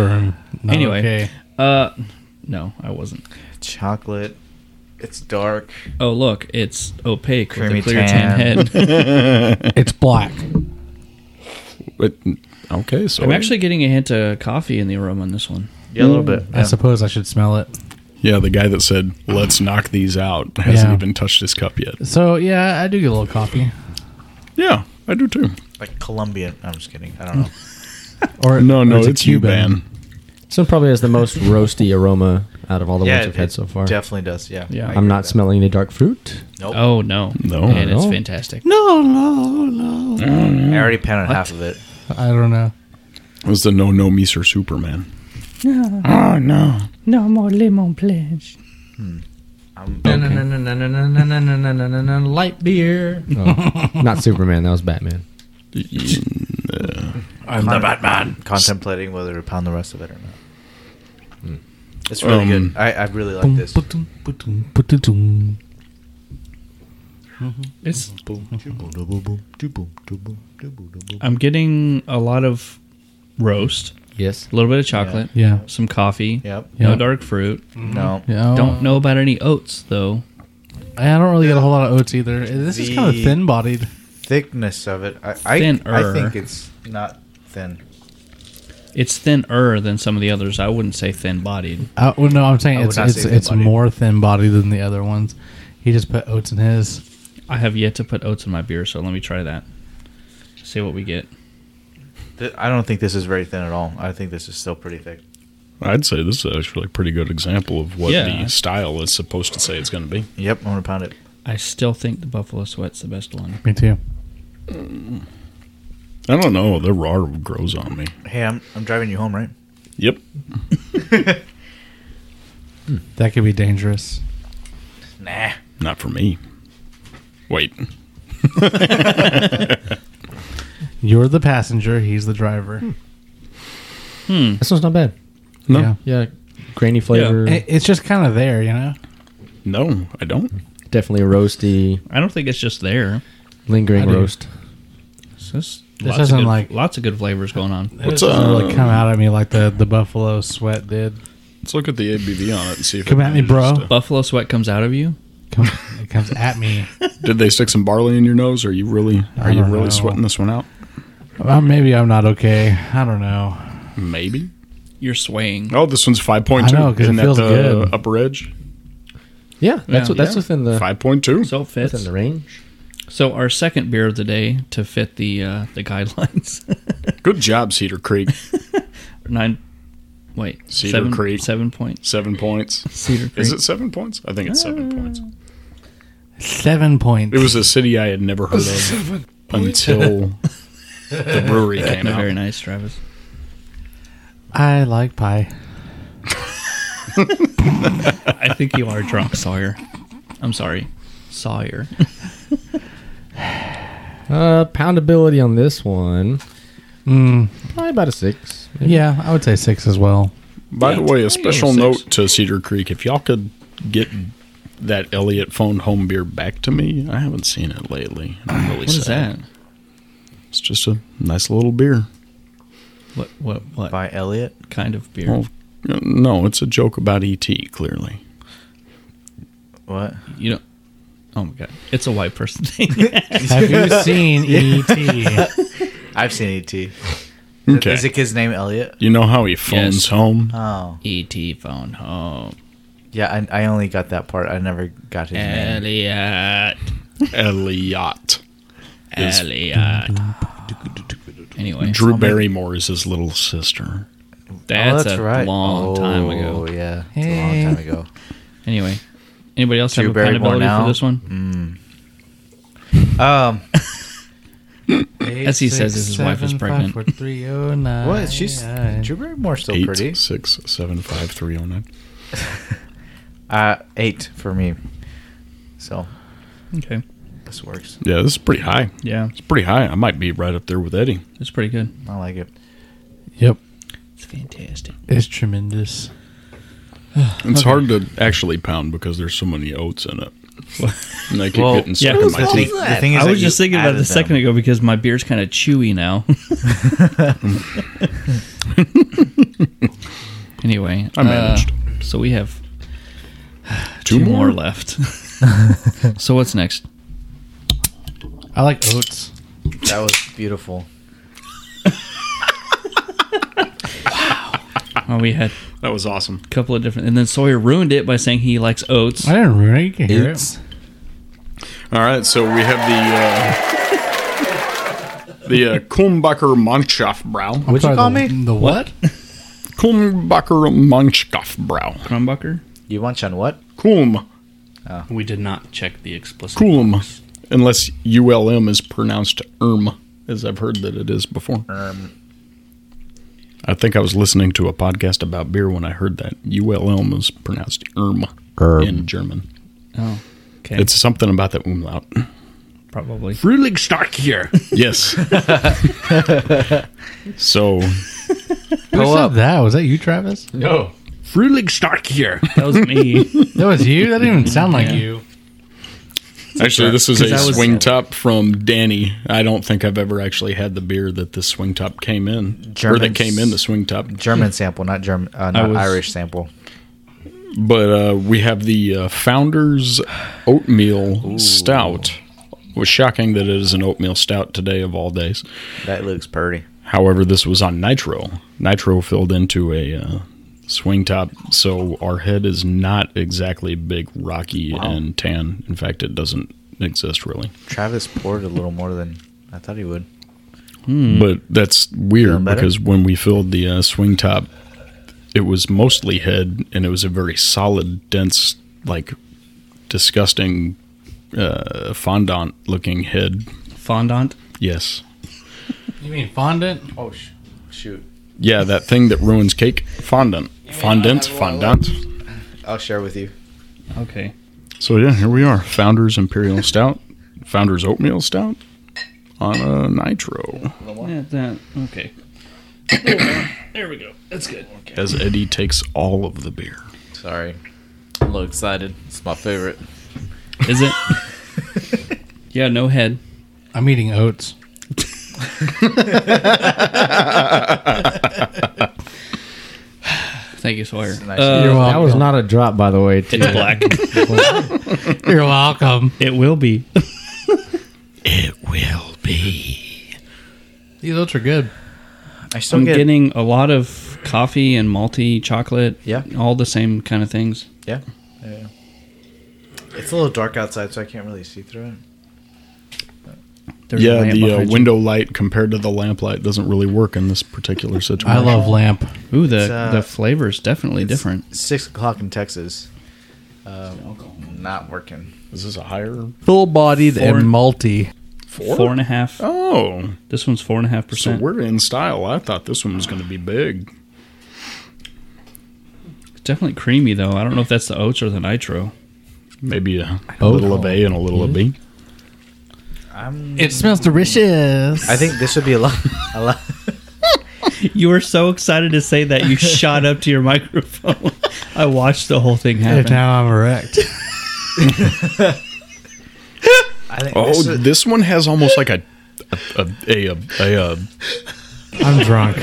Speaker 3: are not
Speaker 2: anyway,
Speaker 3: okay.
Speaker 2: uh, no, I wasn't.
Speaker 9: Chocolate. It's dark.
Speaker 2: Oh, look, it's opaque
Speaker 9: Creamy
Speaker 2: with a clear tan,
Speaker 9: tan.
Speaker 2: head.
Speaker 3: it's black.
Speaker 4: But okay, so
Speaker 2: I'm actually getting a hint of coffee in the aroma on this one.
Speaker 9: Yeah, a little bit.
Speaker 3: I suppose I should smell it.
Speaker 4: yeah, the guy that said let's knock these out hasn't
Speaker 3: Yeah.
Speaker 4: even touched his cup yet.
Speaker 3: So yeah, I do get a little coffee.
Speaker 4: Yeah, I do too.
Speaker 9: Like Colombian. I'm just kidding. I don't know.
Speaker 3: Or
Speaker 4: no, no,
Speaker 5: or is it
Speaker 4: it's Cuban.
Speaker 5: This one probably has the most roasty aroma out of all the
Speaker 9: Yeah,
Speaker 5: ones I've
Speaker 9: it-
Speaker 5: had
Speaker 9: it
Speaker 5: so far.
Speaker 9: definitely does, yeah. Yeah. I
Speaker 5: I'm
Speaker 9: agree with
Speaker 5: not
Speaker 9: that.
Speaker 5: smelling any dark fruit.
Speaker 9: Nope.
Speaker 2: Oh, no.
Speaker 4: No.
Speaker 2: And
Speaker 5: No.
Speaker 2: it's fantastic.
Speaker 7: No, no, no.
Speaker 9: I already pan on half of it.
Speaker 3: I don't know.
Speaker 4: It was the no no Mr. Superman.
Speaker 13: No.
Speaker 4: Oh no.
Speaker 13: No more lemon pledge.
Speaker 5: No, no,
Speaker 14: no, no, no, no, no, no, no, no, no, no, no, light beer.
Speaker 5: Oh, not Superman. That was Batman.
Speaker 9: I'm the Batman. Contemplating whether to pound the rest of it or not. It's really
Speaker 4: Um,
Speaker 9: good. I, I really like this.
Speaker 2: It's. I'm getting a lot of roast.
Speaker 5: Yes.
Speaker 2: A little bit of chocolate.
Speaker 3: Yeah. Yeah.
Speaker 2: Some coffee.
Speaker 9: Yep.
Speaker 2: No
Speaker 3: Yep. Oh.
Speaker 2: dark fruit.
Speaker 9: No.
Speaker 3: Yeah.
Speaker 2: Don't know about any oats though.
Speaker 3: I don't really get a whole lot of oats either. This is kind of
Speaker 9: The-
Speaker 3: thin bodied.
Speaker 9: Thickness of it. I I, I
Speaker 2: Thinner.
Speaker 9: think it's not thin.
Speaker 2: It's thinner than some of the others. I wouldn't say thin bodied.
Speaker 3: Uh, well, no, I'm saying
Speaker 9: I would
Speaker 3: it's
Speaker 9: not
Speaker 3: it's,
Speaker 9: say
Speaker 3: it's
Speaker 9: thin-bodied.
Speaker 3: more thin bodied than the other ones. He just put oats in his.
Speaker 2: I have yet to put oats in my beer, so let me try that. See what we get.
Speaker 9: Th- I don't think this is very thin at all. I think this is still pretty thick.
Speaker 4: I'd say this is actually a pretty good example of what
Speaker 2: Yeah.
Speaker 4: the style is supposed to say it's going to be.
Speaker 9: Yep, I'm gonna pound it.
Speaker 2: I still think the buffalo sweat's the best one.
Speaker 3: Me too.
Speaker 4: I don't know. The raw grows on me.
Speaker 9: Hey, I'm I'm driving you home, right?
Speaker 4: Yep.
Speaker 3: That could be dangerous.
Speaker 9: Nah.
Speaker 4: Not for me. Wait.
Speaker 3: You're the passenger. He's the driver.
Speaker 2: Hmm.
Speaker 5: This one's not bad.
Speaker 4: No.
Speaker 3: Yeah.
Speaker 5: Yeah, grainy flavor.
Speaker 3: It- It's just kind of there, you know.
Speaker 4: No, I don't.
Speaker 5: Definitely a roasty,
Speaker 2: I don't think it's just there.
Speaker 5: lingering
Speaker 3: I do.
Speaker 5: roast.
Speaker 2: It's just
Speaker 3: This
Speaker 2: lots of
Speaker 3: isn't
Speaker 2: good-
Speaker 3: like-
Speaker 2: lots of good flavors going on.
Speaker 3: It doesn't really come out at me like the, the buffalo sweat did.
Speaker 4: Let's look at the ABV on it and see if
Speaker 3: Come
Speaker 4: it
Speaker 3: at me,
Speaker 4: manages
Speaker 3: bro.
Speaker 2: Buffalo sweat comes out of you.
Speaker 3: Come, it comes at me.
Speaker 4: to- Did they stick some barley in your nose? Are you really
Speaker 3: I
Speaker 4: are you
Speaker 3: don't
Speaker 4: really
Speaker 3: know.
Speaker 4: sweating this one out?
Speaker 3: Uh, maybe I'm not okay. I don't know.
Speaker 4: Maybe.
Speaker 2: You're swaying.
Speaker 4: Oh, this one's five point two.
Speaker 3: I know, 'cause
Speaker 4: Isn't
Speaker 3: it feels
Speaker 4: that the
Speaker 3: good.
Speaker 4: upper edge?
Speaker 5: Yeah, that's
Speaker 2: Yeah.
Speaker 5: what that's
Speaker 2: Yeah.
Speaker 5: within the
Speaker 4: Five point two.
Speaker 2: So it fits.
Speaker 5: within the range.
Speaker 2: So our second beer of the day to fit the uh, the guidelines.
Speaker 4: Good job, Cedar Creek.
Speaker 2: Nine. Wait.
Speaker 4: Cedar
Speaker 2: seven,
Speaker 4: Creek.
Speaker 2: Seven points.
Speaker 4: Seven points.
Speaker 2: Cedar Creek.
Speaker 4: Is it seven points? I think it's seven
Speaker 3: Uh,
Speaker 4: points.
Speaker 3: Seven points.
Speaker 4: It was a city I had never heard of until the brewery came out.
Speaker 2: Very nice, Travis.
Speaker 3: I like pie.
Speaker 2: I think you are drunk, Sawyer. I'm sorry, Sawyer.
Speaker 5: Uh, poundability on this one,
Speaker 3: Mm,
Speaker 5: probably about a six. maybe.
Speaker 3: yeah, I would say six as well.
Speaker 4: By the
Speaker 2: Yeah,
Speaker 4: way,
Speaker 2: I
Speaker 4: a
Speaker 2: think it was
Speaker 4: special
Speaker 2: six.
Speaker 4: note to Cedar Creek: if y'all could get that Elliot phoned home beer back to me, I haven't seen it lately. and I'm really
Speaker 2: What
Speaker 4: sad.
Speaker 2: is that?
Speaker 4: It's just a nice little beer.
Speaker 2: What? What? What
Speaker 9: By Elliot.
Speaker 2: kind of beer?
Speaker 4: Well, no, it's a joke about ET. Clearly,
Speaker 9: What?
Speaker 2: You don't. Oh my god, it's a white person thing.
Speaker 3: Have you seen E E.T.?
Speaker 9: I've seen ET. Is it-
Speaker 4: Okay.
Speaker 9: Is the kid's name Elliot?
Speaker 4: you know how he phones
Speaker 2: Yes. Uh.
Speaker 4: home.
Speaker 9: Oh.
Speaker 2: Et E phone home.
Speaker 9: Yeah, I, I only got that part. I never got his name.
Speaker 2: Elliot.
Speaker 4: Elliot. Yes.
Speaker 2: Elliot. Anyway,
Speaker 4: Drew Barrymore is his little sister.
Speaker 2: that's,
Speaker 9: oh, that's
Speaker 2: a
Speaker 9: right.
Speaker 2: long
Speaker 9: oh,
Speaker 2: time ago.
Speaker 9: yeah. It's a long time ago.
Speaker 2: Anyway, anybody else
Speaker 9: Drew
Speaker 2: have a
Speaker 9: Barrymore
Speaker 2: accountability
Speaker 9: now?
Speaker 2: for this one?
Speaker 9: Um,
Speaker 2: As he says, his wife is pregnant.
Speaker 3: oh,
Speaker 9: what? She's Drew Barrymore's still
Speaker 4: Eight,
Speaker 9: pretty.
Speaker 4: six, seven, five, three, oh, nine.
Speaker 9: Uh, eight for me. So
Speaker 2: Okay,
Speaker 9: this works.
Speaker 4: Yeah, this is pretty high.
Speaker 2: yeah,
Speaker 4: It's pretty high. I might be right up there with Eddie.
Speaker 2: it's pretty good.
Speaker 9: I like it.
Speaker 3: Yep,
Speaker 2: It's fantastic.
Speaker 3: it's tremendous.
Speaker 4: It's hard to actually pound because there's so many oats in it. and they keep
Speaker 9: Well,
Speaker 4: getting stuck
Speaker 2: yeah,
Speaker 4: in
Speaker 2: because
Speaker 4: my
Speaker 2: I
Speaker 4: teeth.
Speaker 2: think-
Speaker 9: The thing is
Speaker 2: I
Speaker 9: that
Speaker 2: was just
Speaker 9: you
Speaker 2: thinking about
Speaker 9: added
Speaker 2: this a second
Speaker 9: them.
Speaker 2: ago because my beer's kind of chewy now. anyway,
Speaker 4: I managed.
Speaker 2: uh, so we have
Speaker 4: Two more?
Speaker 2: left. so what's next?
Speaker 3: I like oats.
Speaker 9: That was beautiful.
Speaker 2: Oh, we had
Speaker 4: That was awesome.
Speaker 2: a couple of different, and then Sawyer ruined it by saying he likes oats.
Speaker 3: I didn't ruin it. You can hear it.
Speaker 4: All right, so we have the uh, the uh, Kumbacher Mannschaftbrau.
Speaker 3: What'd
Speaker 9: you call me?
Speaker 3: The what?
Speaker 4: Kumbacher Mannschaftbrau.
Speaker 2: Krumbucker?
Speaker 9: You want on what?
Speaker 4: Kulm.
Speaker 8: We did not check the explicit.
Speaker 4: Kulm. Unless ULM is pronounced ERM, as I've heard that it is before.
Speaker 9: Um,
Speaker 4: I think I was listening to a podcast about beer when I heard that. ULM is pronounced Irm in German.
Speaker 2: Oh, okay.
Speaker 4: It's something about that umlaut.
Speaker 2: probably.
Speaker 8: Frühling stark here.
Speaker 4: Yes. so,
Speaker 3: Who said that? Was that you, Travis?
Speaker 8: No. Frühling stark here.
Speaker 2: That was me.
Speaker 3: That was you? That didn't even sound like you.
Speaker 4: actually, this is
Speaker 2: 'Cause
Speaker 4: a
Speaker 2: I was-
Speaker 4: swing top from Danny. I don't think I've ever actually had the beer that the swing top came in, or that
Speaker 9: Germans-
Speaker 4: came in the swing top.
Speaker 9: German sample, not German, uh,
Speaker 4: I
Speaker 9: not
Speaker 4: was-
Speaker 9: Irish sample.
Speaker 4: But uh, we have the uh, Founders Oatmeal Stout. It was shocking that it is an oatmeal stout today of all days.
Speaker 9: That looks pretty.
Speaker 4: However, this was on nitro. Nitro filled into a uh, swing top, so our head is not exactly big, rocky, and tan. In fact, it doesn't exist really.
Speaker 9: Travis poured a little more than I thought he would.
Speaker 4: But that's weird
Speaker 9: Hmm. Feeling better?
Speaker 4: because when we filled the uh, swing top, it was mostly head, and it was a very solid, dense, like disgusting uh, fondant-looking head.
Speaker 2: Fondant.
Speaker 4: Yes.
Speaker 3: You mean fondant?
Speaker 9: Oh, sh- shoot.
Speaker 4: Yeah, that thing that ruins cake, fondant, fondant, fondant.
Speaker 9: I'll share with you.
Speaker 2: Okay.
Speaker 4: So yeah, here we are. Founders Imperial Stout, Founders Oatmeal Stout on a nitro.
Speaker 2: Yeah, that, okay. there we go. That's good.
Speaker 4: As Eddie takes all of the beer.
Speaker 15: Sorry. I'm a little excited. It's my favorite.
Speaker 2: Is it? yeah, no head.
Speaker 3: I'm eating oats.
Speaker 2: Thank you, Sawyer.
Speaker 9: nice-
Speaker 2: Uh,
Speaker 5: You're welcome. that was not a drop, by the way. too.
Speaker 2: It's black.
Speaker 3: You're welcome.
Speaker 2: It will be.
Speaker 4: it will be.
Speaker 3: These oats are good.
Speaker 9: I still
Speaker 2: I'm
Speaker 9: get
Speaker 2: getting a lot of coffee and malty chocolate.
Speaker 9: Yeah.
Speaker 2: All the same kind of things.
Speaker 9: yeah. yeah. It's a little dark outside, so I can't really see through it.
Speaker 2: There's a
Speaker 4: yeah,
Speaker 2: lamp
Speaker 4: the uh,
Speaker 2: behind you.
Speaker 4: window light compared to the lamplight doesn't really work in this particular situation.
Speaker 3: I love lamp.
Speaker 2: Ooh, the,
Speaker 9: It's, uh,
Speaker 2: the flavor is definitely
Speaker 9: it's
Speaker 2: different.
Speaker 9: Six o'clock in Texas. Uh, not working.
Speaker 4: Is this a higher?
Speaker 3: Full bodied
Speaker 2: Four-
Speaker 3: and malty.
Speaker 4: Four?
Speaker 2: Four and a half.
Speaker 4: Oh,
Speaker 2: This one's four and a half
Speaker 4: so
Speaker 2: percent.
Speaker 4: we're in style. I thought this one was going to be big.
Speaker 2: It's definitely creamy though. I don't know if that's the oats or the nitro.
Speaker 4: Maybe a little of A and a little of B.
Speaker 9: I'm,
Speaker 3: It smells delicious.
Speaker 9: I think this would be a lot. A lot.
Speaker 2: You were so excited to say that you shot up to your microphone. I watched the whole thing
Speaker 3: And
Speaker 2: happen.
Speaker 3: now I'm erect.
Speaker 9: I think
Speaker 4: Oh,
Speaker 9: this, would,
Speaker 4: this one has almost like a a a, a, a, a
Speaker 3: I'm drunk.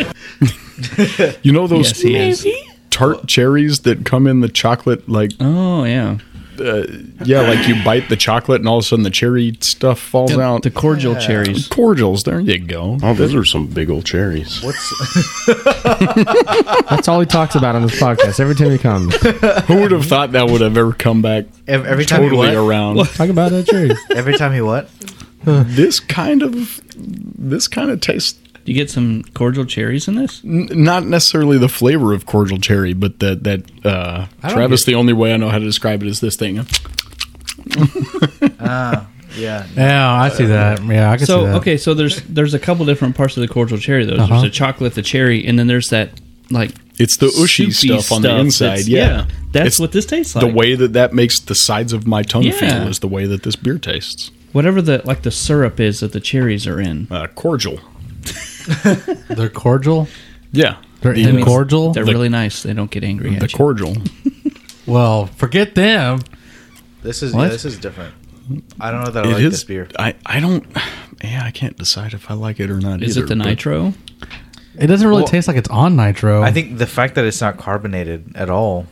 Speaker 4: You know those
Speaker 2: Yes, he is.
Speaker 4: tart cherries that come in the chocolate, like
Speaker 2: Oh yeah, Uh-huh.
Speaker 4: yeah, like you bite the chocolate and all of a sudden the cherry stuff falls out.
Speaker 2: the cordial cherries.
Speaker 4: cordials, there you go.
Speaker 16: Oh, those are some big old cherries.
Speaker 9: what's
Speaker 5: That's all he talks about on this podcast every time he comes.
Speaker 4: Who would have thought that would have ever come back
Speaker 9: ev- every time
Speaker 4: totally
Speaker 9: he what?
Speaker 4: around?
Speaker 5: Talk about that cherry.
Speaker 9: Every time he what?
Speaker 4: This kind of this kind of tastes
Speaker 2: Do you get some cordial cherries in this?
Speaker 4: n- not necessarily the flavor of cordial cherry, but that that uh,
Speaker 3: don't
Speaker 4: Travis. The only way I know how to describe it is this thing.
Speaker 9: Yeah.
Speaker 3: Yeah, I see that. Yeah, I can see
Speaker 2: So
Speaker 3: that.
Speaker 2: okay, so there's there's a couple different parts of the cordial cherry though. There's
Speaker 3: Uh-huh.
Speaker 2: the chocolate, the cherry, and then there's that like
Speaker 4: It's the ushy
Speaker 2: soupy
Speaker 4: stuff on the
Speaker 2: that's-
Speaker 4: inside. Yeah,
Speaker 2: that's
Speaker 4: It's
Speaker 2: what this tastes like.
Speaker 4: the way that that makes the sides of my tongue
Speaker 2: Yeah.
Speaker 4: feel is the way that this beer tastes.
Speaker 2: whatever the like the syrup is that the cherries are in.
Speaker 4: Uh, cordial.
Speaker 3: They're cordial.
Speaker 4: Yeah.
Speaker 3: They're
Speaker 4: The-
Speaker 3: in cordial.
Speaker 2: They're
Speaker 4: The-
Speaker 2: really nice. They don't get angry
Speaker 4: The
Speaker 2: at you.
Speaker 4: cordial.
Speaker 3: Well, forget them.
Speaker 9: This is
Speaker 2: What?
Speaker 9: yeah, this is different. I don't know that I
Speaker 4: It
Speaker 9: like
Speaker 4: is-
Speaker 9: this beer.
Speaker 4: I, I don't. Yeah, I can't decide if I like it or not.
Speaker 2: Is
Speaker 4: either,
Speaker 2: it the
Speaker 4: but-
Speaker 2: nitro?
Speaker 3: It doesn't really
Speaker 9: Well,
Speaker 3: taste like it's on nitro.
Speaker 9: I think the fact that it's not carbonated at all.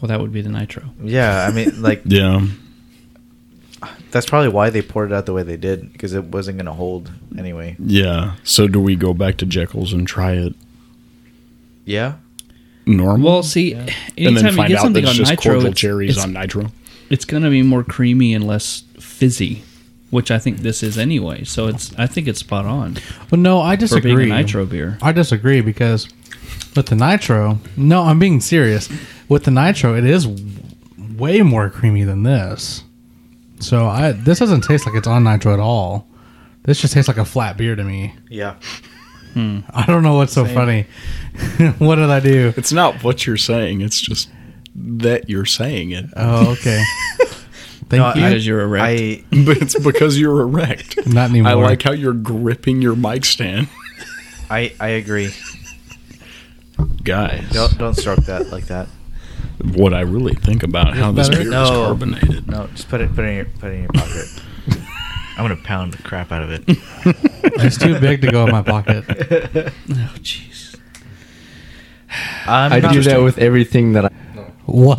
Speaker 2: Well, that would be the nitro.
Speaker 4: Mm-hmm.
Speaker 9: Yeah, I mean, like
Speaker 4: Yeah.
Speaker 9: that's probably why they poured it out the way they did because it wasn't going to hold anyway.
Speaker 4: Yeah. So do we go back to Jekyll's and try it
Speaker 9: Yeah.
Speaker 4: normal?
Speaker 2: Well, see,
Speaker 4: and
Speaker 2: anytime
Speaker 4: then
Speaker 2: you
Speaker 4: find
Speaker 2: get
Speaker 4: out that
Speaker 2: something
Speaker 4: it's
Speaker 2: on
Speaker 4: just
Speaker 2: nitro,
Speaker 4: cordial
Speaker 2: it's,
Speaker 4: cherries
Speaker 2: it's-
Speaker 4: on nitro.
Speaker 2: it's going to be more creamy and less fizzy, which I think this is anyway. So it's I think it's spot on
Speaker 3: Well, no, I
Speaker 2: for
Speaker 3: disagree.
Speaker 2: being a nitro beer.
Speaker 3: I disagree because with the nitro, no, I'm being serious. With the nitro, it is w- way more creamy than this. So I this doesn't taste like it's on nitro at all. This just tastes like a flat beer to me.
Speaker 9: Yeah.
Speaker 2: Hmm.
Speaker 3: I don't know what's so
Speaker 4: Same.
Speaker 3: funny. what did I do?
Speaker 4: It's not what you're saying. It's just that you're saying it.
Speaker 3: Oh, okay.
Speaker 4: Thank
Speaker 3: you.
Speaker 2: Because you're erect.
Speaker 4: but it's because you're erect.
Speaker 3: Not
Speaker 4: I
Speaker 3: anymore.
Speaker 4: like how you're gripping your mic stand.
Speaker 9: I I agree.
Speaker 4: Guys,
Speaker 9: Don't don't stroke that like that.
Speaker 4: what I really think about how this beer is carbonated.
Speaker 9: No, just put it put it in your put it in your pocket. I'm gonna pound the crap out of it.
Speaker 3: It's too big to go in my pocket.
Speaker 2: Oh, jeez.
Speaker 9: I'm
Speaker 5: I
Speaker 9: not-
Speaker 5: do that with everything that I.
Speaker 3: What?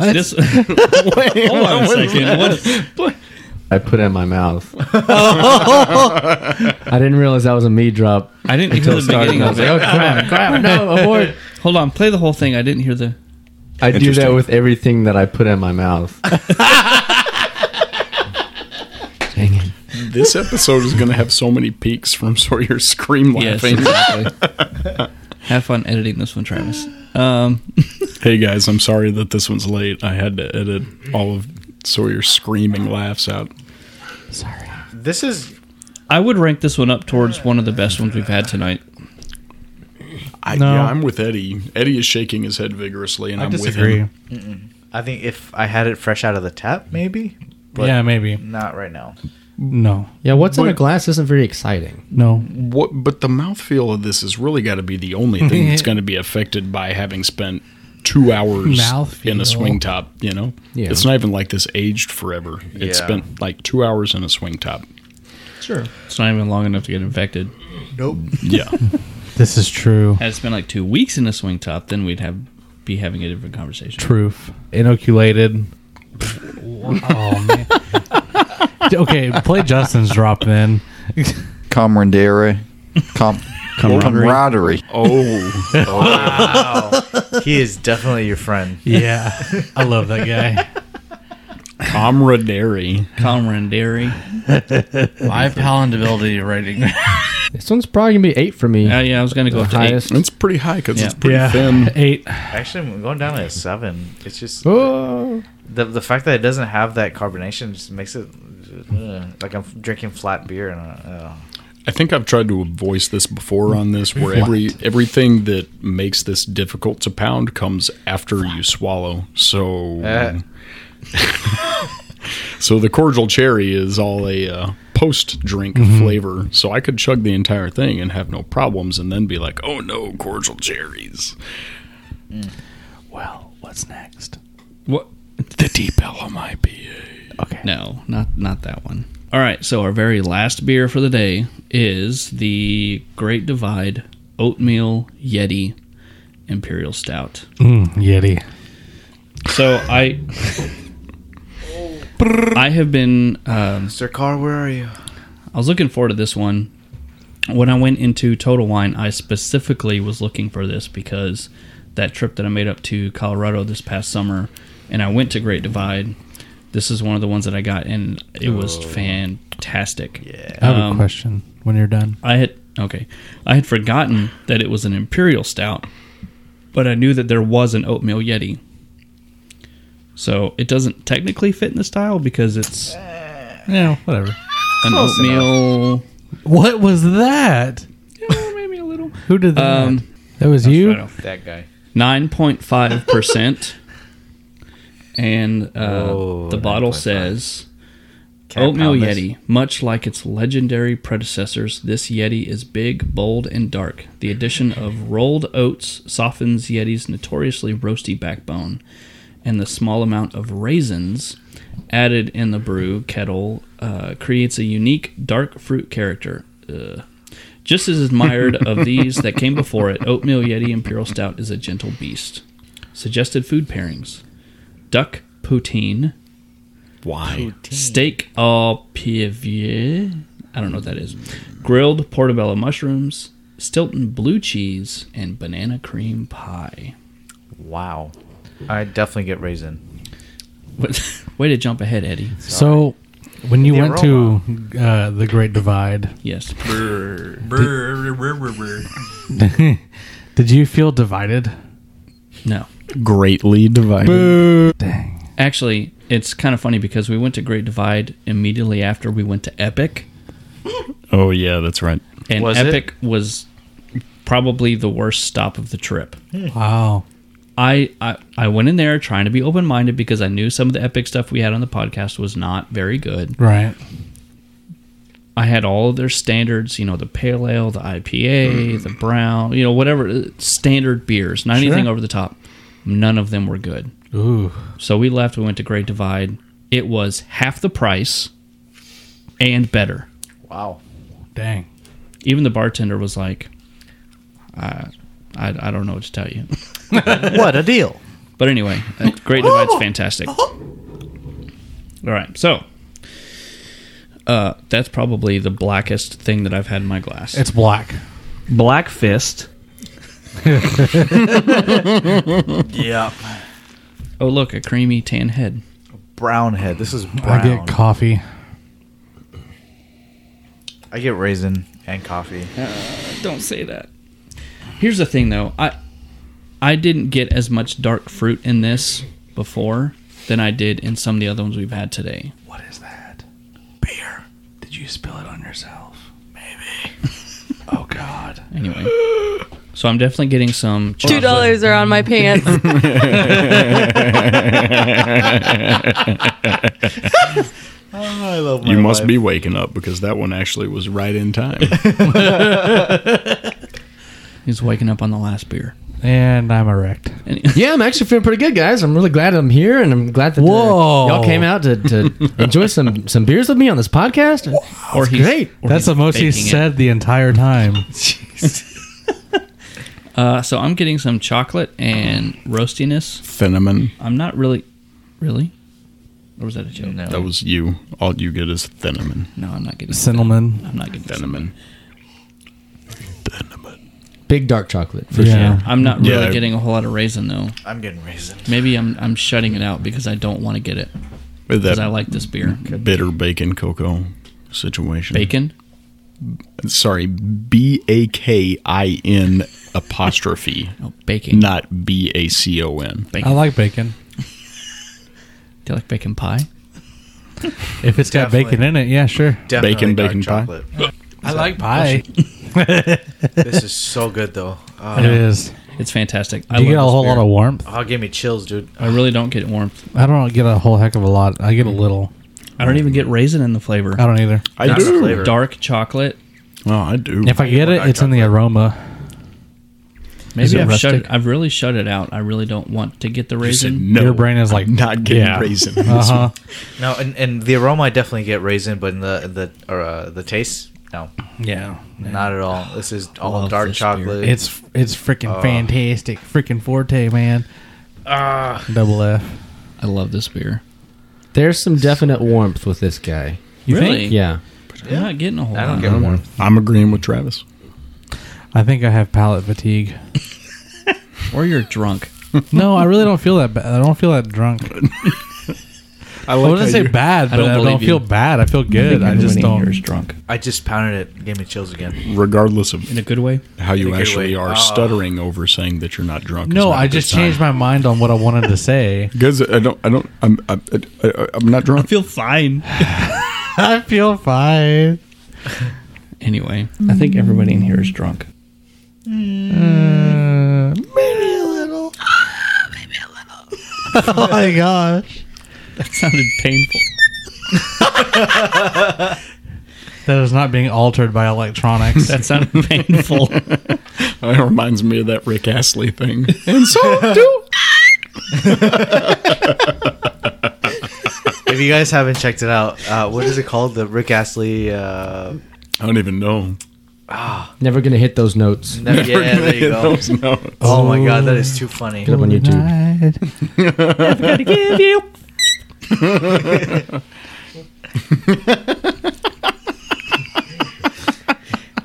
Speaker 2: This, hold on a second. What,
Speaker 5: I put in my mouth. I didn't realize that was a me drop.
Speaker 2: I didn't hear the
Speaker 5: started,
Speaker 2: beginning
Speaker 5: and
Speaker 2: of
Speaker 5: I was
Speaker 2: it.
Speaker 5: like, oh, crap, crap, no, abort.
Speaker 2: Hold on, play the whole thing. I didn't hear the.
Speaker 5: I do that
Speaker 2: Interesting.
Speaker 5: with everything that I put in my mouth. Dang it.
Speaker 4: This episode is going to have so many peaks from Sawyer scream
Speaker 2: Yes,
Speaker 4: laughing.
Speaker 2: exactly. Have fun editing this one, Travis. Um,
Speaker 4: hey guys, I'm sorry that this one's late. I had to edit all of Sawyer's screaming laughs out.
Speaker 9: This is
Speaker 2: I would rank this one up towards one of the best ones we've had tonight.
Speaker 4: I,
Speaker 2: No.
Speaker 4: yeah, I'm with Eddie. Eddie is shaking his head vigorously, and
Speaker 2: I
Speaker 4: am
Speaker 2: disagree.
Speaker 4: with him.
Speaker 9: Mm-mm. I think if I had it fresh out of the tap, maybe.
Speaker 3: Yeah, maybe.
Speaker 9: Not right now.
Speaker 3: No.
Speaker 5: Yeah, what's in a
Speaker 4: But-
Speaker 5: glass isn't very exciting.
Speaker 3: No.
Speaker 4: What? But the mouthfeel of this is really got to be the only thing that's going to be affected by having spent two hours in a
Speaker 3: Mouthfeel.
Speaker 4: swing top. You know,
Speaker 3: Yeah.
Speaker 4: it's not even like this aged forever. It
Speaker 9: Yeah.
Speaker 4: spent like two hours in a swing top.
Speaker 2: Sure. It's not even long enough to get infected.
Speaker 9: Nope.
Speaker 4: Yeah,
Speaker 3: This is true.
Speaker 2: Had it spent like two weeks in a swing top, then we'd have be having a different conversation.
Speaker 3: Truth. Inoculated. oh, man. okay, play Justin's drop then.
Speaker 17: Camaraderie. Com- camaraderie.
Speaker 4: Oh.
Speaker 9: Wow. he is definitely your friend.
Speaker 3: Yeah. I love that guy.
Speaker 4: Camaraderie.
Speaker 2: Camaraderie.
Speaker 7: My palatability rating.
Speaker 5: This one's probably gonna be eight for me.
Speaker 2: Uh, yeah, I was gonna go
Speaker 5: The
Speaker 2: up to eight.
Speaker 5: highest.
Speaker 4: it's pretty high because
Speaker 2: Yeah.
Speaker 4: it's pretty thin.
Speaker 3: Eight.
Speaker 9: Actually, I'm going down to a seven. It's just
Speaker 5: Oh.
Speaker 9: the the fact that it doesn't have that carbonation just makes it uh, like I'm drinking flat beer and uh,
Speaker 4: I think I've tried to voice this before on this, where every everything that makes this difficult to pound comes after you swallow. So,
Speaker 9: Eh.
Speaker 4: so the cordial cherry is all a uh, post-drink flavor. So I could chug the entire thing and have no problems, and then be like, "Oh no, cordial cherries!"
Speaker 3: Well, what's next?
Speaker 2: What?
Speaker 4: The deep LMIPA.
Speaker 3: Okay.
Speaker 2: No, not not that one. All right, so our very last beer for the day is the Great Divide Oatmeal Yeti Imperial Stout.
Speaker 3: Mm, Yeti.
Speaker 2: So I I have been um,
Speaker 9: Sir Carr, where are you?
Speaker 2: I was looking forward to this one. When I went into Total Wine, I specifically was looking for this because that trip that I made up to Colorado this past summer, and I went to Great Divide. This is one of the ones that I got, and it was fantastic. Yeah.
Speaker 3: I have a question when you're done.
Speaker 2: I had okay. I had forgotten that it was an imperial stout, but I knew that there was an oatmeal yeti. So it doesn't technically fit in the style because it's an
Speaker 3: Yeah, whatever.
Speaker 9: Close
Speaker 2: oatmeal.
Speaker 3: What was that?
Speaker 2: maybe a little.
Speaker 3: Who did that?
Speaker 2: Um,
Speaker 3: that was you?
Speaker 9: that guy.
Speaker 2: Nine point five percent, and uh, the bottle says.
Speaker 9: Can't
Speaker 2: Oatmeal
Speaker 9: pound this.
Speaker 2: Yeti, much like its legendary predecessors, this Yeti is big, bold, and dark. The addition of rolled oats softens Yeti's notoriously roasty backbone, and the small amount of raisins added in the brew kettle uh, creates a unique dark fruit character. Ugh. Just as admired of these that came before it, Oatmeal Yeti Imperial Stout is a gentle beast. Suggested food pairings: duck poutine,
Speaker 4: Why?
Speaker 2: steak au pivier. I don't know what that is. Grilled portobello mushrooms, Stilton blue cheese, and banana cream pie.
Speaker 9: Wow. I definitely get raisin.
Speaker 2: Way to jump ahead, Eddie.
Speaker 3: So, when you
Speaker 9: The
Speaker 3: went to uh, the Great Divide,
Speaker 2: Yes.
Speaker 3: did you feel divided?
Speaker 2: No.
Speaker 4: Greatly divided.
Speaker 3: Dang.
Speaker 2: Actually, it's kind of funny because we went to Great Divide immediately after we went to Epic,
Speaker 4: Oh yeah, that's right.
Speaker 2: and
Speaker 9: Was it?
Speaker 2: Epic was probably the worst stop of the trip.
Speaker 3: Wow.
Speaker 2: I, I I went in there trying to be open minded because I knew some of the epic stuff we had on the podcast was not very good.
Speaker 3: Right.
Speaker 2: I had all of their standards, you know, the pale ale, the
Speaker 9: Mm-hmm.
Speaker 2: IPA, the brown, you know, whatever uh, standard beers, not
Speaker 3: Sure.
Speaker 2: anything over the top. None of them were good.
Speaker 3: Ooh.
Speaker 2: So we left, we went to Great Divide. It was half the price and better.
Speaker 9: Wow.
Speaker 3: Dang.
Speaker 2: Even the bartender was like, I, I, I don't know what to tell you.
Speaker 9: what a deal.
Speaker 2: But anyway, uh, Great Divide's fantastic. All right, so uh, that's probably the blackest thing that I've had in my glass.
Speaker 3: It's black.
Speaker 12: Black Fist.
Speaker 9: Yeah.
Speaker 2: Oh, look, a creamy tan head.
Speaker 9: Brown head. This is brown.
Speaker 3: I get coffee.
Speaker 9: I get raisin and coffee.
Speaker 2: don't say that. Here's the thing, though. I I didn't get as much dark fruit in this before than I did in some of the other ones we've had today.
Speaker 8: What is that? Beer. Did you spill it on yourself? Maybe. oh God.
Speaker 2: Anyway, so I'm definitely getting some.
Speaker 18: Two
Speaker 2: chocolate.
Speaker 18: dollars are on my pants.
Speaker 9: I love
Speaker 4: you must be waking up because that one actually was right in time.
Speaker 2: He's waking up on the last beer.
Speaker 3: And I'm erect.
Speaker 5: yeah, I'm actually feeling pretty good, guys. I'm really glad I'm here, and I'm glad that uh,
Speaker 3: Whoa.
Speaker 5: y'all came out to, to enjoy some some beers with me on this podcast.
Speaker 2: Or
Speaker 5: It's
Speaker 2: he's-
Speaker 5: great.
Speaker 2: or
Speaker 3: That's the
Speaker 2: he's
Speaker 3: most he
Speaker 2: faking it.
Speaker 3: said the entire time.
Speaker 2: Uh, so I'm getting some chocolate and roastiness.
Speaker 4: Cinnamon.
Speaker 2: I'm not really, really. Or was that a joke?
Speaker 4: That was you. All you get is cinnamon.
Speaker 2: No, I'm not getting
Speaker 3: Cinnamon.
Speaker 2: I'm not getting
Speaker 4: cinnamon.
Speaker 5: Big dark chocolate for
Speaker 3: Yeah.
Speaker 5: sure.
Speaker 2: I'm not really
Speaker 4: Yeah.
Speaker 2: getting a whole lot of raisin though.
Speaker 9: I'm getting raisin.
Speaker 2: Maybe I'm I'm shutting it out because I don't want to get it.
Speaker 4: With
Speaker 2: Because
Speaker 4: that
Speaker 2: I like this beer.
Speaker 4: bitter bacon cocoa situation.
Speaker 2: Bacon.
Speaker 4: Sorry, B A K I N apostrophe.
Speaker 2: Oh, bacon.
Speaker 4: Not B A C O N.
Speaker 2: Bacon.
Speaker 3: I like bacon.
Speaker 2: Do you like bacon pie?
Speaker 3: If it's got
Speaker 9: Definitely.
Speaker 3: bacon in it, yeah, sure.
Speaker 4: Bacon,
Speaker 9: dark
Speaker 4: bacon pie.
Speaker 3: I like pie.
Speaker 9: this is so good though. Oh,
Speaker 3: It is.
Speaker 2: It's fantastic.
Speaker 3: Do you get a
Speaker 2: love this
Speaker 3: whole
Speaker 2: beer.
Speaker 3: lot of warmth?
Speaker 9: oh, it gave me chills, dude.
Speaker 2: I really don't get warmth.
Speaker 3: I don't get a whole heck of a lot. I get a little.
Speaker 2: I don't even get raisin in the flavor.
Speaker 3: I don't either.
Speaker 4: I
Speaker 9: That's the
Speaker 4: do.
Speaker 9: flavor.
Speaker 2: Dark chocolate.
Speaker 4: Oh, I do.
Speaker 3: If I get it, it's in the aroma. Is
Speaker 2: Maybe
Speaker 3: it
Speaker 2: I've shut.
Speaker 3: rustic?
Speaker 2: I've really shut it out. I really don't want to get the
Speaker 4: You said
Speaker 2: raisin.
Speaker 4: no.
Speaker 3: Your brain is like,
Speaker 4: I'm not getting
Speaker 3: yeah.
Speaker 4: raisin.
Speaker 3: Uh huh.
Speaker 9: No, and, and the aroma I definitely get raisin, but in the the or, uh, the taste, no,
Speaker 3: Yeah.
Speaker 9: not at all. This is all
Speaker 2: Love
Speaker 9: dark
Speaker 2: this beer.
Speaker 9: chocolate.
Speaker 3: It's it's freaking fantastic. Freaking forte, man.
Speaker 9: ah,
Speaker 3: Double F.
Speaker 2: I love this beer.
Speaker 5: There's some definite warmth with this guy.
Speaker 3: You
Speaker 2: really?
Speaker 3: think?
Speaker 5: Yeah.
Speaker 2: I'm not getting a whole
Speaker 9: I don't
Speaker 2: lot.
Speaker 9: get warm.
Speaker 4: I'm agreeing with Travis.
Speaker 3: I think I have palate fatigue.
Speaker 2: Or you're drunk.
Speaker 3: no, I really don't feel that bad. I don't feel that drunk. I wouldn't say bad,
Speaker 2: I
Speaker 3: but
Speaker 2: don't
Speaker 3: I don't,
Speaker 2: believe you.
Speaker 3: feel bad. I feel good. I just don't.
Speaker 2: You're drunk
Speaker 9: I just pounded it. Gave me chills again.
Speaker 4: Regardless of
Speaker 2: in a good way.
Speaker 4: how you
Speaker 9: good
Speaker 4: actually
Speaker 9: way.
Speaker 4: are
Speaker 9: Ah.
Speaker 4: stuttering over saying that you're not drunk.
Speaker 3: No, I just changed my mind on what I wanted to say.
Speaker 4: Because I don't, I don't, I'm, I, I, I- I'm not
Speaker 2: I
Speaker 4: drunk.
Speaker 2: feel fine.
Speaker 3: I feel fine.
Speaker 2: Anyway, I think everybody in here is drunk.
Speaker 3: Mm. Uh, Maybe a little. oh my gosh.
Speaker 2: That sounded painful.
Speaker 3: That is not being altered by electronics.
Speaker 2: That sounded painful.
Speaker 4: It reminds me of that Rick Astley thing. And so do.
Speaker 9: If you guys haven't checked it out, uh, what is it called? The Rick Astley. Uh,
Speaker 4: I don't even know.
Speaker 5: Never gonna hit those notes.
Speaker 9: no- yeah, there you go.
Speaker 4: Those notes.
Speaker 9: Oh my god, that is too funny.
Speaker 5: Get up on YouTube.
Speaker 3: Tonight.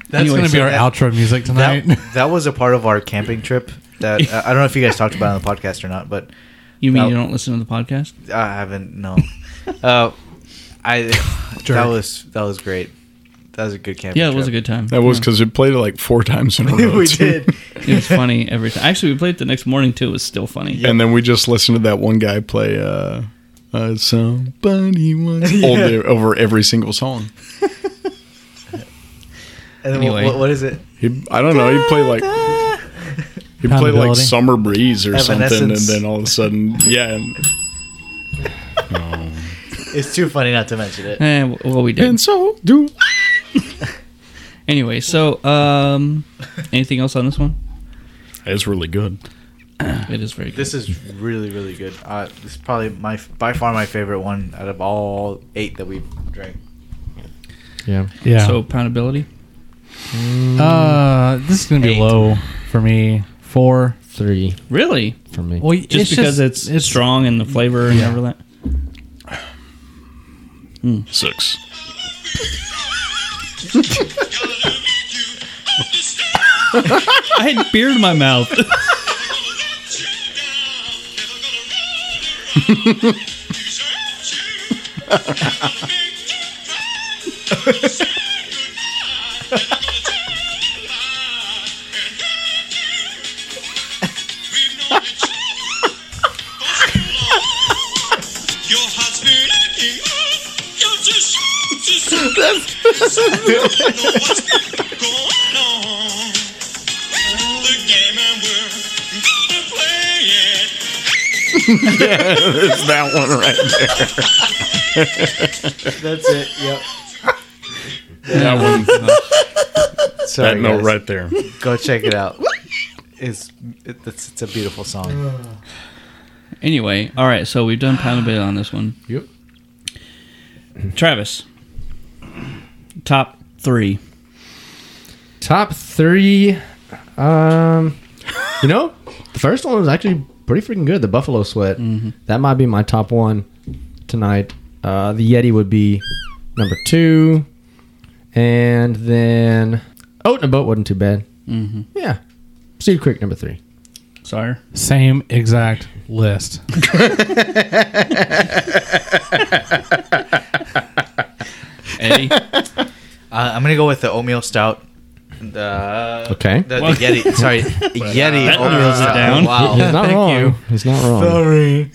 Speaker 3: That's
Speaker 2: Anyway,
Speaker 3: going to
Speaker 2: so
Speaker 3: be our
Speaker 9: that-
Speaker 3: outro music tonight.
Speaker 9: That that was a part of our camping trip. That uh, I don't know if you guys talked about it on the podcast or not, but
Speaker 2: You mean
Speaker 9: Well-
Speaker 2: you don't listen to the podcast?
Speaker 9: I haven't. No, uh, I that was that was great. That was a good camping.
Speaker 2: Yeah, it was a
Speaker 9: trip.
Speaker 2: good time.
Speaker 4: That was because it played it like four times in a row.
Speaker 9: we
Speaker 4: too.
Speaker 9: did.
Speaker 2: It was funny every time. Actually, we played it the next morning too. It was still funny.
Speaker 4: And then we just listened to that one guy play uh, uh, somebody once over, over every single song.
Speaker 9: And then
Speaker 2: Anyway.
Speaker 9: what, what is it?
Speaker 4: He, I don't know. He'd play like he'd play like
Speaker 9: Accountability.
Speaker 4: Summer Breeze or something, and
Speaker 9: Evanescence.
Speaker 4: then all of a sudden, yeah. and-
Speaker 9: It's too funny not to mention it.
Speaker 2: Eh, well, we did.
Speaker 4: And so do.
Speaker 2: Anyway, so um, anything else on this one?
Speaker 4: It's really good.
Speaker 2: it is very good.
Speaker 9: This is really, really good. Uh, this is probably my by far my favorite one out of all eight that we've drank.
Speaker 5: Yeah.
Speaker 3: Yeah.
Speaker 2: So poundability.
Speaker 3: Uh, this is gonna be
Speaker 2: Eight.
Speaker 3: low for me. Four.
Speaker 5: Three.
Speaker 2: Really?
Speaker 5: For me.
Speaker 3: Well,
Speaker 2: just
Speaker 3: it's
Speaker 2: because
Speaker 3: just-
Speaker 2: it's, strong and the flavor and everything.
Speaker 4: Six.
Speaker 2: I had beer in my mouth.
Speaker 4: yeah, it's that one right there.
Speaker 9: That's it. Yep.
Speaker 4: That one.
Speaker 9: Sorry,
Speaker 4: that note
Speaker 9: guys.
Speaker 4: right there.
Speaker 9: Go check it out. It's it, it's, it's a beautiful song.
Speaker 2: Anyway, all right. So we've done poundability on this one. Yep. Travis, top three.
Speaker 5: Top three. Um, you know, the first one was actually pretty freaking good. The Buffalo Sweat. That might be my top one tonight. Uh, the Yeti would be number two, and then Oat in a Boat wasn't too bad.
Speaker 2: Mhm.
Speaker 5: Yeah, Cedar Creek number three.
Speaker 2: Sire.
Speaker 3: Same exact list.
Speaker 2: Eddie.
Speaker 9: Uh, I'm gonna go with the oatmeal stout. The,
Speaker 5: Okay.
Speaker 9: The, the Yeti. Sorry, Yeti
Speaker 2: That
Speaker 9: oatmeal
Speaker 2: narrows it
Speaker 9: stout.
Speaker 2: down.
Speaker 9: Wow.
Speaker 5: He's not wrong. He's not wrong.
Speaker 9: Sorry.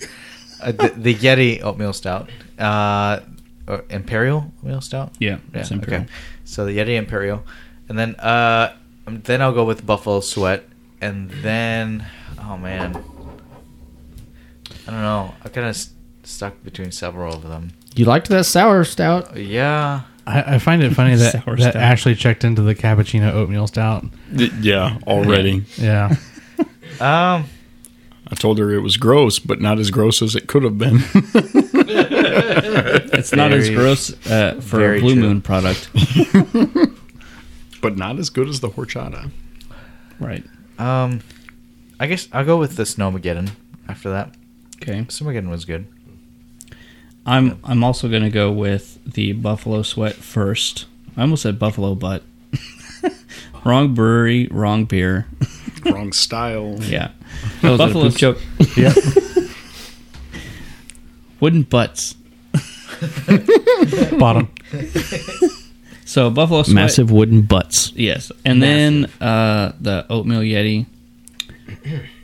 Speaker 9: Uh, the, the Yeti oatmeal stout. Uh, or Imperial oatmeal stout.
Speaker 2: Yeah, it's Imperial.
Speaker 9: Okay. So the Yeti Imperial, and then uh, um, then I'll go with Buffalo Sweat, and then oh man, I don't know. I'm kind of st- stuck between several of them.
Speaker 5: You liked that sour stout?
Speaker 9: Yeah.
Speaker 3: I, I find it funny that,
Speaker 9: Sour
Speaker 3: that
Speaker 9: stout.
Speaker 3: Ashley checked into the cappuccino oatmeal stout.
Speaker 4: Y- Yeah, already.
Speaker 3: Yeah.
Speaker 9: Um,
Speaker 4: I told her it was gross, but not as gross as it could have been.
Speaker 2: It's not as gross uh, for a
Speaker 4: very
Speaker 2: Blue
Speaker 4: true.
Speaker 2: Moon product.
Speaker 4: but not as good as the horchata.
Speaker 2: right.
Speaker 9: Um, I guess I'll go with the Snowmageddon after that.
Speaker 2: Okay.
Speaker 9: Snowmageddon was good.
Speaker 2: I'm I'm also gonna go with the Buffalo Sweat first. I almost said Buffalo Butt. wrong brewery, wrong beer.
Speaker 4: Wrong style.
Speaker 2: Yeah,
Speaker 4: That was a
Speaker 2: Buffalo
Speaker 4: poop joke.
Speaker 2: Yeah, wooden butts.
Speaker 3: Bottom.
Speaker 2: So Buffalo Sweat.
Speaker 12: Massive wooden butts.
Speaker 2: Yes, and then uh, the oatmeal Yeti,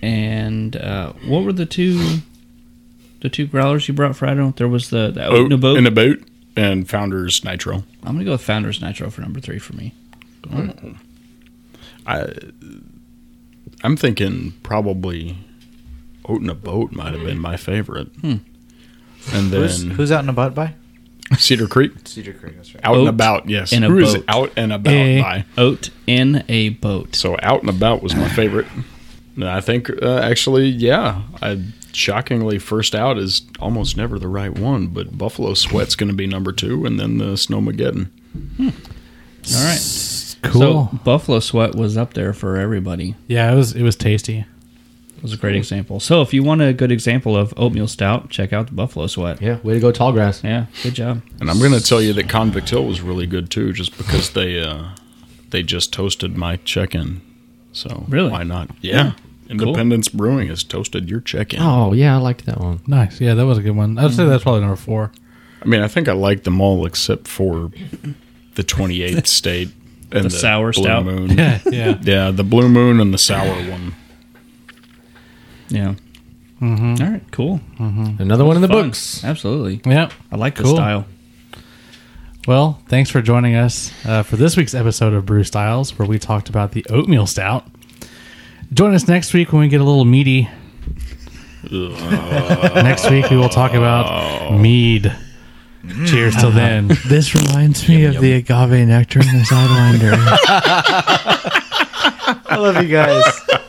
Speaker 2: and uh, what were the two, the two growlers you brought for? I don't. There was the, the oat, in
Speaker 4: Oat
Speaker 2: a boat.
Speaker 4: in a boat and Founders Nitro.
Speaker 2: I'm gonna go with Founders Nitro for number three for me.
Speaker 4: I, I'm thinking probably Oat in a Boat might have been my favorite.
Speaker 9: Hmm.
Speaker 4: And then
Speaker 9: who's, who's out and about by?
Speaker 4: Cedar Creek.
Speaker 9: Cedar Creek. That's right.
Speaker 4: Out
Speaker 2: Oat
Speaker 4: and about, yes.
Speaker 2: in a
Speaker 4: Who is
Speaker 2: boat.
Speaker 4: out and about
Speaker 2: Eh.
Speaker 4: by?
Speaker 2: Oat in a boat.
Speaker 4: So out and about was my favorite. And I think uh, actually, yeah. I shockingly first out is almost never the right one, but Buffalo Sweat's going to be number two, and then the Snowmageddon.
Speaker 2: All right.
Speaker 3: Cool.
Speaker 2: So Buffalo Sweat was up there for everybody.
Speaker 3: yeah, it was it was tasty.
Speaker 2: It was a great example. So if you want a good example of oatmeal stout, check out the Buffalo Sweat.
Speaker 5: Yeah, way to go, tall grass.
Speaker 2: Yeah, good job.
Speaker 4: And I'm going to tell you that Convict Hill was really good too, just because they uh, they just toasted my check-in. So
Speaker 2: Really?
Speaker 4: why not?
Speaker 2: Yeah.
Speaker 4: Yeah, Independence Brewing has toasted your check-in.
Speaker 5: Oh yeah, I liked that one.
Speaker 3: Nice. Yeah, that was a good one. I'd say
Speaker 2: Mm.
Speaker 3: that's probably number four.
Speaker 4: I mean, I think I like them all except for the 28th state and
Speaker 2: The sour
Speaker 4: Blue
Speaker 2: stout.
Speaker 4: Moon.
Speaker 3: Yeah, yeah.
Speaker 4: yeah, the Blue Moon and the sour one.
Speaker 2: Yeah.
Speaker 3: Mm-hmm.
Speaker 2: All right, cool.
Speaker 5: Another one in the
Speaker 2: Fun.
Speaker 5: books.
Speaker 2: Absolutely.
Speaker 3: Yep.
Speaker 2: I like the
Speaker 3: Cool.
Speaker 2: style.
Speaker 3: Well, thanks for joining us uh, for this week's episode of Brew Styles, where we talked about the oatmeal stout. Join us next week when we get a little meaty. next week we will talk about mead. Cheers till then.
Speaker 19: Uh-huh. This reminds me of the agave nectar in this Outlander.
Speaker 9: I love you guys.